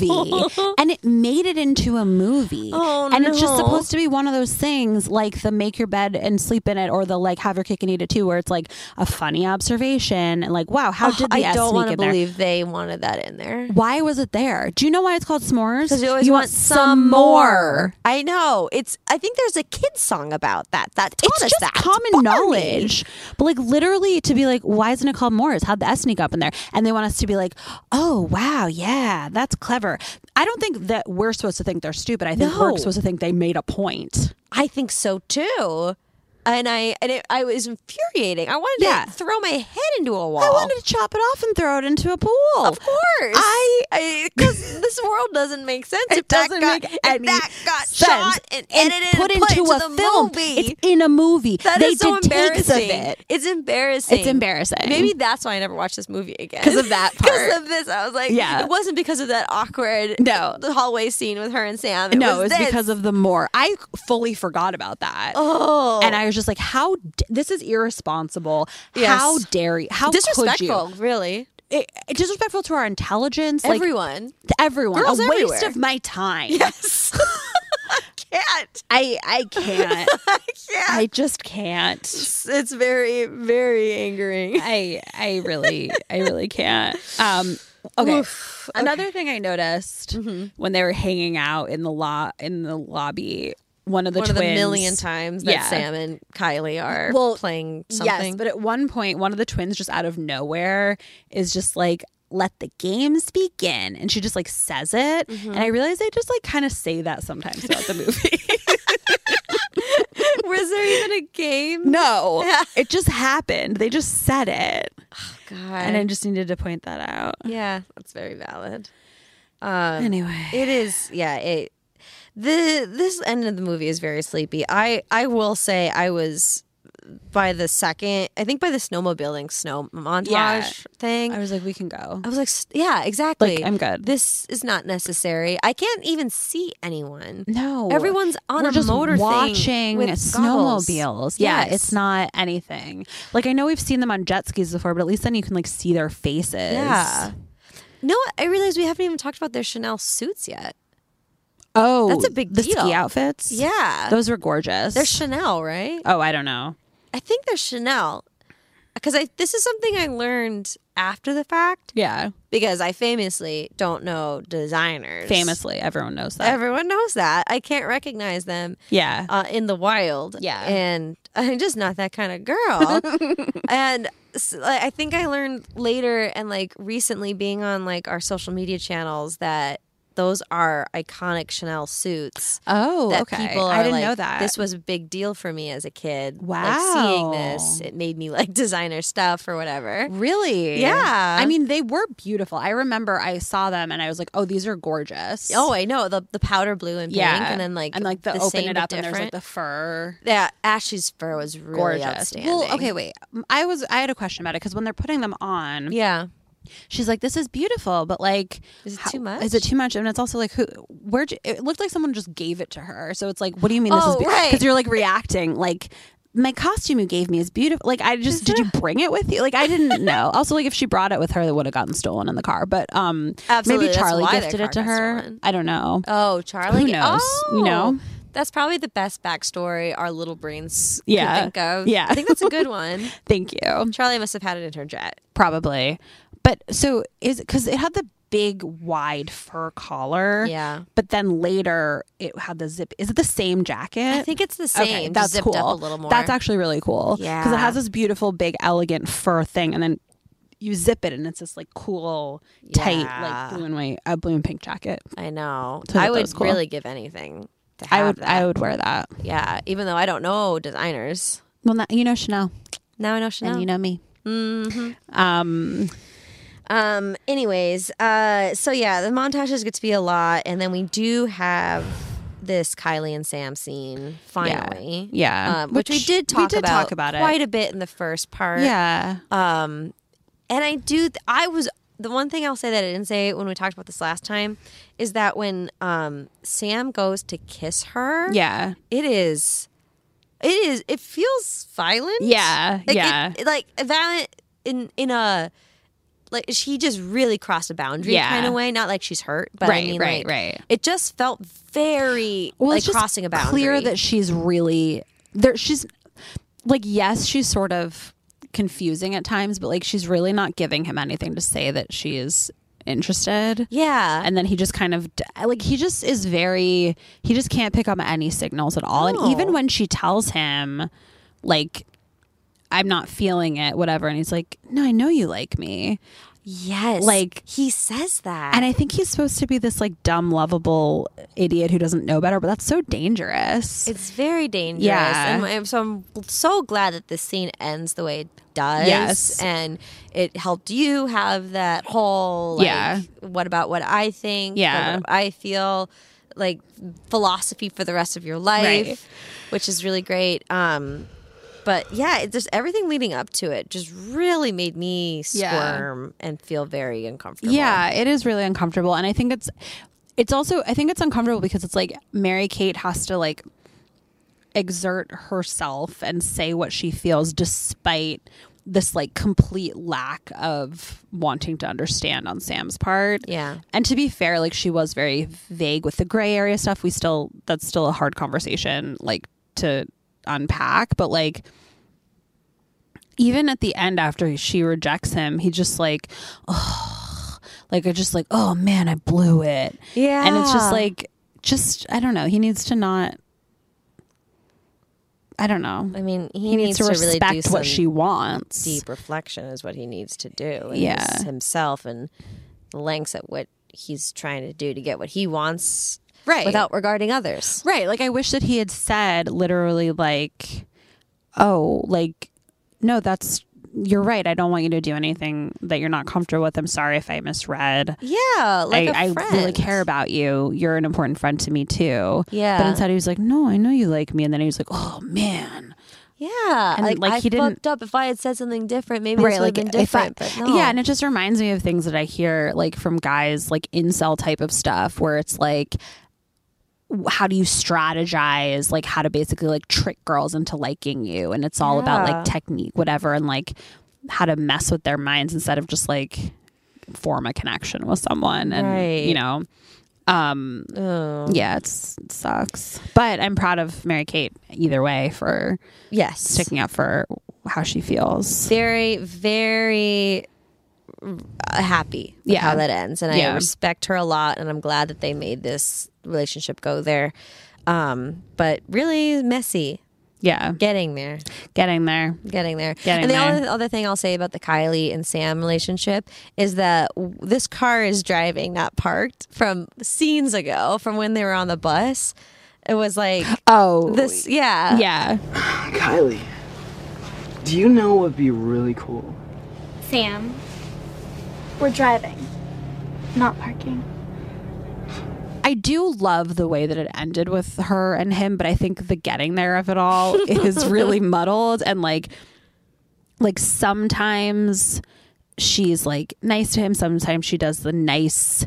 E: movie. And it made it into a movie.
D: Oh,
E: and it's just
D: no.
E: supposed to be one of those things like the make your bed and sleep in it or the like have your cake and eat it too, where it's like a funny observation and like, wow, how did the
D: I
E: S
D: don't
E: sneak
D: want
E: in
D: to
E: there?
D: believe they wanted that in there.
E: Why was it there? Do you know why it's called s'mores?
D: Because you always want, some more. I know. It's. I think there's a kids song about that. That taught
E: It's
D: us
E: just
D: that. It's Barney.
E: common knowledge. But like literally to be like, why isn't it called Morris? How'd the S sneak up in there? And they want us to be like, oh wow, yeah, that's clever. I don't think that we're supposed to think they're stupid. I think we're
D: No.
E: supposed to think they made a point.
D: I think so too. And I and it, I was infuriating. I wanted
E: Yeah.
D: to throw my head into a wall.
E: I wanted to chop it off and throw it into a pool.
D: Of course. I because this world doesn't make sense.
E: It
D: if that
E: doesn't
D: got,
E: make
D: if
E: any
D: that got
E: sense.
D: shot and, edited
E: put
D: and
E: into
D: put
E: a
D: into the
E: film.
D: movie.
E: It's in a movie.
D: That
E: they
D: is so
E: did takes
D: embarrassing.
E: of it.
D: It's embarrassing.
E: It's embarrassing.
D: Maybe that's why I never watched this movie again.
E: 'Cause of that part.
D: Because of this, I was like,
E: Yeah.
D: It wasn't because of that awkward
E: No.
D: the hallway scene with her and Sam. It
E: no,
D: was
E: it's
D: this.
E: because of the more. I fully forgot about that.
D: oh,
E: And I was just like, how, d- this is irresponsible.
D: Yes.
E: How dare you? How could you?
D: disrespectful. Really,
E: it, it- disrespectful to our intelligence. like,
D: Everyone.
E: to everyone,
D: Girls
E: a waste
D: everywhere.
E: of my time.
D: Yes. Can't.
E: I I can't. I can't. I just can't.
D: It's very, very angering.
E: I I really I really can't. Um okay. Another thing I noticed
D: Mm-hmm.
E: when they were hanging out in the law in the lobby, one of the
D: One of
E: twins
D: the million times that
E: Yeah.
D: Sam and Kylie are
E: Well,
D: playing something.
E: Yes, but at one point, one of the twins just out of nowhere is just like, let the games begin. And she just like says it.
D: Mm-hmm.
E: And I realize I just like kind of say that sometimes throughout the movie.
D: was there even a game?
E: no, it just happened. They just said it.
D: God.
E: And I just needed to point that out.
D: yeah, that's very valid. Um,
E: Anyway.
D: it is. Yeah, it. The this end of the movie is very sleepy. I I will say I was by the second. I think by the snowmobiling snow montage
E: Yeah.
D: thing.
E: I was like, we can go.
D: I was like, "S- yeah, exactly.
E: Like, I'm good.
D: This is not necessary. I can't even see anyone.
E: No.
D: Everyone's on
E: We're
D: a
E: just
D: motor thing
E: watching
D: with goggles.
E: snowmobiles. Yeah,
D: Yes.
E: it's not anything. Like I know we've seen them on jet skis before, but at least then you can like see their faces.
D: Yeah. No, I realize we haven't even talked about their Chanel suits yet.
E: Oh,
D: That's a big
E: the
D: deal.
E: ski outfits.
D: Yeah.
E: those were gorgeous.
D: They're Chanel, right?
E: oh, I don't know.
D: I think they're Chanel. Because I this is something I learned after the fact
E: Yeah,
D: because I famously don't know designers.
E: famously, everyone knows that.
D: Everyone knows that. I can't recognize them.
E: yeah,
D: uh, in the wild.
E: Yeah.
D: And I'm just not that kind of girl. and so, like, I think I learned later and like recently being on like our social media channels that those are iconic Chanel suits.
E: oh,
D: that
E: okay.
D: people are
E: I didn't
D: like,
E: know that.
D: This was a big deal for me as a kid. Like seeing this,
E: Wow.
D: it made me like designer stuff or whatever.
E: really,
D: Yeah.
E: I mean, they were beautiful. I remember I saw them and I was like, oh, these are gorgeous.
D: Oh, I know the the powder blue and pink,
E: yeah,
D: and then like
E: and like the, open
D: same
E: it
D: but
E: up and there's
D: different.
E: like the fur.
D: yeah, Ashley's fur was really
E: Gorgeous.
D: outstanding.
E: Well, okay, wait. I was I had a question about it because when they're putting them on,
D: yeah,
E: she's like, "This is beautiful," but like,
D: Is it too much?
E: Is it too much? And it's also like, who? Where? It looked like someone just gave it to her. So it's like, what do you mean this is?
D: Oh,
E: Because
D: right.
E: you're like reacting like. My costume you gave me is beautiful. Like I just did you bring it with you? Like I didn't know. Also, like if she brought it with her, they would have gotten stolen in the car. But um,
D: Absolutely,
E: maybe
D: that's
E: Charlie
D: why their
E: gifted
D: car
E: it to
D: got
E: her.
D: stolen.
E: I don't know.
D: Oh, Charlie.
E: Who knows,
D: Oh,
E: you know?
D: That's probably the best backstory our little brains
E: Yeah.
D: can think of.
E: Yeah.
D: I think that's a good one.
E: Thank you.
D: Charlie must have had it in her jet.
E: Probably, but so is because it had the big wide fur collar.
D: Yeah.
E: But then later it had the zip. Is it the same jacket?
D: I think it's the same.
E: Okay, that's
D: zipped
E: cool.
D: up a little more.
E: That's actually really cool. because
D: Yeah.
E: it has this beautiful, big, elegant fur thing, and then you zip it, and it's this like cool, tight,
D: Yeah.
E: like blue and white, uh, blue and pink jacket.
D: I know.
E: So I thought
D: I
E: that
D: would
E: was cool.
D: really give anything to have
E: I would,
D: that.
E: I would wear that.
D: Yeah, even though I don't know designers.
E: Well, not, you know Chanel,
D: Now I know Chanel.
E: and you know me. Mm-hmm. Um,
D: Um. Anyways, uh. So yeah, the montages get to be a lot, and then we do have this Kylie and Sam scene finally.
E: Yeah.
D: Um, which,
E: Which
D: we did
E: we
D: talk
E: did
D: about.
E: talk about it.
D: quite a bit in the first part.
E: yeah,
D: Um. And I do. I was the one thing I'll say that I didn't say when we talked about this last time is that when um Sam goes to kiss her.
E: yeah,
D: It is. It is. It feels violent.
E: Yeah,
D: Like,
E: yeah.
D: It, like violent in in a like she just really crossed a boundary
E: Yeah.
D: kind of way. Not like she's hurt, but
E: Right,
D: I mean,
E: right,
D: like,
E: right.
D: It just felt very
E: well,
D: like
E: it's just
D: crossing a boundary.
E: Clear that she's really there. She's like, yes, she's sort of confusing at times, but like, she's really not giving him anything to say that she is interested.
D: yeah,
E: And then he just kind of like he just is very he just can't pick up any signals at all. And even when she tells him, like, I'm not feeling it, whatever, and he's like, No, I know you like me.
D: yes,
E: like-
D: he says that.
E: And I think he's supposed to be this like dumb, lovable idiot who doesn't know better, but that's so dangerous.
D: it's very dangerous.
E: Yeah.
D: And I'm, so I'm so glad that this scene ends the way it does.
E: Yes.
D: And it helped you have that whole, like,
E: Yeah.
D: what about what I think? what
E: Yeah.
D: about what I feel like philosophy for the rest of your life,
E: Right.
D: which is really great. Um, but yeah, it just everything leading up to it just really made me
E: Yeah.
D: squirm and feel very uncomfortable.
E: Yeah, it is really uncomfortable, and I think it's it's also I think it's uncomfortable because it's like Mary Kate has to like exert herself and say what she feels despite this like complete lack of wanting to understand on Sam's part.
D: Yeah.
E: And to be fair, like she was very vague with the gray area stuff. We still that's still a hard conversation like to unpack, but like even at the end after she rejects him, he just like like I just like, oh man, I blew it.
D: Yeah.
E: And it's just like just I don't know, he needs to not I don't know.
D: I mean, he,
E: he, needs, to,
D: really
E: respect
D: do some
E: what she wants.
D: deep reflection is what he needs to do. And
E: Yeah.
D: his- himself and the lengths at what he's trying to do to get what he wants,
E: Right.
D: Without regarding others.
E: Right. Like I wish that he had said literally like, "Oh, like no, that's you're right. I don't want you to do anything that you're not comfortable with. I'm sorry if I misread.
D: Yeah, like
E: I,
D: a
E: I really
D: friend.
E: care about you. You're an important friend to me too.
D: Yeah.
E: But instead he was like, "No, I know you like me." And then he was like, "Oh man."
D: Yeah,
E: And,
D: like,
E: like,
D: I
E: he didn't-
D: fucked up. If I had said something different, maybe this would have been
E: if I-
D: different. but no.
E: yeah, and it just reminds me of things that I hear like from guys, like incel type of stuff, where it's like, w- how do you strategize, like how to basically like trick girls into liking you, and it's all about
D: Yeah.
E: like technique, whatever, and like how to mess with their minds instead of just like form a connection with someone, and
D: Right.
E: you know, um, yeah, it's, it sucks, but I'm proud of Mary Kate either way for
D: yes,
E: sticking up for how she feels.
D: very, very uh, happy with
E: Yeah.
D: how that ends. And I
E: Yeah.
D: respect her a lot. And I'm glad that they made this relationship go there. Um, but really messy
E: Yeah,
D: getting there.
E: getting there.
D: getting there. and
E: Getting
D: the
E: there.
D: Other, other thing I'll say about the Kylie and Sam relationship is that w- this car is driving, not parked, from scenes ago, from when they were on the bus. It was like
E: Oh,
D: this, yeah,
E: Yeah.
H: Kylie, do you know what'd be really cool?
C: Sam, we're driving, not parking.
E: I do love the way that it ended with her and him, but I think the getting there of it all is really muddled and like like sometimes she's like nice to him, sometimes she does the nice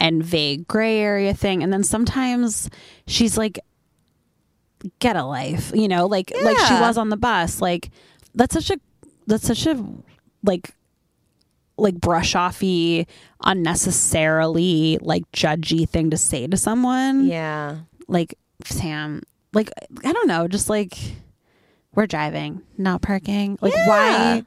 E: and vague gray area thing, and then sometimes she's like get a life, you know, like like she
D: Yeah.
E: was on the bus. Like that's such a that's such a like like brush offy, unnecessarily like judgy thing to say to someone.
D: yeah.
E: Like Sam, like I don't know, just like we're driving, not parking. Like why?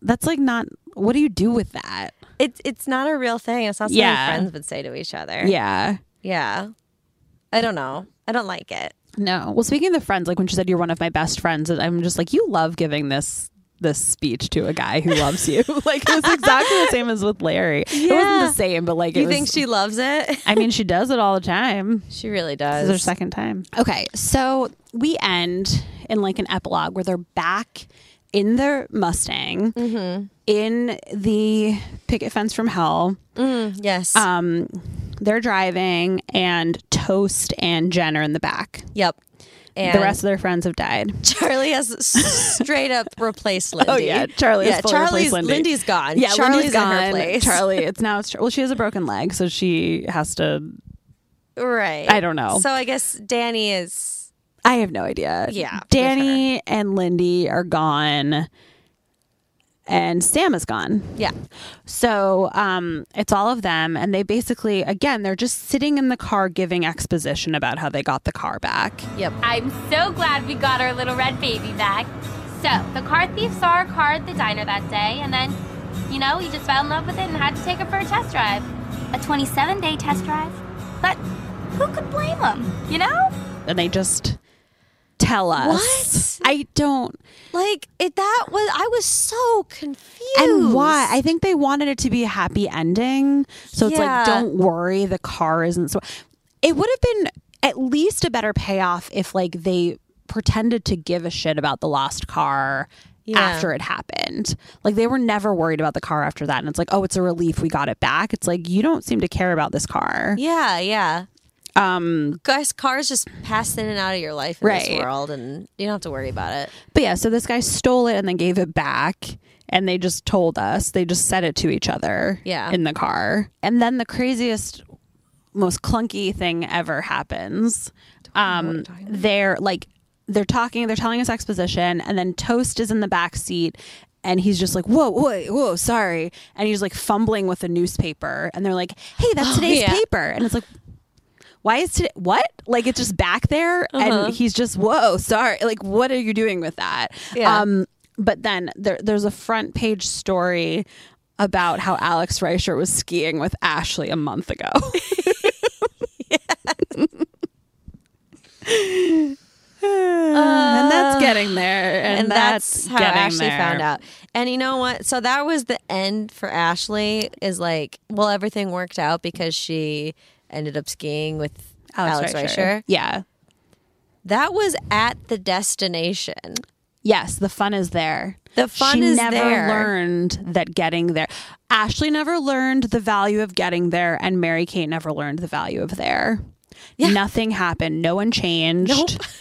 E: That's like not. What do you do with that?
D: It's it's not a real thing. It's not something
E: Yeah.
D: friends would say to each other.
E: Yeah.
D: yeah. I don't know. I don't like it.
E: No. Well, speaking of friends, like when she said you're one of my best friends, I'm just like you love giving this this speech to a guy who loves you. like it was exactly the same as with Larry. It wasn't the same, but like it
D: You
E: was,
D: think she loves it?
E: I mean, she does it all the time.
D: she really
E: This is their
D: does.
E: second time. Okay, so we end in like an epilogue where they're back in their Mustang
D: Mm-hmm.
E: in the picket fence from hell.
D: Yes.
E: Um, they're driving, and Toast and Jen are in the back.
D: yep. And
E: the rest of their friends have died.
D: Charlie has s- straight up replaced Lindy.
E: Oh yeah, Charlie.
D: Yeah,
E: has fully replaced
D: Charlie's
E: Lindy.
D: Lindy's gone.
E: Yeah,
D: Charlie's
E: Lindy's
D: in her
E: gone.
D: place.
E: Charlie, it's now. It's, Char- well, she has a broken leg, so she has to.
D: Right.
E: I don't know.
D: So I guess Danny is
E: I have no idea.
D: Yeah, with
E: Danny and Lindy are gone, and Sam is gone.
D: yeah.
E: So um, it's all of them, and they basically, again, they're just sitting in the car giving exposition about how they got the car back.
D: Yep.
B: I'm so glad we got our little red baby back. So, the car thief saw our car at the diner that day, and then, you know, he just fell in love with it and had to take it for a test drive. A 27 day test drive? But who could blame him, you know?
E: And they just tell us. What? I don't.
D: Like it that was I was so confused.
E: And why? I think they wanted it to be a happy ending. So it's
D: Yeah.
E: like, don't worry, the car isn't so. It would have been at least a better payoff if, like, they pretended to give a shit about the lost car
D: Yeah.
E: after it happened. Like, they were never worried about the car after that. And it's like, oh, it's a relief. We got it back. It's like, you don't seem to care about this car.
D: Yeah, yeah.
E: Um,
D: Guys, cars just pass in and out of your life in this
E: Right.
D: world and you don't have to worry about it.
E: But yeah, so this guy stole it and then gave it back. And they just told us, they just said it to each other
D: Yeah.
E: in the car. And then the craziest, most clunky thing ever happens. Um, they're like they're talking, they're telling us exposition, and then Toast is in the back seat and he's just like, Whoa, whoa, whoa, sorry. And he's like fumbling with a newspaper and they're like, Hey, that's
D: Oh,
E: today's
D: yeah.
E: paper. And it's like why is today what? Like it's just back there
D: Uh-huh.
E: and he's just, Whoa, sorry. Like, what are you doing with that?
D: Yeah.
E: Um but then there, there's a front page story about how Alex Reicher was skiing with Ashley a month ago. and that's getting there. And,
D: Uh, and that's, how
E: getting
D: Ashley
E: there.
D: found out. And you know what? So that was the end for Ashley. Is like, well, everything worked out because she ended up skiing with Alex, Reicher.
E: Yeah.
D: That was at the destination.
E: Yes, the fun is there.
D: The fun
E: she
D: is
E: never
D: there.
E: learned that getting there. Ashley never learned the value of getting there, and Mary Kate never learned the value of there. Nothing happened. No one changed.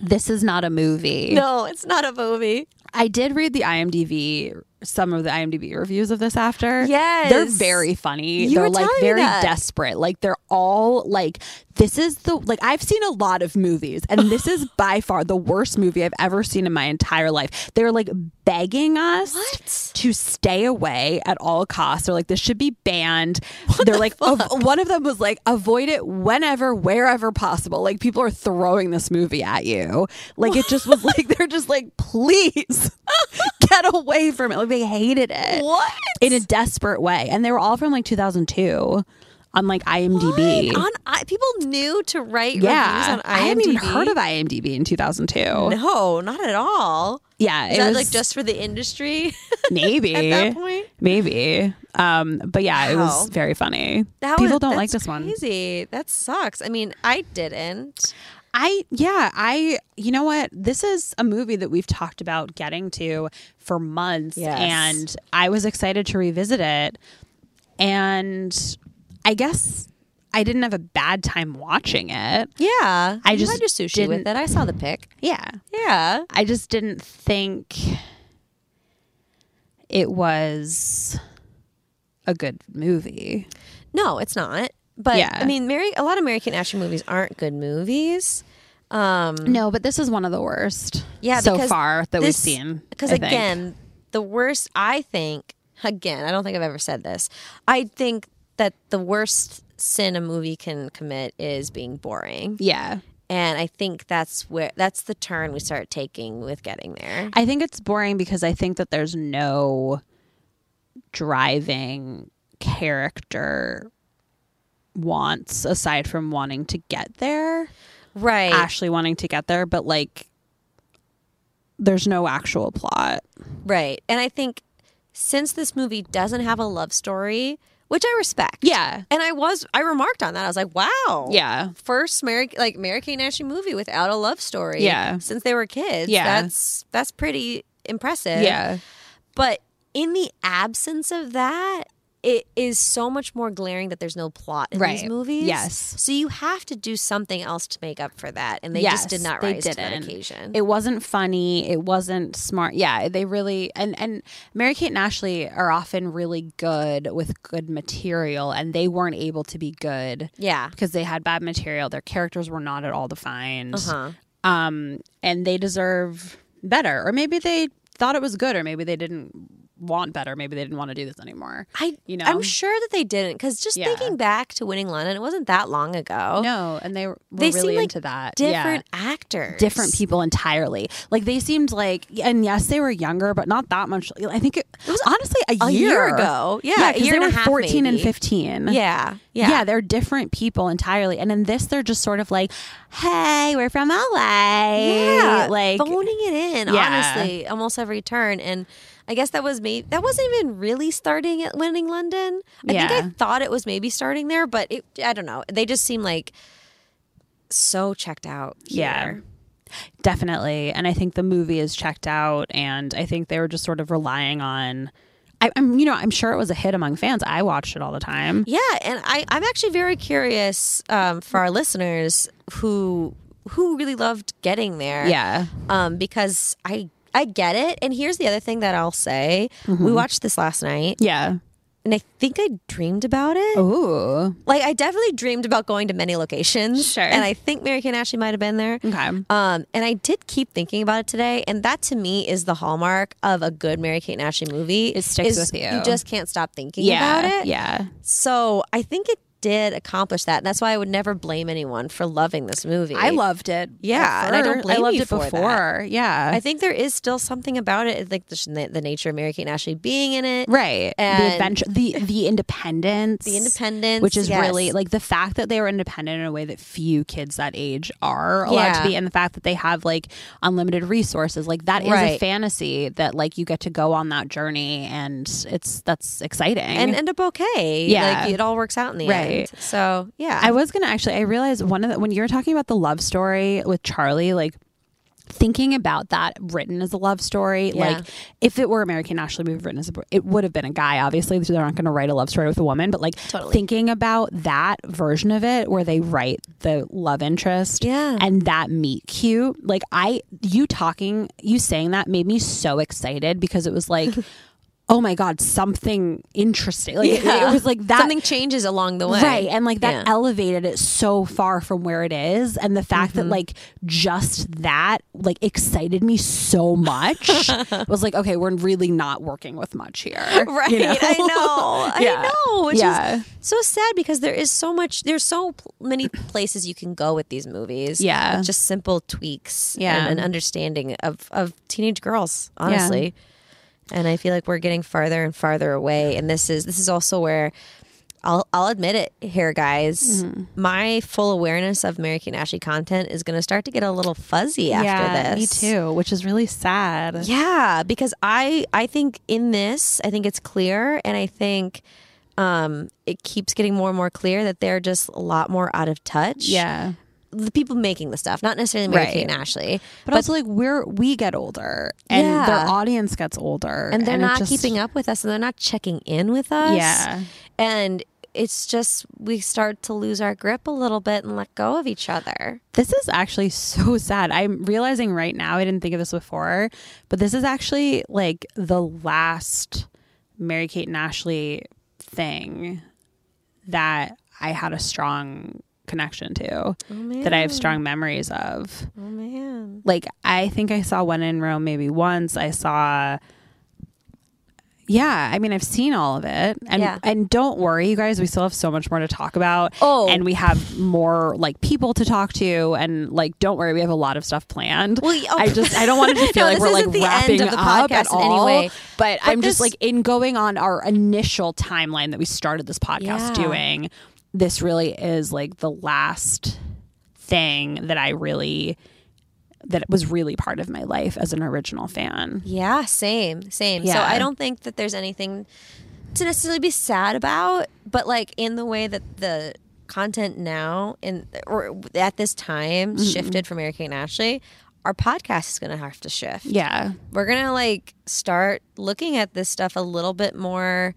E: This is not a movie.
D: No, it's not a movie.
E: I did read the IMDb some of the IMDb reviews of this after.
D: Yes.
E: They're very funny.
D: You
E: they're
D: were
E: like
D: telling me
E: very
D: that.
E: desperate. Like they're all like this is the like I've seen a lot of movies and this is by far the worst movie I've ever seen in my entire life. They're like begging us to stay away at all costs. They're like this should be banned. they're like av- one of them was like avoid it whenever wherever possible. Like people are throwing this movie at you. Like it just was like they're just like please get away from it. Like they hated it.
D: What?
E: In a desperate way. And they were all from like 2002 on like IMDb.
D: On I, people knew to write reviews
E: yeah.
D: on IMDb.
E: I hadn't even heard of IMDb in 2002.
D: No, not at all.
E: Yeah.
D: Is
E: it
D: that
E: was
D: like just for the industry?
E: maybe.
D: at that point?
E: Maybe. Um, but yeah, it
D: Wow.
E: was very funny.
D: That
E: People
D: was-
E: don't like
D: that's
E: this one.
D: Crazy. That sucks. I mean, I didn't.
E: I yeah, I you know what? This is a movie that we've talked about getting to for months
D: Yes.
E: and I was excited to revisit it. And I guess I didn't have a bad time watching it.
D: Yeah,
E: I
D: you
E: just
D: had your sushi with
E: didn't-
D: it. I saw the pic.
E: Yeah.
D: Yeah,
E: I just didn't think it was a good movie.
D: no, it's not. But
E: Yeah.
D: I mean, Mary. A lot of Mary Kate and Ashley movies aren't good movies. Um,
E: No, but this is one of the worst
D: yeah,
E: so
D: because
E: far that we've
D: this-
E: seen.
D: Because
E: I think.
D: again, the worst. I think again. I don't think I've ever said this. I think that the worst sin a movie can commit is being boring.
E: yeah.
D: And I think that's where that's the turn we start taking with getting there.
E: I think it's boring because I think that there's no driving character wants aside from wanting to get there,
D: Right.
E: Ashley wanting to get there, but like there's no actual plot.
D: Right. And I think since this movie doesn't have a love story, which I respect.
E: Yeah.
D: And I was I remarked on that. I was like, wow.
E: Yeah.
D: First Mary like Mary Kay and Ashley movie without a love story.
E: Yeah.
D: Since they were kids.
E: Yeah.
D: That's that's pretty impressive.
E: Yeah.
D: But in the absence of that, it is so much more glaring that there's no plot in these
E: Right.
D: movies.
E: Yes.
D: So you have to do something else to make up for that. And they just did
E: Yes,
D: not
E: they
D: rise to that
E: didn't.
D: occasion.
E: It wasn't funny. It wasn't smart. Yeah, they really and and Mary Kate and Ashley are often really good with good material, and they weren't able to be good
D: yeah.
E: because they had bad material. Their characters were not at all defined,
D: Uh-huh.
E: um, and they deserve better. Or maybe they thought it was good, or maybe they didn't want better. Maybe they didn't want to do this anymore.
D: I
E: you know?
D: I'm sure that they didn't because just
E: Yeah.
D: thinking back to Winning London, it wasn't that long ago.
E: No, and they were
D: They seem
E: really
D: like
E: into that. Yeah.
D: different actors,
E: different people entirely. Like they seemed like, and yes, they were younger, but not that much. I think it, was honestly a,
D: a year ago. Yeah, a
E: 'cause
D: year
E: they
D: and a
E: were
D: half,
E: fourteen and
D: maybe.
E: fifteen.
D: Yeah, yeah,
E: yeah, they're different people entirely. And in this, they're just sort of like, "Hey, we're from LA."
D: yeah.
E: like
D: phoning it in,
E: Yeah.
D: honestly, almost every turn. And I guess that was me. That wasn't even really starting at Winning London. I think
E: Yeah.
D: I thought it was maybe starting there, but it, I don't know. They just seem like so checked out.
E: Yeah.
D: here.
E: Definitely. And I think the movie is checked out. And I think they were just sort of relying on. I, I'm, you know, I'm sure it was a hit among fans. I watched it all the time.
D: Yeah, and I, I'm actually very curious um, for our listeners who who really loved getting there.
E: Yeah.
D: um, because
E: Mm-hmm.
D: I I get it. And here's the other thing that I'll say: we watched this last night.
E: Yeah.
D: and I think I dreamed about it.
E: Oh. Ooh.
D: Like I definitely dreamed about going to many locations.
E: Sure.
D: And I think Mary Kay and Ashley might have been there.
E: Okay.
D: Um, and I did keep thinking about it today, and that to me is the hallmark of a good Mary Kate and Ashley movie. It
E: sticks
D: is
E: with you.
D: You just can't stop thinking
E: Yeah,
D: about it.
E: yeah.
D: So I think it did accomplish that, and that's why I would never blame anyone for loving this movie.
E: I loved it.
D: Yeah, and I don't
E: prefer-
D: blame
E: I loved
D: you
E: it
D: for that.
E: before. Yeah,
D: I think there is still something about it, like the, the nature of Mary Kate and Ashley being in it,
E: right.
D: And-
E: the adventure, the the independence,
D: The independence,
E: which is
D: yes.
E: really like the fact that they were independent in a way that few kids that age are allowed
D: Yeah.
E: to be, and the fact that they have like unlimited resources, like that is a
D: Right.
E: fantasy that like you get to go on that journey, and it's that's exciting
D: and end up okay.
E: Yeah.
D: like, it all works out in the
E: Right.
D: end. So yeah,
E: I was gonna actually. I realized one of the when you were talking about the love story with Charlie, like thinking about that written as a love story.
D: Yeah.
E: Like if it were American Ashley movie written as a, it would have been a guy. Obviously, so they're not gonna write a love story with a woman. But like thinking about that version of it where they write the love interest,
D: Yeah.
E: and that meet cute. Like I, you talking, you saying that made me so excited because it was like. Oh my God! Something interesting. Like it- it,
D: Yeah.
E: was like that.
D: Something changes along the way,
E: Right. And like that
D: Yeah.
E: elevated it so far from where it is. And the fact
D: Mm-hmm.
E: that like just that like excited me so much. I was like, okay, we're really not working with much here.
D: Right.
E: You know?
D: I know.
E: Yeah.
D: I know. Which
E: Yeah.
D: is so sad because there is so much, there's so pl- many places you can go with these movies.
E: Yeah.
D: With just simple tweaks
E: Yeah.
D: and an understanding of, of teenage girls, honestly. And I feel like we're getting farther and farther away. And this is, this is also where. I'll, I'll admit it here, guys.
E: Mm-hmm.
D: My full awareness of Mary Kate and Ashley content is going to start to get a little fuzzy after this.
E: Me too, which is really sad.
D: Yeah, because I I think in this, I think it's clear and I think um it keeps getting more and more clear that they're just a lot more out of touch.
E: Yeah.
D: The people making the stuff, not necessarily Mary Kate
E: Right.
D: and Ashley.
E: But, also like we're we get older and
D: Yeah.
E: their audience gets older.
D: and they're
E: it
D: not
E: just-
D: keeping up with us and they're not checking in with us.
E: Yeah.
D: And it's just we start to lose our grip a little bit and let go of each other.
E: This is actually so sad. I'm realizing right now, I didn't think of this before, but this is actually like the last Mary Kate and Ashley thing that I had a strong connection to, that I have strong memories of.
D: Oh man.
E: Like, I think I saw One in Rome maybe once. I saw. Yeah, I mean, I've seen all of it, and
D: Yeah.
E: and don't worry, you guys, we still have so much more to talk about.
D: Oh.
E: and we have more like people to talk to, and like, don't worry, we have a lot of stuff planned.
D: Well, y- oh.
E: I just I don't want it to feel
D: No,
E: like
D: this
E: we're like
D: isn't the end
E: wrapping
D: of the
E: up at
D: podcast in any
E: all.
D: way.
E: But, I'm just
D: this-
E: like in going on our initial timeline that we started this podcast
D: Yeah.
E: doing. This really is like the last thing that I really that was really part of my life as an original fan.
D: Yeah, same, same. So
E: Yeah.
D: I don't think that there's anything to necessarily be sad about, but like in the way that the content now in or at this time
E: Mm-hmm.
D: shifted from Eric and Ashley, our podcast is going to have to shift.
E: Yeah.
D: We're going to like start looking at this stuff a little bit more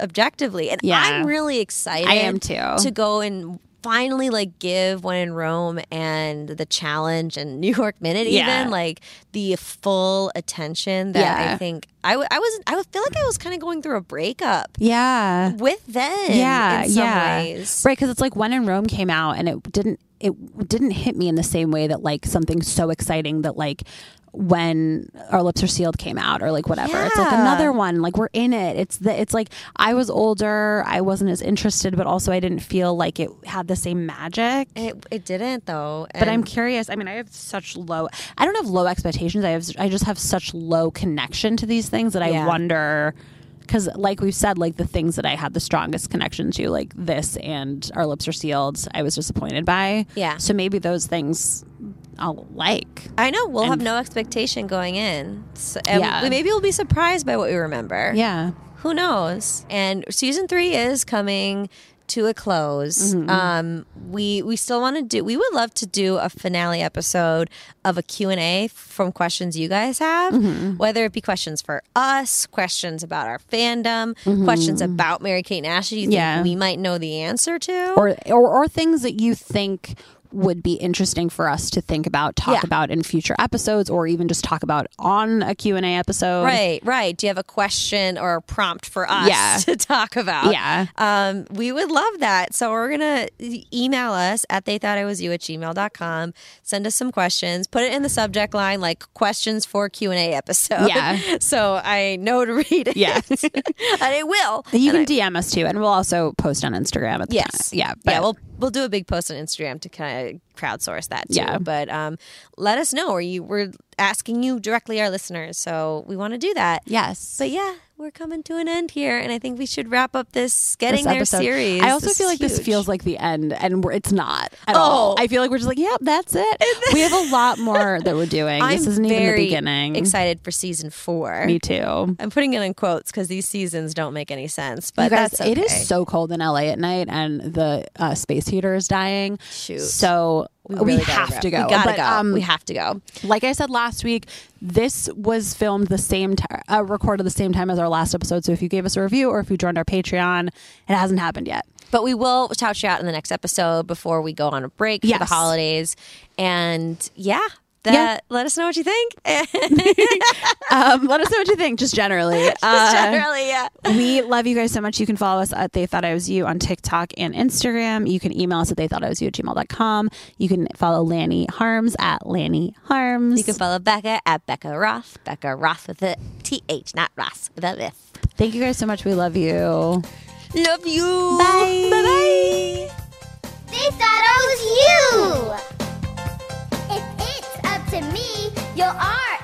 D: objectively. And
E: Yeah.
D: I'm really excited.
E: I am too.
D: To go and finally like give one in Rome and the challenge and New York Minute
E: Yeah.
D: even like the full attention that
E: Yeah.
D: I think I, w- I was I would feel like I was kind of going through a breakup
E: Yeah.
D: with them.
E: yeah,
D: in some
E: yeah.
D: ways.
E: Right, because it's like when in Rome came out, and it didn't it didn't hit me in the same way that like something so exciting that like when our lips are sealed came out or like whatever it's like
D: Yeah.
E: another one like we're in it it's the it's like i was older i wasn't as interested but also i didn't feel like it had the same magic
D: It, it didn't though.
E: but i'm
D: And-
E: curious i mean i have such low i don't have low expectations i have i just have such low connection to these things that i
D: Yeah.
E: wonder because like we've said like the things that i had the strongest connection to like this and our lips are sealed i was disappointed by
D: Yeah.
E: so maybe those things i'll like
D: I know we'll have no expectation going in. So, and
E: Yeah.
D: we- maybe we'll be surprised by what we remember.
E: yeah
D: who knows and season three is coming to a close
E: Mm-hmm.
D: um we we still want to do we would love to do a finale episode of a q&a from questions you guys have
E: Mm-hmm.
D: whether it be questions for us questions about our fandom questions about mary kate and ashley you think
E: Mm-hmm. Yeah.
D: we might know the answer to
E: or, or or things that you think would be interesting for us to think about, talk
D: Yeah.
E: about in future episodes, or even just talk about on a Q and A episode.
D: Right, right. Do you have a question or a prompt for us
E: Yeah.
D: to talk about?
E: Yeah.
D: Um, we would love that. So we're going to email us at they thought I was you at gmail.com. Send us some questions. Put it in the subject line like questions for Q&A episode.
E: Yeah.
D: so I know to read it.
E: Yeah.
D: and I will.
E: You can DM us too, and we'll also post on Instagram at the
D: Yes.
E: time. Yeah.
D: yeah. We'll we'll do a big post on Instagram to kind of crowdsource that too.
E: Yeah.
D: But um, let us know. Or you we're asking you directly, our listeners. So we want to do that.
E: Yes.
D: But yeah, we're coming to an end here, and I think we should wrap up this getting
E: this
D: there
E: episode.
D: series.
E: I also
D: This
E: feel
D: is
E: like this
D: huge.
E: feels like the end, and we're, it's not at all.
D: Oh.
E: I feel like we're just like, yep, that's it. we have a lot more that we're doing.
D: I'm
E: this isn't even the
D: very
E: beginning.
D: Excited for season four.
E: Me too.
D: I'm putting it in quotes because these seasons don't make any sense. But
E: you guys,
D: that's okay.
E: it is so cold in LA at night, and the uh, space heater is dying.
D: Shoot.
E: So we,
D: really gotta
E: have
D: wrap-
E: to go.
D: We gotta
E: But,
D: go.
E: um,
D: we have to go.
E: like I said last week, this was filmed the same time, uh, recorded the same time as our last episode. So if you gave us a review or if you joined our Patreon, it hasn't happened yet.
D: But we will shout you out in the next episode before we go on a break for the
E: Yes.
D: holidays. And yeah, that,
E: Yeah.
D: let us know what you think.
E: Um, let us know what you think, just generally. Uh,
D: Generally, yeah.
E: we love you guys so much. You can follow us at They Thought I Was You on TikTok and Instagram. You can email us at They Thought I Was You at gmail.com. You can follow Lanny Harms at Lanny Harms.
D: You can follow Becca at Becca Roth. Becca Roth with a TH, not Ross with a F.
E: Thank you guys so much. We love you.
D: Love you. Bye. Bye bye.
A: They thought I was you! If it's up to me, you are.